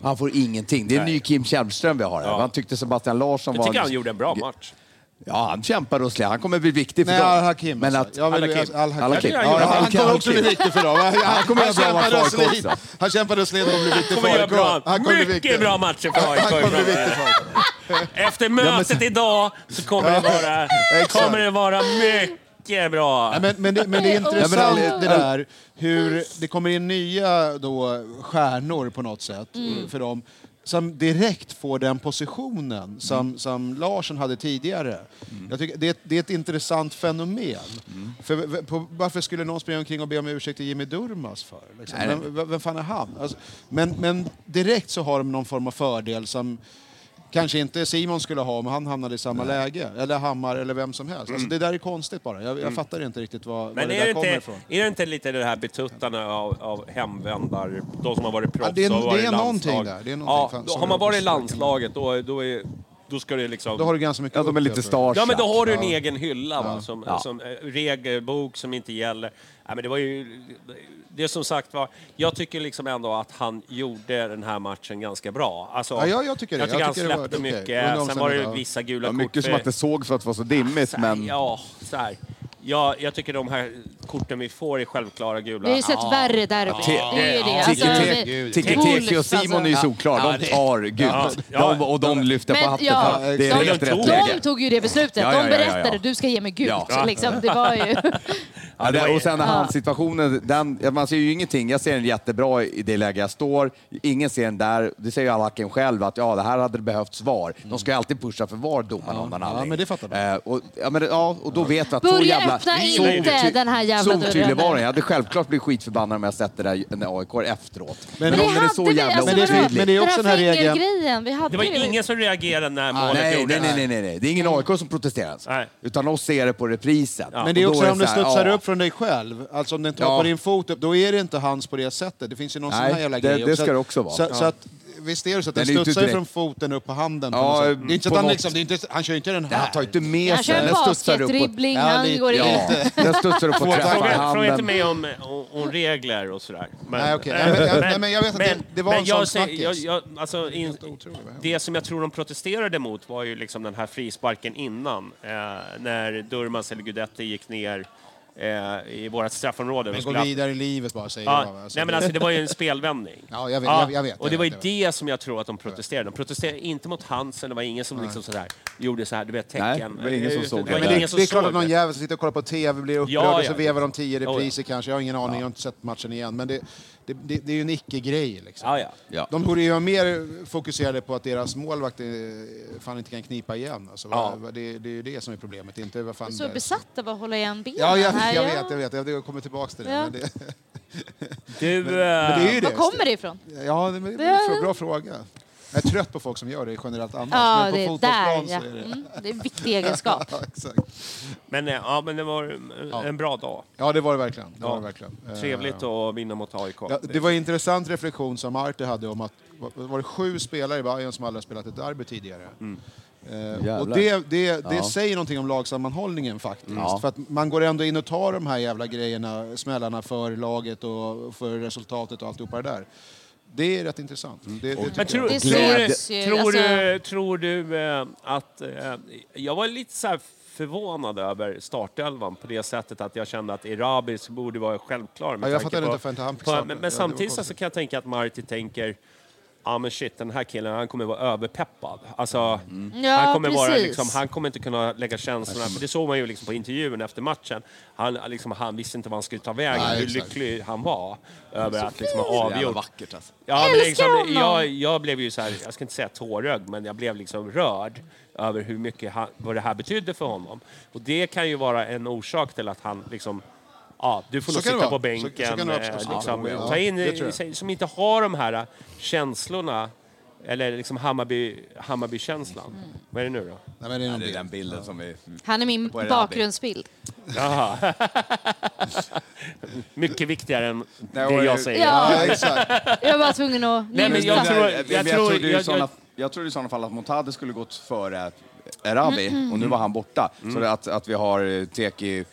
Han får ingenting. Det är en ny Kim Källström vi har här. Han tyckte Sebastian Larsson
jag
var...
tycker han gjorde en bra match.
Ja, han kämpar och slår. Han kommer bli viktig för
Nej,
dem.
Al-Hakim.
Men
alltså.
att...
Jag
Al-Hakim.
vill-
Al-Hakim.
Al-Hakim. Ja,
Ja,
han
Al-Hakim.
kommer också bli viktig för dem. Han, han kommer
Han
att göra bra
kämpade och
match för AIK
slet.
också. Han kämpade och slet och blir viktig
Kommer
för
göra bra,
AIK. Han kommer bli
mycket
viktig.
bra matcher för AIK.
Han kommer bli
ifrån.
viktig för AIK.
Efter mötet idag så kommer det vara,
Ja,
kommer det vara mycket Mycket bra!
Nej, men, men, det, men det är intressant det där hur det kommer in nya då, stjärnor på något sätt
Mm.
för dem som direkt får den positionen som, som Larsson hade tidigare. Jag tycker det, är ett- det är ett intressant fenomen. För, v- v- på, varför skulle någon springa omkring och be om ursäkt till Jimmy Durmaz för? Liksom?
Nej, nej.
Vem, vem- vem fan är han? Alltså, men, men direkt så har de någon form av fördel som kanske inte Simon skulle ha om han hamnade i samma läge. Eller Hammar eller vem som helst. Alltså,
Mm.
det där är konstigt bara. Jag, jag
Mm.
fattar inte riktigt var, var
Men
det
är
där
det,
kommer
inte,
ifrån.
är det inte lite det här betuttarna av, av hemvändar, de som har varit proffs
Ja, det är-
och
det
varit
är
landslag?
någonting där. Det är någonting
ja,
fan
då,
som
har man
är-
varit i landslaget då, då, är, då ska det liksom...
Då har du ganska mycket
Ja, de är
upp,
lite
jag tror.
Ja, men då har du en
Ja.
egen hylla,
Ja.
va? Som,
Ja.
som eh, regelbok som inte gäller. Nej, men det var ju... Det är som sagt var, jag tycker liksom ändå att han gjorde den här matchen ganska bra. Alltså,
Ja, ja, jag tycker det.
Jag tycker
Jag
han
tycker det var-
släppte
okej.
mycket,
Under
sen var det ju
omständigheter, ja.
vissa gula
Ja,
kort.
mycket som
för-
att det såg för att det var så dimmigt, men...
Ja, så här. Ja, jag tycker de här korten vi får är självklara gula.
Vi har ju sett värre derby.
Te-
Det är ju det. Alltså,
Tiki-
vi-
Tiki
Wolves,
Teki och Simon är ju
alltså.
solklar.
Ja,
De
det-
tar
Ja,
gult.
ja.
De, och de lyfter på
Men
hatten.
ja,
för Det är
de,
helt rätt
de
läge.
tog ju det beslutet.
Ja, ja,
De
ja, ja, ja.
berättade, du ska ge mig gult.
Ja.
Liksom, det var
*laughs*
ju...
Ja, det, och sen
Ja.
handsituationen, den, ja, man ser ju ingenting. Jag ser den jättebra i det läge jag står. Ingen ser den där. Det säger ju Alakin själv att ja, det här hade det behövts VAR. De ska ju alltid pusha för VAR, domarna, av någon anledning.
Mm. men det fattar
man. Eh, och, ja, men, det- ja, och då vet vi att så
Börja
jävla...
öppna
så
inte
oty-
den här jävla
Så otydlig
dörren.
var den. Jag hade självklart blivit skitförbannad om jag sett det där när AIK är efteråt. Men,
Men det
om den är så
hade vi,
jävla
alltså,
otydlig.
vadå?
Men det är också
den
den här regeln-
fingergrejen, vi hade
Det var
ju-
ingen som reagerade när
Ah,
målet
nej,
gjordes.
nej, nej, nej, nej. Det är ingen AIK som protesterar. ens.
Nej.
Utan de ser det på reprisen.
Men det är
Och då
också om
så
det
här,
studsar
ja.
upp från dig själv, alltså om den tar
Ja.
på din fot upp, då är det inte hans på det sättet. Det finns ju någon
Nej,
sån här jävla
det-
grej.
det
också.
ska det också vara.
Så, så
Ja.
att, visst är det så att
Men
den
det är ju inte
studsar ju
direkt-
från foten upp på handen.
Ja,
på något sätt. Det är inte så att
på
han,
något-
liksom, det är inte, han kör ju inte den här.
Nej, han tar ju inte med
Han kör en
den studsar uppåt.
basketdribbling,
Ja,
han
lite-
går i...
Ja, den studsar upp och träffar
Fråga, fråga inte
handen.
mig om, om, om regler och sådär. Men,
Nej, okej. Nej, men jag- nej, men jag vet att det- det var en sån
jag ser-
snackis.
jag, jag, alltså, in, Det som jag tror de protesterade mot var ju liksom den här frisparken innan. Eh, när Durmaz eller Gudetti gick ner eh, i vårt straffområde. De
Men gå
skulle ha-
vidare i livet bara, säger
Ja,
jag. Alltså,
nej men alltså det var ju en spelvändning.
Ja, jag vet- jag- jag vet,
och
jag
det var ju
vet,
det som jag tror att de protesterade. De protesterade inte mot Hansen, det var ingen som liksom sådär, gjorde så här, du vet
Nej,
tecken.
det var ingen som
Just
såg
Eh, det. var
det.
Men det,
ingen som
det är klart
såg
att någon
det.
jävel som sitter och kollar på TV blir upprörd
Ja,
och så
ja.
vevar de tio
ja.
repriser kanske. Jag har ingen aning, jag har inte sett matchen igen. Men det, det, det, det är ju en icke-grej. Liksom.
Ja, ja.
Ja.
De borde ju vara mer fokuserade på att deras målvakt eh, fan inte kan knipa igen. Alltså,
Ja.
vad- det, det är ju det som är problemet, inte vad fan...
Så besatta av att hålla igen benen
Ja, jag,
här.
jag vet, jag vet. Jag- Jag kommer tillbaka till det.
Ja.
Men det,
Du,
men det är ju
Var
det.
kommer det ifrån?
Ja, det, men, det är en bra fråga. Jag är trött på folk som gör det generellt annars,
Ja,
men på
det är där
fotbollsplan
ja.
så är det...
Mm, det är en
*laughs*
viktig egenskap.
Ja, exakt.
Men, eh, ja, men det var en- en bra dag.
Ja, det var det verkligen. Det var det
Ja.
verkligen. Eh,
Trevligt att vinna mot AIK.
Ja, det var en intressant reflektion som Arte hade om att var- var det sju spelare i Bayern som aldrig har spelat ett derby tidigare. Eh, och
Mm. Jävlar.
det, det, det
Ja.
säger någonting om lagsammanhållningen faktiskt.
Ja.
För att man går ändå in och tar de här jävla grejerna, smällarna för laget och för resultatet och alltihopa det där. Det är rätt intressant.
Mm.
Det, det
Men
tycker
tror,
jag.
Det
tror, du-
syns ju,
tror, du,
alltså.
tror du eh, att... Eh, jag var lite så här förvånad över startelvan på det sättet att jag kände att Irabis borde vara självklar. med
Ja, jag
tanke
fattar
på-
inte varför inte han fick
på-
starta.
Men,
Ja,
men
det
samtidigt
var konstigt.
så kan jag tänka att Marty tänker Ja ah, men shit, den här killen han kommer vara överpeppad.
Mm.
Alltså,
Ja,
han, kommer vara,
precis.
liksom, han kommer inte kunna lägga känslorna, för det såg man ju liksom på intervjun efter matchen. Han, liksom, han visste inte vad han skulle ta vägen,
Nej,
hur
exakt.
lycklig han var över att liksom, ha
Jävla
avgjort.
vackert alltså.
Ja, men
Älskar
liksom,
honom!
jag, jag blev ju så här, jag ska inte säga tårögd, men jag blev liksom rörd över hur mycket han, vad det här betydde för honom. Och det kan ju vara en orsak till att han liksom, ja, du får
Så
nog
kan det
sitta på
vara. Så- så
bänken.
kan det
eh,
absolut vara.
liksom,
Ja,
ta in,
det tror jag.
som inte har de här eh, känslorna, eller liksom Hammarby, Hammarby-känslan.
Mm.
Vad är det nu då?
Nej, men det är någon
Det är
bild.
den bilden som vi...
Han är min
Vad är det,
bakgrundsbild.
Jaha. *laughs* Mycket viktigare än det
och-
jag säger.
Ja,
Ja, exakt.
*laughs* jag var tvungen att
Nej, men jag
njuta.
tror-
jag,
jag
jag,
tror-
trodde ju
jag-
i såna, jag trodde i sådana fall att Montade skulle gått före Erabi och nu var han borta. Så
Mm.
det att, att vi har eh, Teki,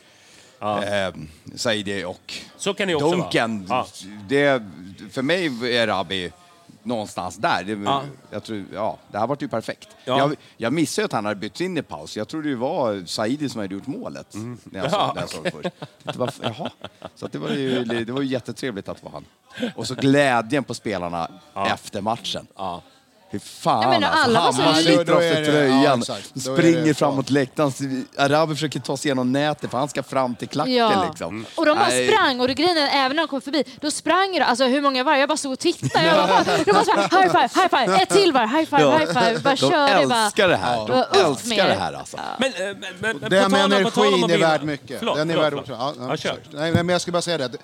eh, Saidi och
Så kan det ju också
Duncan.
vara. Ja.
Det, för mig är Erabi någonstans där. Det,
Ja.
jag tror, ja, det här vart ju perfekt.
Ja.
Jag, jag missade ju att han hade bytt in i paus. Jag trodde det var Saidi som hade gjort målet när jag såg,
Ja,
när jag såg det först. Det var, jaha. Så att det, var ju, det var ju jättetrevligt att det var han. Och så glädjen på spelarna efter matchen.
Fy fan
Jag menar, alla var
alltså.
så
Hammar
lite-
sliter
Då
av
är
sig
det-
ja,
tröjan,
exakt. Då är det
springer
så.
framåt läktaren. Arabi försöker ta sig igenom nätet för han ska fram till klacken
Ja.
liksom.
Mm. Och de bara
Nej.
sprang och det grejen är, även när de kom förbi, då sprang ju de- alltså hur många var det? Jag bara stod och tittade. Jag bara, *laughs* de bara så här, high five, high five, ett till var, high five,
Ja.
high five. Bara
De
kör det bara.
älskar det här.
Ja, upp
De
med
älskar det
er.
här alltså.
Men, eh, men, men, men
Den
på tal om- på tal om
energin
att
är
vinna-
värd mycket.
Förlåt,
den är
förlåt,
värd
förlåt.
ja, ja,
Ja, kör.
förlåt. nej, nej, men jag skulle bara säga det. att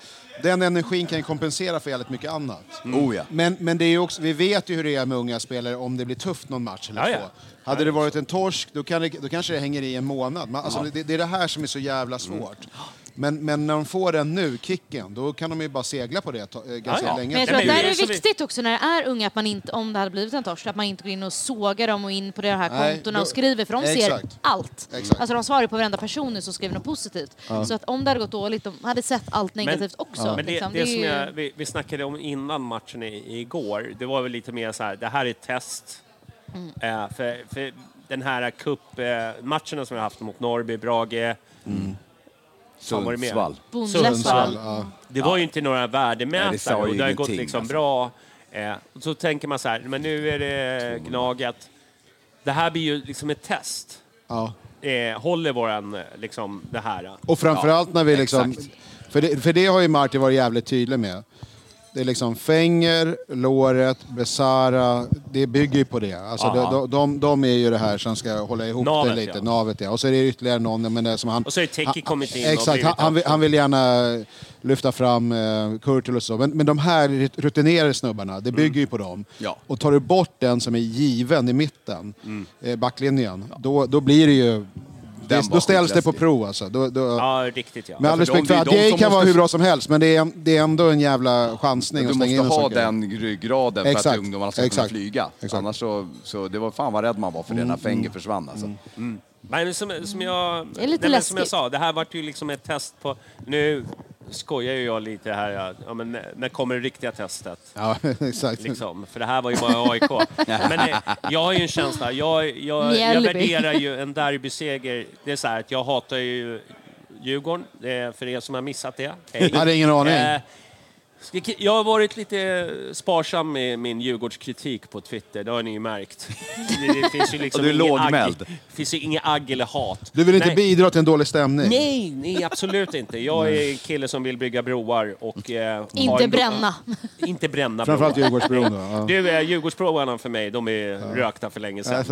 Den energin kan ju kompensera för jävligt mycket annat.
Mm.
Oh ja.
Men, men det är ju också, vi vet ju hur det är med unga spelare om det blir tufft någon match eller
Ja, ja.
två. Hade det varit en torsk, då, kan det, då kanske det hänger i en månad. Man, alltså, det, det är det här som är så
Mm.
jävla svårt. Men, men när de får den nu, kicken, då kan de ju bara segla på det ett tag- eh, ganska
Ja, ja.
länge.
Men jag
Nej,
tror att
men
där
det är
är
som
det
vi-
viktigt också när det är unga att man inte, om det hade blivit en torsk, att man inte går in och sågar dem och in på de här
Nej,
kontona och
då-
skriver för de ser
Exakt.
allt.
Exakt.
Alltså de svarar ju på varenda person nu som skriver något positivt. Så att om det hade gått dåligt, de hade sett allt negativt också.
Men det,
liksom.
det,
Det är
som
ju-
jag, vi, vi snackade om innan matchen i, igår, det var väl lite mer så här, det här är ett test.
Mm.
Eh, för, för den här cupmatcherna eh, matcherna som vi har haft mot Norrby, Brage, Fan, var det mer?
Sundsvall.
Bondläppar.
Sundsvall.
Ja.
Det var ju inte några
Nej, det sa
värdemätare
ju
och det har gått
ingenting,
liksom
alltså.
bra. Eh, och så tänker man så här, men nu är det Gnaget. Det här blir ju liksom ett test.
Ja.
Eh, håller våran, eh, liksom det här. eh,
Och framförallt när vi liksom...
exakt.
För det, för det har ju Marti varit jävligt tydlig med. Det är liksom Fenger, Låret, Besara, det bygger ju på det. Alltså de,
Aha.
de, de, de är ju det här som ska hålla ihop
Navet,
det lite,
ja.
navet ja. Och så är det ytterligare någon, men det som han...
Och så är Teki
han-
kommit in och
Exakt, han,
blivit
han, vill,
absolut.
han vill gärna eh, lyfta fram eh, Kurtul och så. Men, men de här rutinerade snubbarna, det bygger ju på dem.
Mm. Ja. Mm.
Och tar du bort den som är given i mitten, eh, backlinjen, då, då blir det ju...
Den
Det,
var
då ställs det på
skitläskig.
prov alltså. Då, då,
Ja, riktigt ja.
med all
för de-
respekt
det
för
är
att
de som
det kan vara
måste-
hur bra som helst, men det är, det är ändå en jävla chansning
Du
att slänga
måste
in en
ha
sån grej.
den ryggraden för
Exakt.
att ungdomarna ska kunna
Exakt.
flyga.
Exakt. Mm.
Annars så, så, det var fan vad rädd man var för det när Fenger försvann alltså.
Men som, som jag...
är lite
nej, men som jag
läskigt.
sa, det här vart ju liksom ett test på... Nu skojar ju jag lite här. Ja, ja, men när- när kommer det riktiga testet?
Ja, *laughs* exakt.
Liksom. För det här var ju
*laughs*
bara AIK. Men eh, jag har ju en känsla, jag, jag, jag
Mjällby. *laughs*
värderar ju en derbyseger. Det är så här att jag hatar ju Djurgården, eh, för er som har missat det. Hej.
Jag hade ingen aning.
Eh, jag- Jag har varit lite sparsam med min Djurgårdskritik på Twitter, det har ni ju märkt. Det, det finns ju liksom
Och du är
ingen
lågmäld.
agg- Det finns ju inget agg eller hat.
Du vill inte
Nej.
bidra till en dålig stämning?
Nej, nej, absolut inte. Jag är en kille som vill bygga broar och... Eh, ha
Inte
en-
bränna.
Inte bränna
Framförallt
broar.
Djurgårdsbron då. Ja.
Du, eh, Djurgårdsbroarna för mig, de är rökta för länge sedan.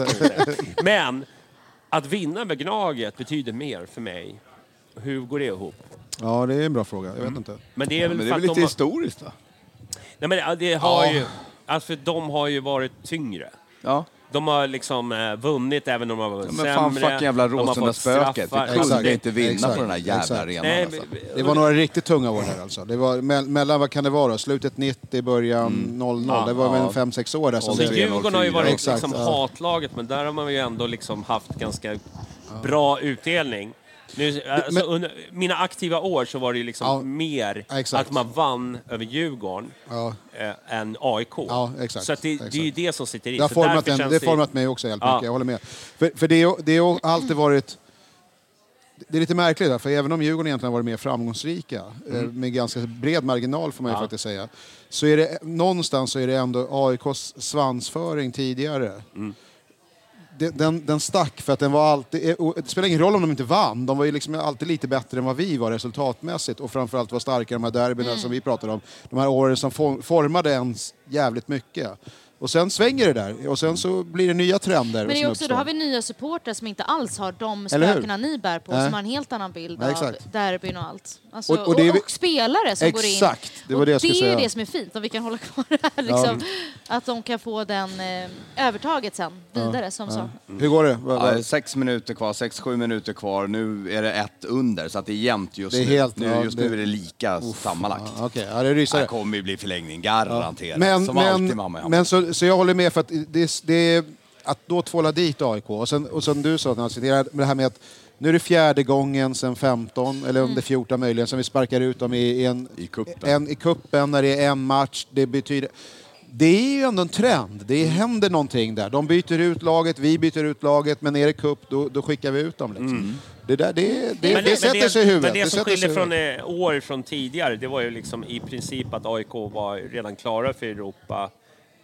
Men att vinna med Gnaget betyder mer för mig. Hur går det ihop?
ja, det är en bra fråga. Jag vet inte.
Mm. Men det är väl
Men det är
för
väl
att
lite
de...
historiskt va?
Nej, men det- det har ju... Alltså, för de har ju varit tyngre.
Ja.
De har liksom eh, vunnit även om de har varit
Men
sämre.
fan fucking jävla
De har fått
Råsunda-spöket.
straffar.
Vi kunde
Exakt.
inte vinna
Exakt.
på den här jävla
Exakt.
arenan
Nej,
alltså.
men-
Det var några riktigt tunga år här alltså. Det var me- mellan, vad kan det vara då? Slutet 90, början 00. det var väl en 5-6 år där som
Mm. Så
det
Djurgården har ju varit
Exakt,
liksom
ja.
hatlaget, men där har man ju ändå liksom haft ganska bra utdelning. Nu, alltså,
Men-
under mina aktiva år så var det ju liksom
Ja.
mer
Ja, exakt.
att man vann över Djurgården
Ja.
eh, än AIK.
Ja, exakt,
så att det, det är ju
exakt.
det som sitter i.
Det har
Så
format,
därför
en,
känns
det har format mig också helt
Ja.
mycket, jag håller med. För, för det, är- det har alltid varit... Det är lite märkligt, där, för även om Djurgården egentligen har varit mer framgångsrika, eh,
Mm.
med ganska bred marginal får man ju faktiskt säga, så är det någonstans så är det ändå AIKs svansföring tidigare.
Mm.
Den, den, den stack för att den var alltid... eh, och Det spelar ingen roll om de inte vann, de var ju liksom alltid lite bättre än vad vi var resultatmässigt och framförallt var starkare i de här derbyna
Mm.
som vi pratade om. De här åren som for- formade ens jävligt mycket. Och sen svänger det där och sen så blir det nya trender.
Men det är
som
också, då
uppstår.
har vi nya supportrar som inte alls har de
Eller hur?
spökena ni bär på,
Nej.
som har en helt annan bild
Nej,
av
exakt.
derbyn och allt. Alltså,
Och-
och,
och det är
och,
vi-
spelare som går in.
Exakt, det var
och
det
det
jag skulle
är ju
säga.
det som är fint, om vi kan hålla kvar det här. Liksom, Att de kan få den eh, övertaget sen, vidare, som ja.
Hur går det? Vad- vad-
Ja, sex minuter kvar, sex, sju minuter kvar. Nu är det ett under, så att det är jämnt just
Det är
nu.
helt-
nu.
ja,
just
det-
nu är det lika sammanlagt.
Ja, Okej, ja, det är
Det
rysare.
kommer ju bli förlängning, garanterat.
Men,
Som alltid mamma
men,
Hjalmar.
men så, så jag håller med för att det, det att då tvåla dit AIK och sen, och sen du sa när jag citerade med det här med att nu är det fjärde gången sen 15 eller
Mm.
om det är 14 möjligen som vi sparkar ut dem i, i en
I cupen.
en, i kuppen när det är en match. Det betyder det är ju ändå en trend.
Mm.
Det händer någonting där. De byter ut laget, vi byter ut laget, men är det cup då, då skickar vi ut dem. Liksom.
Mm.
Det, där, det, det, det, sätter sig i huvudet.
Men det, som
sätter sig i
skiljer
huvudet.
från eh, år från tidigare, det var ju liksom i princip att AIK var redan klara för Europa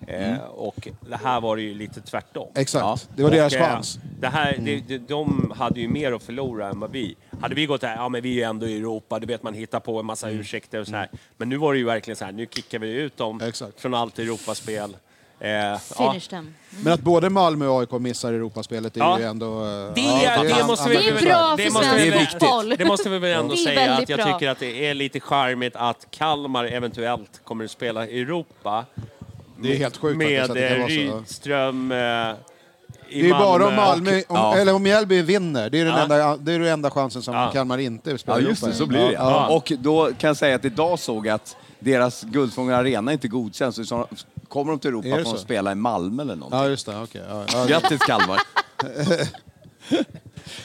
Eh, och det här var det ju lite tvärtom.
Exakt. Det var deras
eh,
chans. Mm.
Det här, det, det, de hade ju mer att förlora än vad vi. Hade vi gått där, ja men vi är ju ändå i Europa, du vet man hittar på en massa
Mm.
ursäkter och så här. Men nu var det ju verkligen så här, nu kickar vi ut dem från allt Europaspel. Eh, ja.
Finish them.
Men att både Malmö och AIK missar Europaspelet är
Ja.
ju ändå... eh,
Det,
ja,
det,
han-
måste
han-
vi,
han-
det måste vi väl- Det måste vi väl ändå
Det är
säga att
väldigt
jag
bra.
tycker att det är lite charmigt att Kalmar eventuellt kommer att spela i Europa.
Det är helt sjukt
Med
faktiskt att det kan
eh,
vara så, ja.
Rydström eh, i
Det är ju bara om Malmö,
och-
om,
Ja.
eller om Mjällby vinner. Det är den,
Ja.
enda, det är den enda chansen som Kalmar inte spelar
Ja, just det,
Europa i.
så blir det.
Ja.
Och då kan jag säga att idag såg jag att deras Guldfångaren Arena inte godkänns. Så så kommer de till
Är
Europa
det
får de
så?
spela i Malmö eller någonting.
Ja, just det. Okej. Ja, ja.
Grattis Kalmar!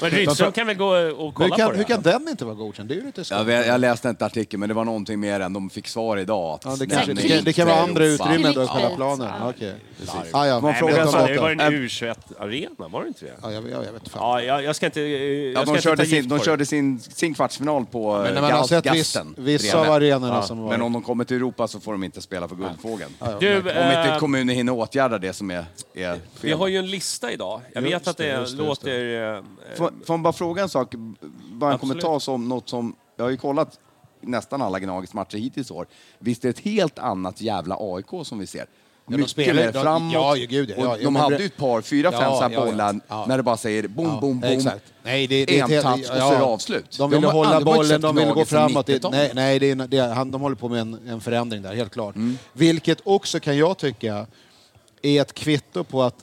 Men Rydström kan väl gå och
Hur
kolla på
kan,
det?
hur kan den inte vara godkänd? Det är ju lite skumt.
Jag, vet- jag läste inte artikeln, men det var någonting mer än de fick svar idag. Att
Ja, det,
den
kanske, det,
är
kan, det kan vara
inte
andra
Europa.
utrymmen då,
Ja.
på planen. Ja. Okej.
Precis.
Ah, ja.
Man
Nej, men
frågar
jag sa,
så-
det var en
Äm-
U21-arena, var det inte det?
Ja, jag, jag, jag vet fan.
Ja, jag, jag ska inte... eh, Jag
Ja,
ska
de,
inte
körde
ta
sin,
gift
de
på det.
körde sin, sin kvartsfinal på eh,
Men
men
när man har sett viss- vissa av arenorna som var-
Men om de kommer till Europa så får de inte spela för Guldfågeln.
Du,
Om inte
eh,
kommunen hinner åtgärda det som är, är
Vi
fel.
har ju en lista idag. Jag
Just
vet att
det,
det,
just det, just
låter... eh,
Får, får man bara fråga en sak? Bara en
Absolut.
kommentar som något som... Jag har ju kollat nästan alla Gnagets matcher hittills i år. Visst är det ett helt annat jävla AIK som vi ser?
de
Mycket
spelar-
mer
de-
framåt.
ja, ju gud, ja,
och
ja,
de
men-
hade ju ett par, fyra,
Ja,
fem så här
ja, ja.
bollar
Ja.
när det bara säger bom,
Ja,
bom, bom.
Exakt. Nej, det, det,
en
det,
touch och så är det avslut.
De vill
har-
hålla
aldrig- det har inte
bollen, de
sett
vill gå
Gnaget sedan
framåt. Det,
90-talet.
nej, nej det är, det är, han, de håller på med en, en förändring där, helt klart.
Mm.
Vilket också kan jag tycka är ett kvitto på att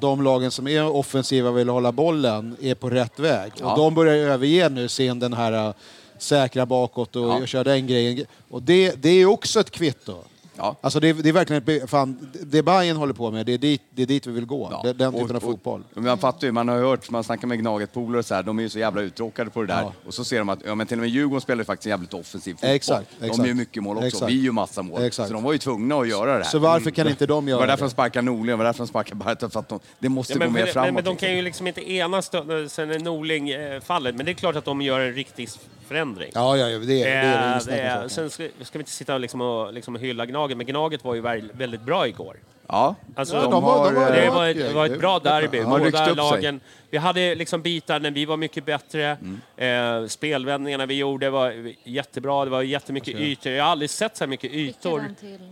de lagen som är offensiva och vill hålla bollen är på rätt väg. Och de börjar ju överge nu sin den här äh, säkra bakåt och, och köra den grejen. Och det, det är också ett kvitto.
Ja.
Alltså det, är- det är verkligen ett, be- fan, det Bayern håller på med, det är dit, det är dit vi vill gå.
Ja.
Det- Den typen
Och-
av
och-
fotboll.
Men jag fattar ju, man har ju hört, man snackar med Gnaget-polare och så här, de är ju så jävla uttråkade på det där.
Ja.
Och så ser de att, ja men till och med Djurgården spelar ju faktiskt en jävligt offensiv fotboll.
Exakt,
De
exakt.
är ju mycket mål också,
Exakt.
vi är ju massa mål.
Exakt.
Så de var ju tvungna att göra det här.
Så varför kan inte de
Det
göra
var
det?
därför de sparkade Norling, det var därför de sparkade Barta, för att de, det måste
Ja, men,
gå mer
men,
framåt.
men, men de
liksom.
kan ju liksom inte enas då- sen är Norling-fallet. Men det är klart att de gör en riktig förändring.
Ja, ja, ja, det, det är det.
Eh,
inget snack om
eh,
saken.
sen ska, ska vi inte sitta och, liksom och liksom hylla Gnaget, men Gnaget var ju väl- väldigt bra igår.
Ja,
Alltså,
Ja,
de
de har- de har-
det
de
var
har- eh,
ett, det var ett bra derby.
de har ryckt upp
Båda
sig.
lagen. Vi hade liksom bitar när vi var mycket bättre.
Mm.
Eh, spelvändningarna vi gjorde var jättebra. Det var jättemycket ytor. Jag har aldrig sett så här mycket ytor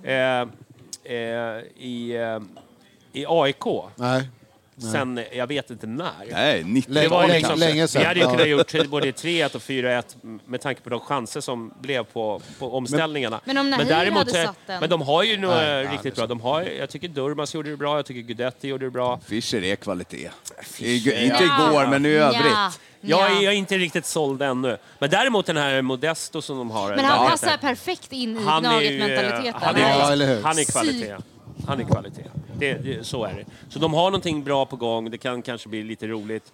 eh, eh, i, eh, i AIK.
Nej.
Sen, eh, jag vet inte när.
nej, 90
Länge-
Det var
länge-
liksom,
länge sedan.
Vi hade ju
Ja.
kunnat gjort både 3-1 och 4-1 med tanke på de chanser som blev på, på omställningarna.
Men om Nahir hade
eh,
satt den-
Men de har ju några
Nej, nej, det är
riktigt bra. De har, jag tycker Durmas gjorde det bra, jag tycker Gudetti gjorde det bra.
Fischer är kvalitet. I, inte igår, men i
Nja.
övrigt.
Jag är,
Nja.
jag är inte riktigt såld ännu. Men däremot den här Modesto som de har.
Men han
där,
passar perfekt in i
han är ju, eh,
Gnaget-mentaliteten.
Han
Ja,
är,
eller hur?
han är kvalitet. Han är kvalitet. Det, det, så är det. Så de har någonting bra på gång. Det kan kanske bli lite roligt.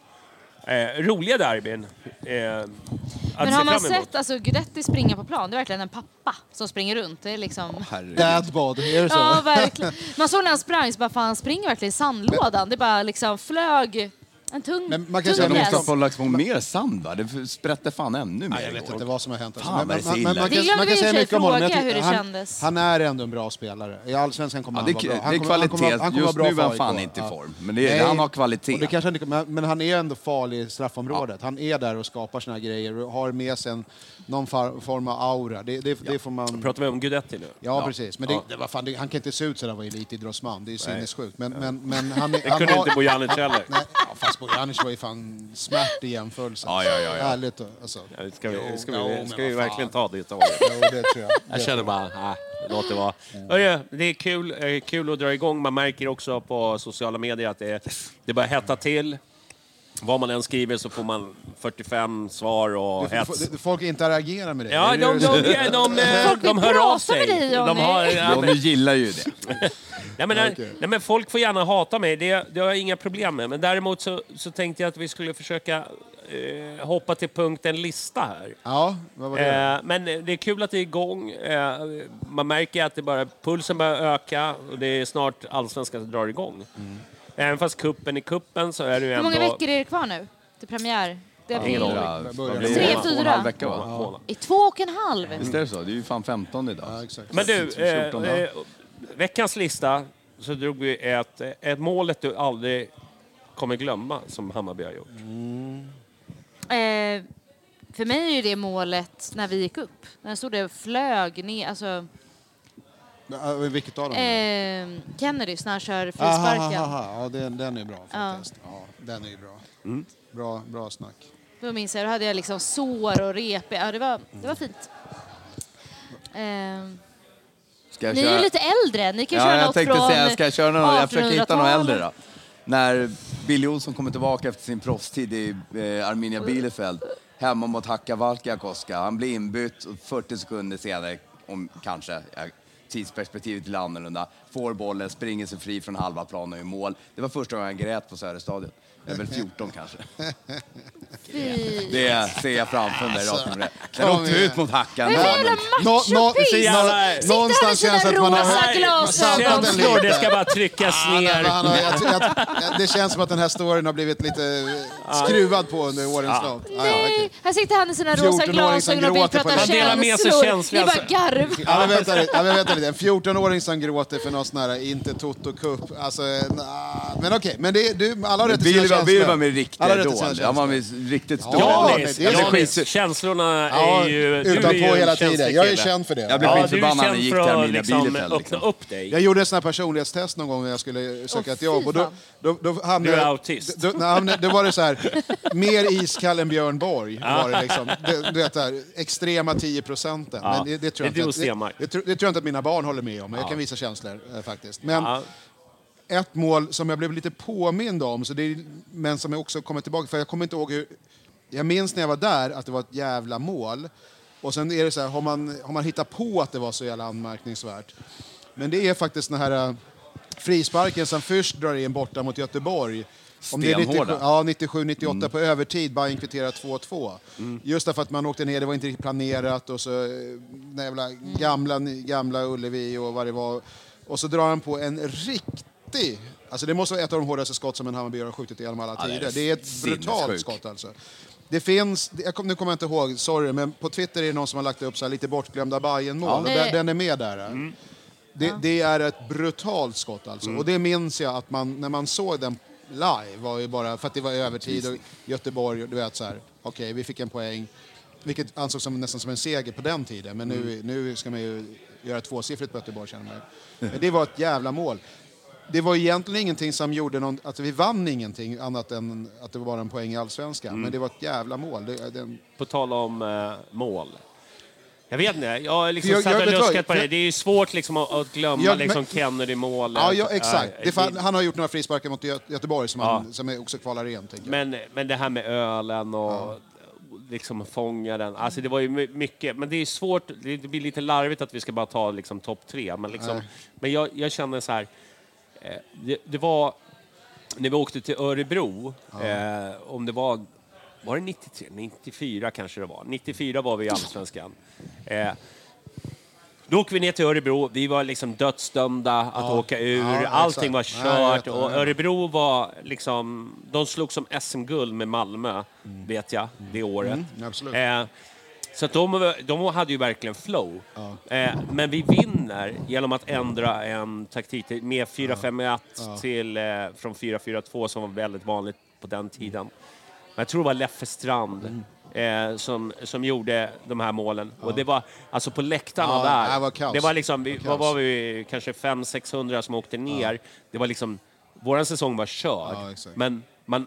Eh, roliga derbyn. Eh, att
Men
se
har man
fram emot.
sett alltså, Gudetti springa på plan? Det är verkligen en pappa som springer runt. Det är liksom...
Dadbod, är det så?
Ja,
*laughs*
verkligen. Man såg när han sprang, så bara, fan, han springer verkligen i sandlådan. Det bara liksom flög en tung,
Men man kan säga
tung
De måste
gräs.
ha lagt på mer sand va? Det sprätte fan ännu mer
Nej, jag vet
igår.
inte vad som har hänt. alltså.
Fan, vad det ser illa ut.
man
Det
kan,
glömde
man
vi i och
kan säga
för sig
mycket om honom. men
fråga hur det
han,
kändes.
han är ändå en bra spelare. I Allsvenskan kommer
Ja, det,
han
är-
vara
det är
bra. Han kommer-
kvalitet.
han kommer- han kommer vara
Just
bra
nu är
för
han fan
AIK.
inte i
Ja.
form. Men det,
Nej,
är- han har
och det
kvalitet.
kanske inte, men men han är ändå farlig i straffområdet. Han är där och skapar sina grejer och har med sig en, någon far, form av aura. Det, det, det får man...
Pratar vi om Gudetti nu?
Ja, precis. Men det, det, vad fan, det, han kan inte se ut sådär och vara elitidrottsman. Det är ju sinnessjukt. Men, men, men han, är-
Det
han
kunde
har-
inte Bojanic heller.
Nej, ja, fast Bojanic var ju fan smärt i jämförelse.
Ja, ja, ja, ja.
Ärligt. Alltså.
Ja, Ska
Jo,
vi, ska
jo,
vi,
men
ska vi
vad fan.
verkligen ta det taget?
Jo, det tror jag.
Jag känner bara, nej, låt det vara. Hörru, det är kul, eh, kul att dra igång. Man märker också på sociala medier att det, det börjar hetta till. Vad man än skriver så får man 45 svar och
F-
hets.
f- Folk interagerar med dig.
Ja,
Är
de,
det
de,
det du
de,
säger?
de,
*laughs*
eh,
Folk vill
de hör av
prata med
sig.
dig, Johnny.
De har, ja,
De gillar ju det.
Nej men, nej,
Okej.
nej, men folk får gärna hata mig, det, det har jag inga problem med. Men däremot så, så tänkte jag att vi skulle försöka eh, hoppa till punkten lista här.
ja, vad var det?
Eh, men det är kul att det är igång. Eh, man märker att det bara, pulsen börjar öka och det är snart allsvenskan som drar igång.
Mm.
Även fast kuppen är kuppen så är det ju
Hur
ändå...
många veckor är det kvar nu till premiär? Det är april.
Ingen aning.
Fyra,
Börjar.
blir det?
Tre,
Två och en
fyra.
halv vecka, va?
Ja.
I två och en halv.
Visst är det så? Det är ju fan 15 idag.
Ja, exakt.
Men du,
Fjorton,
eh,
va?
eh, veckans lista så drog vi ett, ett målet du aldrig kommer glömma som Hammarby har gjort.
Eh, för mig är ju det målet när vi gick upp. När stod det och flög ner, alltså
Ja, Vilket av dem? Ah,
eh,
ehm,
Kennedys när han kör
Aha,
frisparken.
aha, aha. Ja, den, den är bra
Ja.
faktiskt. Ja, den är ju bra.
Mm.
bra. Bra snack.
Då minns jag, då hade jag liksom sår och rep. Ja, det var, det var fint. Eh,
Ehm,
Ska jag
ni är
köra-
ju lite äldre, ni kan ju
ja,
köra
jag
något
tänkte
från
säga, ska jag köra någon, jag försöker hitta någon
1800-talet.
äldre då. När Bill Johnson kommer tillbaka efter sin proffstid i eh, Arminia Bielefeld, hemma mot Hacka Valkeakoska. Han blir inbytt och 40 sekunder senare, om kanske ja, tidsperspektivet är lite annorlunda, får bollen, springer sig fri från halva planen och i mål. Det var första gången jag grät på Söderstadion. Jag är väl 14 kanske. Det ser jag framför mig rakt om det. Den åkte ut mot Hacka.
Det är så jävla machopiss!
Så jävla-
Sitter här med sina rosa glasögon.
Känslor, det ska bara tryckas ner.
Han har, jag, jag, jag, det känns som att den här storyn har blivit lite skruvad på under årens lopp. Ja, ja, okej.
Här sitter han i sina rosa
14-åring som
glasögon och vill
gråter
prata
på den. Han delar
med sig
känslor.
känslor,
Ni bara
alltså.
garvar.
Ja, men vänta, lite, ja, men vänta lite. En 14-åring som gråter för någon sån här inte toto cup. Alltså, na, men okänj, men det, du, alla har rätt till sina
Bill var,
känslor.
Bill var med
Alla
riktiga
har rätt till
dål.
sina
Ja, man
känslor.
var riktigt stor.
Ja,
Janis,
det är så.
Janis, känslorna
Ja,
är ju... du
utanpå
är ju en
hela tiden. Jag är
känslokille.
känd för det.
Jag blev
Ja, du är
skitförbannad när
känd
jag gick
för
till
att
Arminia
liksom
Bielefeld. Liksom.
öppna upp dig.
Jag gjorde en sån här personlighetstest någon gång när jag skulle söka
Åh,
ett jobb. Och då, då, då hamnade
Du är
jag-
autist.
Då, då, hamnade, då var det så här, mer iskall än Björn Borg. Var det liksom. det, du vet, det här, extrema 10 procenten.
Ja,
Men det, det, tror jag
det är du och
inte, att-
Stenmark.
det, det, tror- det tror jag inte att mina barn håller med om, men jag kan visa känslor eh, faktiskt. Men
Ja.
ett mål som jag blev lite påmind om, så det är, men som jag också kommer tillbaka för jag kommer inte ihåg hur... Jag minns när jag var där att det var ett jävla mål. Och sen är det så här, har man, har man hittat på att det var så jävla anmärkningsvärt? Men det är faktiskt den här eh, frisparken som först drar in borta mot Göteborg. Om det är 97,
Stenhårda.
ja, 97, 98
Mm.
på övertid, Bayern kvitterar 2-2. Just därför att man åkte ner, det var inte riktigt planerat och så eh, den jävla
Mm.
gamla, gamla Ullevi och vad det var. Och så drar han på en riktig, alltså det måste vara ett av de hårdaste skott som en Hammarbyare har skjutit genom alla
det är
tider. det, är ett
sinnessjukt.
brutalt skott alltså. Det finns, jag kom, nu kommer jag inte ihåg, sorry, men på Twitter är det någon som har lagt upp så här lite bortglömda Bayern-mål. Och den, den är med där. eh. Det, det är ett brutalt skott alltså. Och det minns jag att man, när man såg den live, var ju bara, för att det var övertid och Göteborg, och du vet så här, okej vi fick en poäng. Vilket ansågs som, nästan som en seger på den tiden, men nu, nu ska man ju göra tvåsiffrigt på Göteborg känner man ju. Men det var ett jävla mål. Det var egentligen ingenting som gjorde någon, att vi vann ingenting annat än att det var bara en poäng i Allsvenskan. Men det var ett jävla mål. Det, den,
På tal om eh, mål. Jag vet inte, jag har liksom
För jag-
satt
jag-
och
vet du vad?
luskat på
För-
det. Det är ju svårt liksom att, att glömma
Ja, men-
liksom Kennedy-målet.
ja, ja, exakt.
Eh,
Det, fan- han har gjort några frisparkar mot Gö- Göteborg som,
Ja.
han, som är också kvalar igen. Tänker jag.
Men, men det här med ölen och liksom fånga den. Alltså det var ju my- mycket, men det är svårt. Det det blir lite larvigt att vi ska bara ta liksom topp tre. Men, liksom, men jag, jag känner så här. eh, Det, det var när vi åkte till Örebro, eh, om det var, var det 93, 94 kanske det var. 94 var vi i Allsvenskan. Eh, då åker vi ner till Örebro. Vi var liksom dödsdömda att åka ur.
Ja, exakt.
Allting var
Nej, jag
kört.
vet det,
och
jag vet det.
Örebro var liksom... De slog som SM-guld med Malmö, vet jag, det året.
Mm. absolut.
Eh, så att de, de hade ju verkligen flow. Eh, men vi vinner genom att ändra en taktik till- med 4-5-1 till, eh, från 4-4-2 som var väldigt vanligt på den tiden. Men jag tror det var Leffe Strand
Mm.
eh, som, som gjorde de här målen. Och det var, alltså på läktarna
Ja,
där,
det var kaos.
det var liksom, vi,
Det var
vad
kaos.
var vi, kanske 500-600 som åkte ner. Det var liksom, våran säsong var körd.
Ja, exakt.
men, man,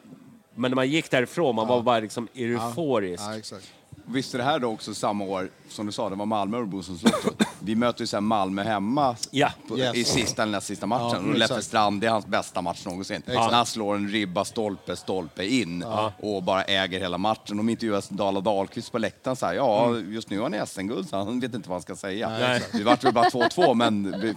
men när man gick därifrån, man var bara liksom euforisk.
Ja, exakt.
Visst är det här då också samma år, som du sa, det var Malmö och Örebro som slog ut. Vi möter ju sen Malmö hemma
Ja.
på,
Yes.
i sista, den där sista matchen.
Ja,
och Leffe
exakt.
Strand, det är hans bästa match någonsin. När han slår en ribba stolpe, stolpe in och bara äger hela matchen. De intervjuas Dala Dahlqvist på läktaren så här, ja,
Mm.
just nu har ni SM-guld, så han vet inte vad han ska säga. Det vart väl bara 2-2, men
*laughs*
vi-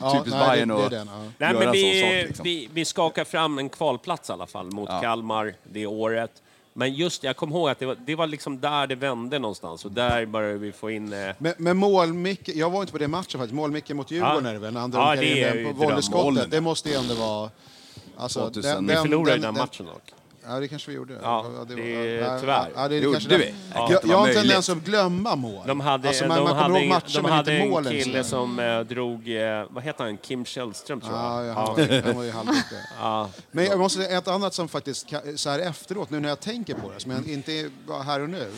Ja,
typiskt
nej, det-
Bayern
det är
och
den, ja.
Nej,
göra
men
en
vi,
sån sak. Liksom.
vi, vi skakar fram en kvalplats i alla fall mot Kalmar det året. Men just jag kommer ihåg att det var, det var liksom där det vände någonstans och där började vi få in... Eh,
Men, men målmicke, jag var inte på det matchen faktiskt, målmicken mot Djurgården
Ja.
är det väl, när han
Ja,
dunkar
det
in
är
den
ju
på
drömmålen.
volleyskottet. Det måste ju ändå vara... Alltså,
2000.
vi förlorade den, matchen dock.
Ja, det kanske vi gjorde.
Ja,
det,
det-
ja,
tyvärr.
Ja, det, är
Gjorde
kanske
vi?
det.
Ja.
Jag, jag har en
Möjligt.
tendens att glömma mål.
De hade,
alltså man,
de
man kommer
hade,
ihåg
en-
matcher
de
men
hade
inte
en
målen. liksom.
kille
sådär.
som eh, drog, eh, vad heter han, Kim Källström tror jag.
Ja, ja, han, var ju, han var ju halvduktig.
*laughs* Ja.
Men jag måste säga ett annat som faktiskt, ka- så här efteråt, nu när jag tänker på det, som jag inte är bara här och nu,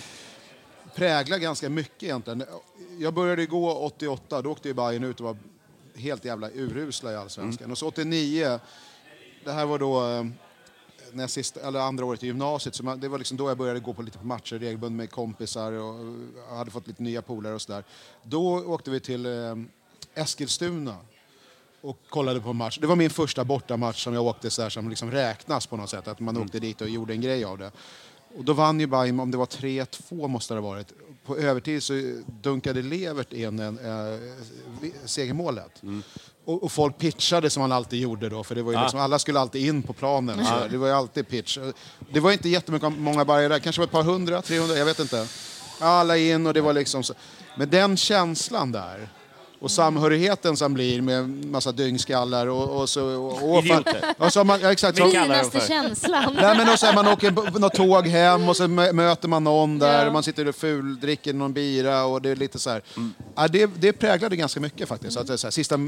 präglar ganska mycket egentligen. Jag började ju gå 88, då åkte ju Bayern ut och var helt jävla urusla i Allsvenskan.
Mm.
Och så 89, det här var då eh, näst sista, eller andra året i gymnasiet, så man, det var liksom då jag började gå på lite på matcher regelbundet med kompisar och eh, hade fått lite nya polare och sådär. Då åkte vi till eh, Eskilstuna och kollade på en match. Det var min första bortamatch som jag åkte så här, som liksom räknas på något sätt. Att man åkte dit och gjorde en grej av det. Och då vann ju Bayern, om det var 3-2 måste det ha varit. På övertid så dunkade Levert in en, eh, vi- segermålet. Och, och folk pitchade som man alltid gjorde då, för det var ju liksom, alla skulle alltid in på planen. Så Det var ju alltid pitch. Det var inte jättemånga Bayern där, kanske var ett par hundra, 300, jag vet inte. Alla in och det var liksom så. Men den känslan där, och samhörigheten som blir med en massa dygnskallar och, och så... Och, och,
Idioter.
och så har man, ja, exakt, så,
kallar dem
Finaste
för.
känslan.
Nej, men och sen man åker på något tåg hem och så mö- möter man någon där och man sitter och fuldricker någon bira och det är lite så här.
Mm.
Ja, det, det präglade ganska mycket faktiskt. Att det är så här, sista,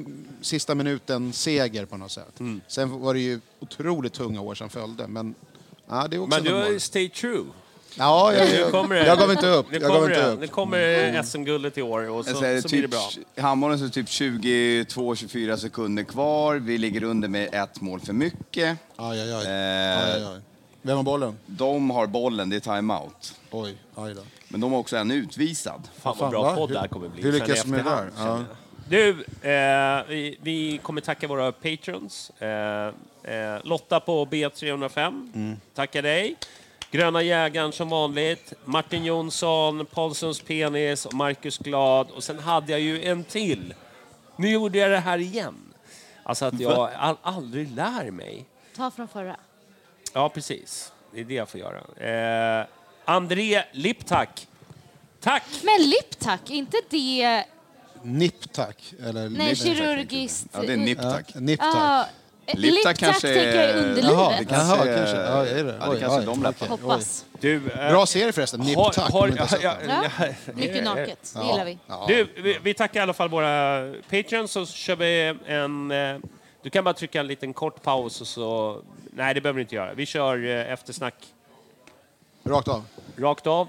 sista minuten seger på något sätt.
Mm.
Sen var det ju otroligt tunga år som följde men ja, det är också
Men du
de
har ju
åren.
stay true.
Ja, jag,
Nu kommer
jag,
det.
jag gav inte upp.
Nu
Jag gav
kommer,
inte
det.
upp. Mm.
Nu kommer SM-guldet i år och så,
Jag säger
så blir det
typ,
bra.
handbollen så är det typ 22-24 sekunder kvar. Vi ligger under med ett mål för mycket.
Aj, aj, aj.
Eh.
aj, aj, aj. Vem har bollen?
De har bollen, det är timeout.
Oj, aj då.
Men de har också en utvisad.
Fan vad bra
va?
podd
Hur-
det här kommer bli.
hur
sen i
lyckas vi med det
efterhand,
där? Ja.
känner jag. Du, eh, vi, vi kommer tacka våra patrons. Eh, eh, Lotta på B305
Mm.
tackar dig. Gröna jägaren som vanligt. Martin Jonsson, Paulssons penis och Marcus Glad. Och sen hade jag ju en till. Nu gjorde jag det här igen. Alltså att jag all, aldrig lär mig.
Ta från förra.
Ja, precis. Det är det jag får göra. Eh, André Liptak. Tack!
Men liptack, är inte det...
Nipp tack. Eller
Nej,
nipp, tack.
kirurgiskt...
Ja, det är nipp
Ja,
tack.
nipp tack.
Ja, liptack
kanske
tänker jag är underlivet.
Jaha,
det kanske...
Jaha, kanske. Ja, är det?
Ja, det
Oj,
kanske
oj,
de läppar.
Hoppas.
Du, eh,
Bra serie förresten. Nipp
har-
tack.
har-
om du inte har sett
ja,
den.
ja,
Ja, mycket naket. Det gillar vi.
Du, vi, vi tackar i alla fall våra patrons och så kör vi en... eh, Du kan bara trycka en liten kort paus och så... Nej, det behöver du inte göra. Vi kör eh, eftersnack
Rakt av.
rakt av.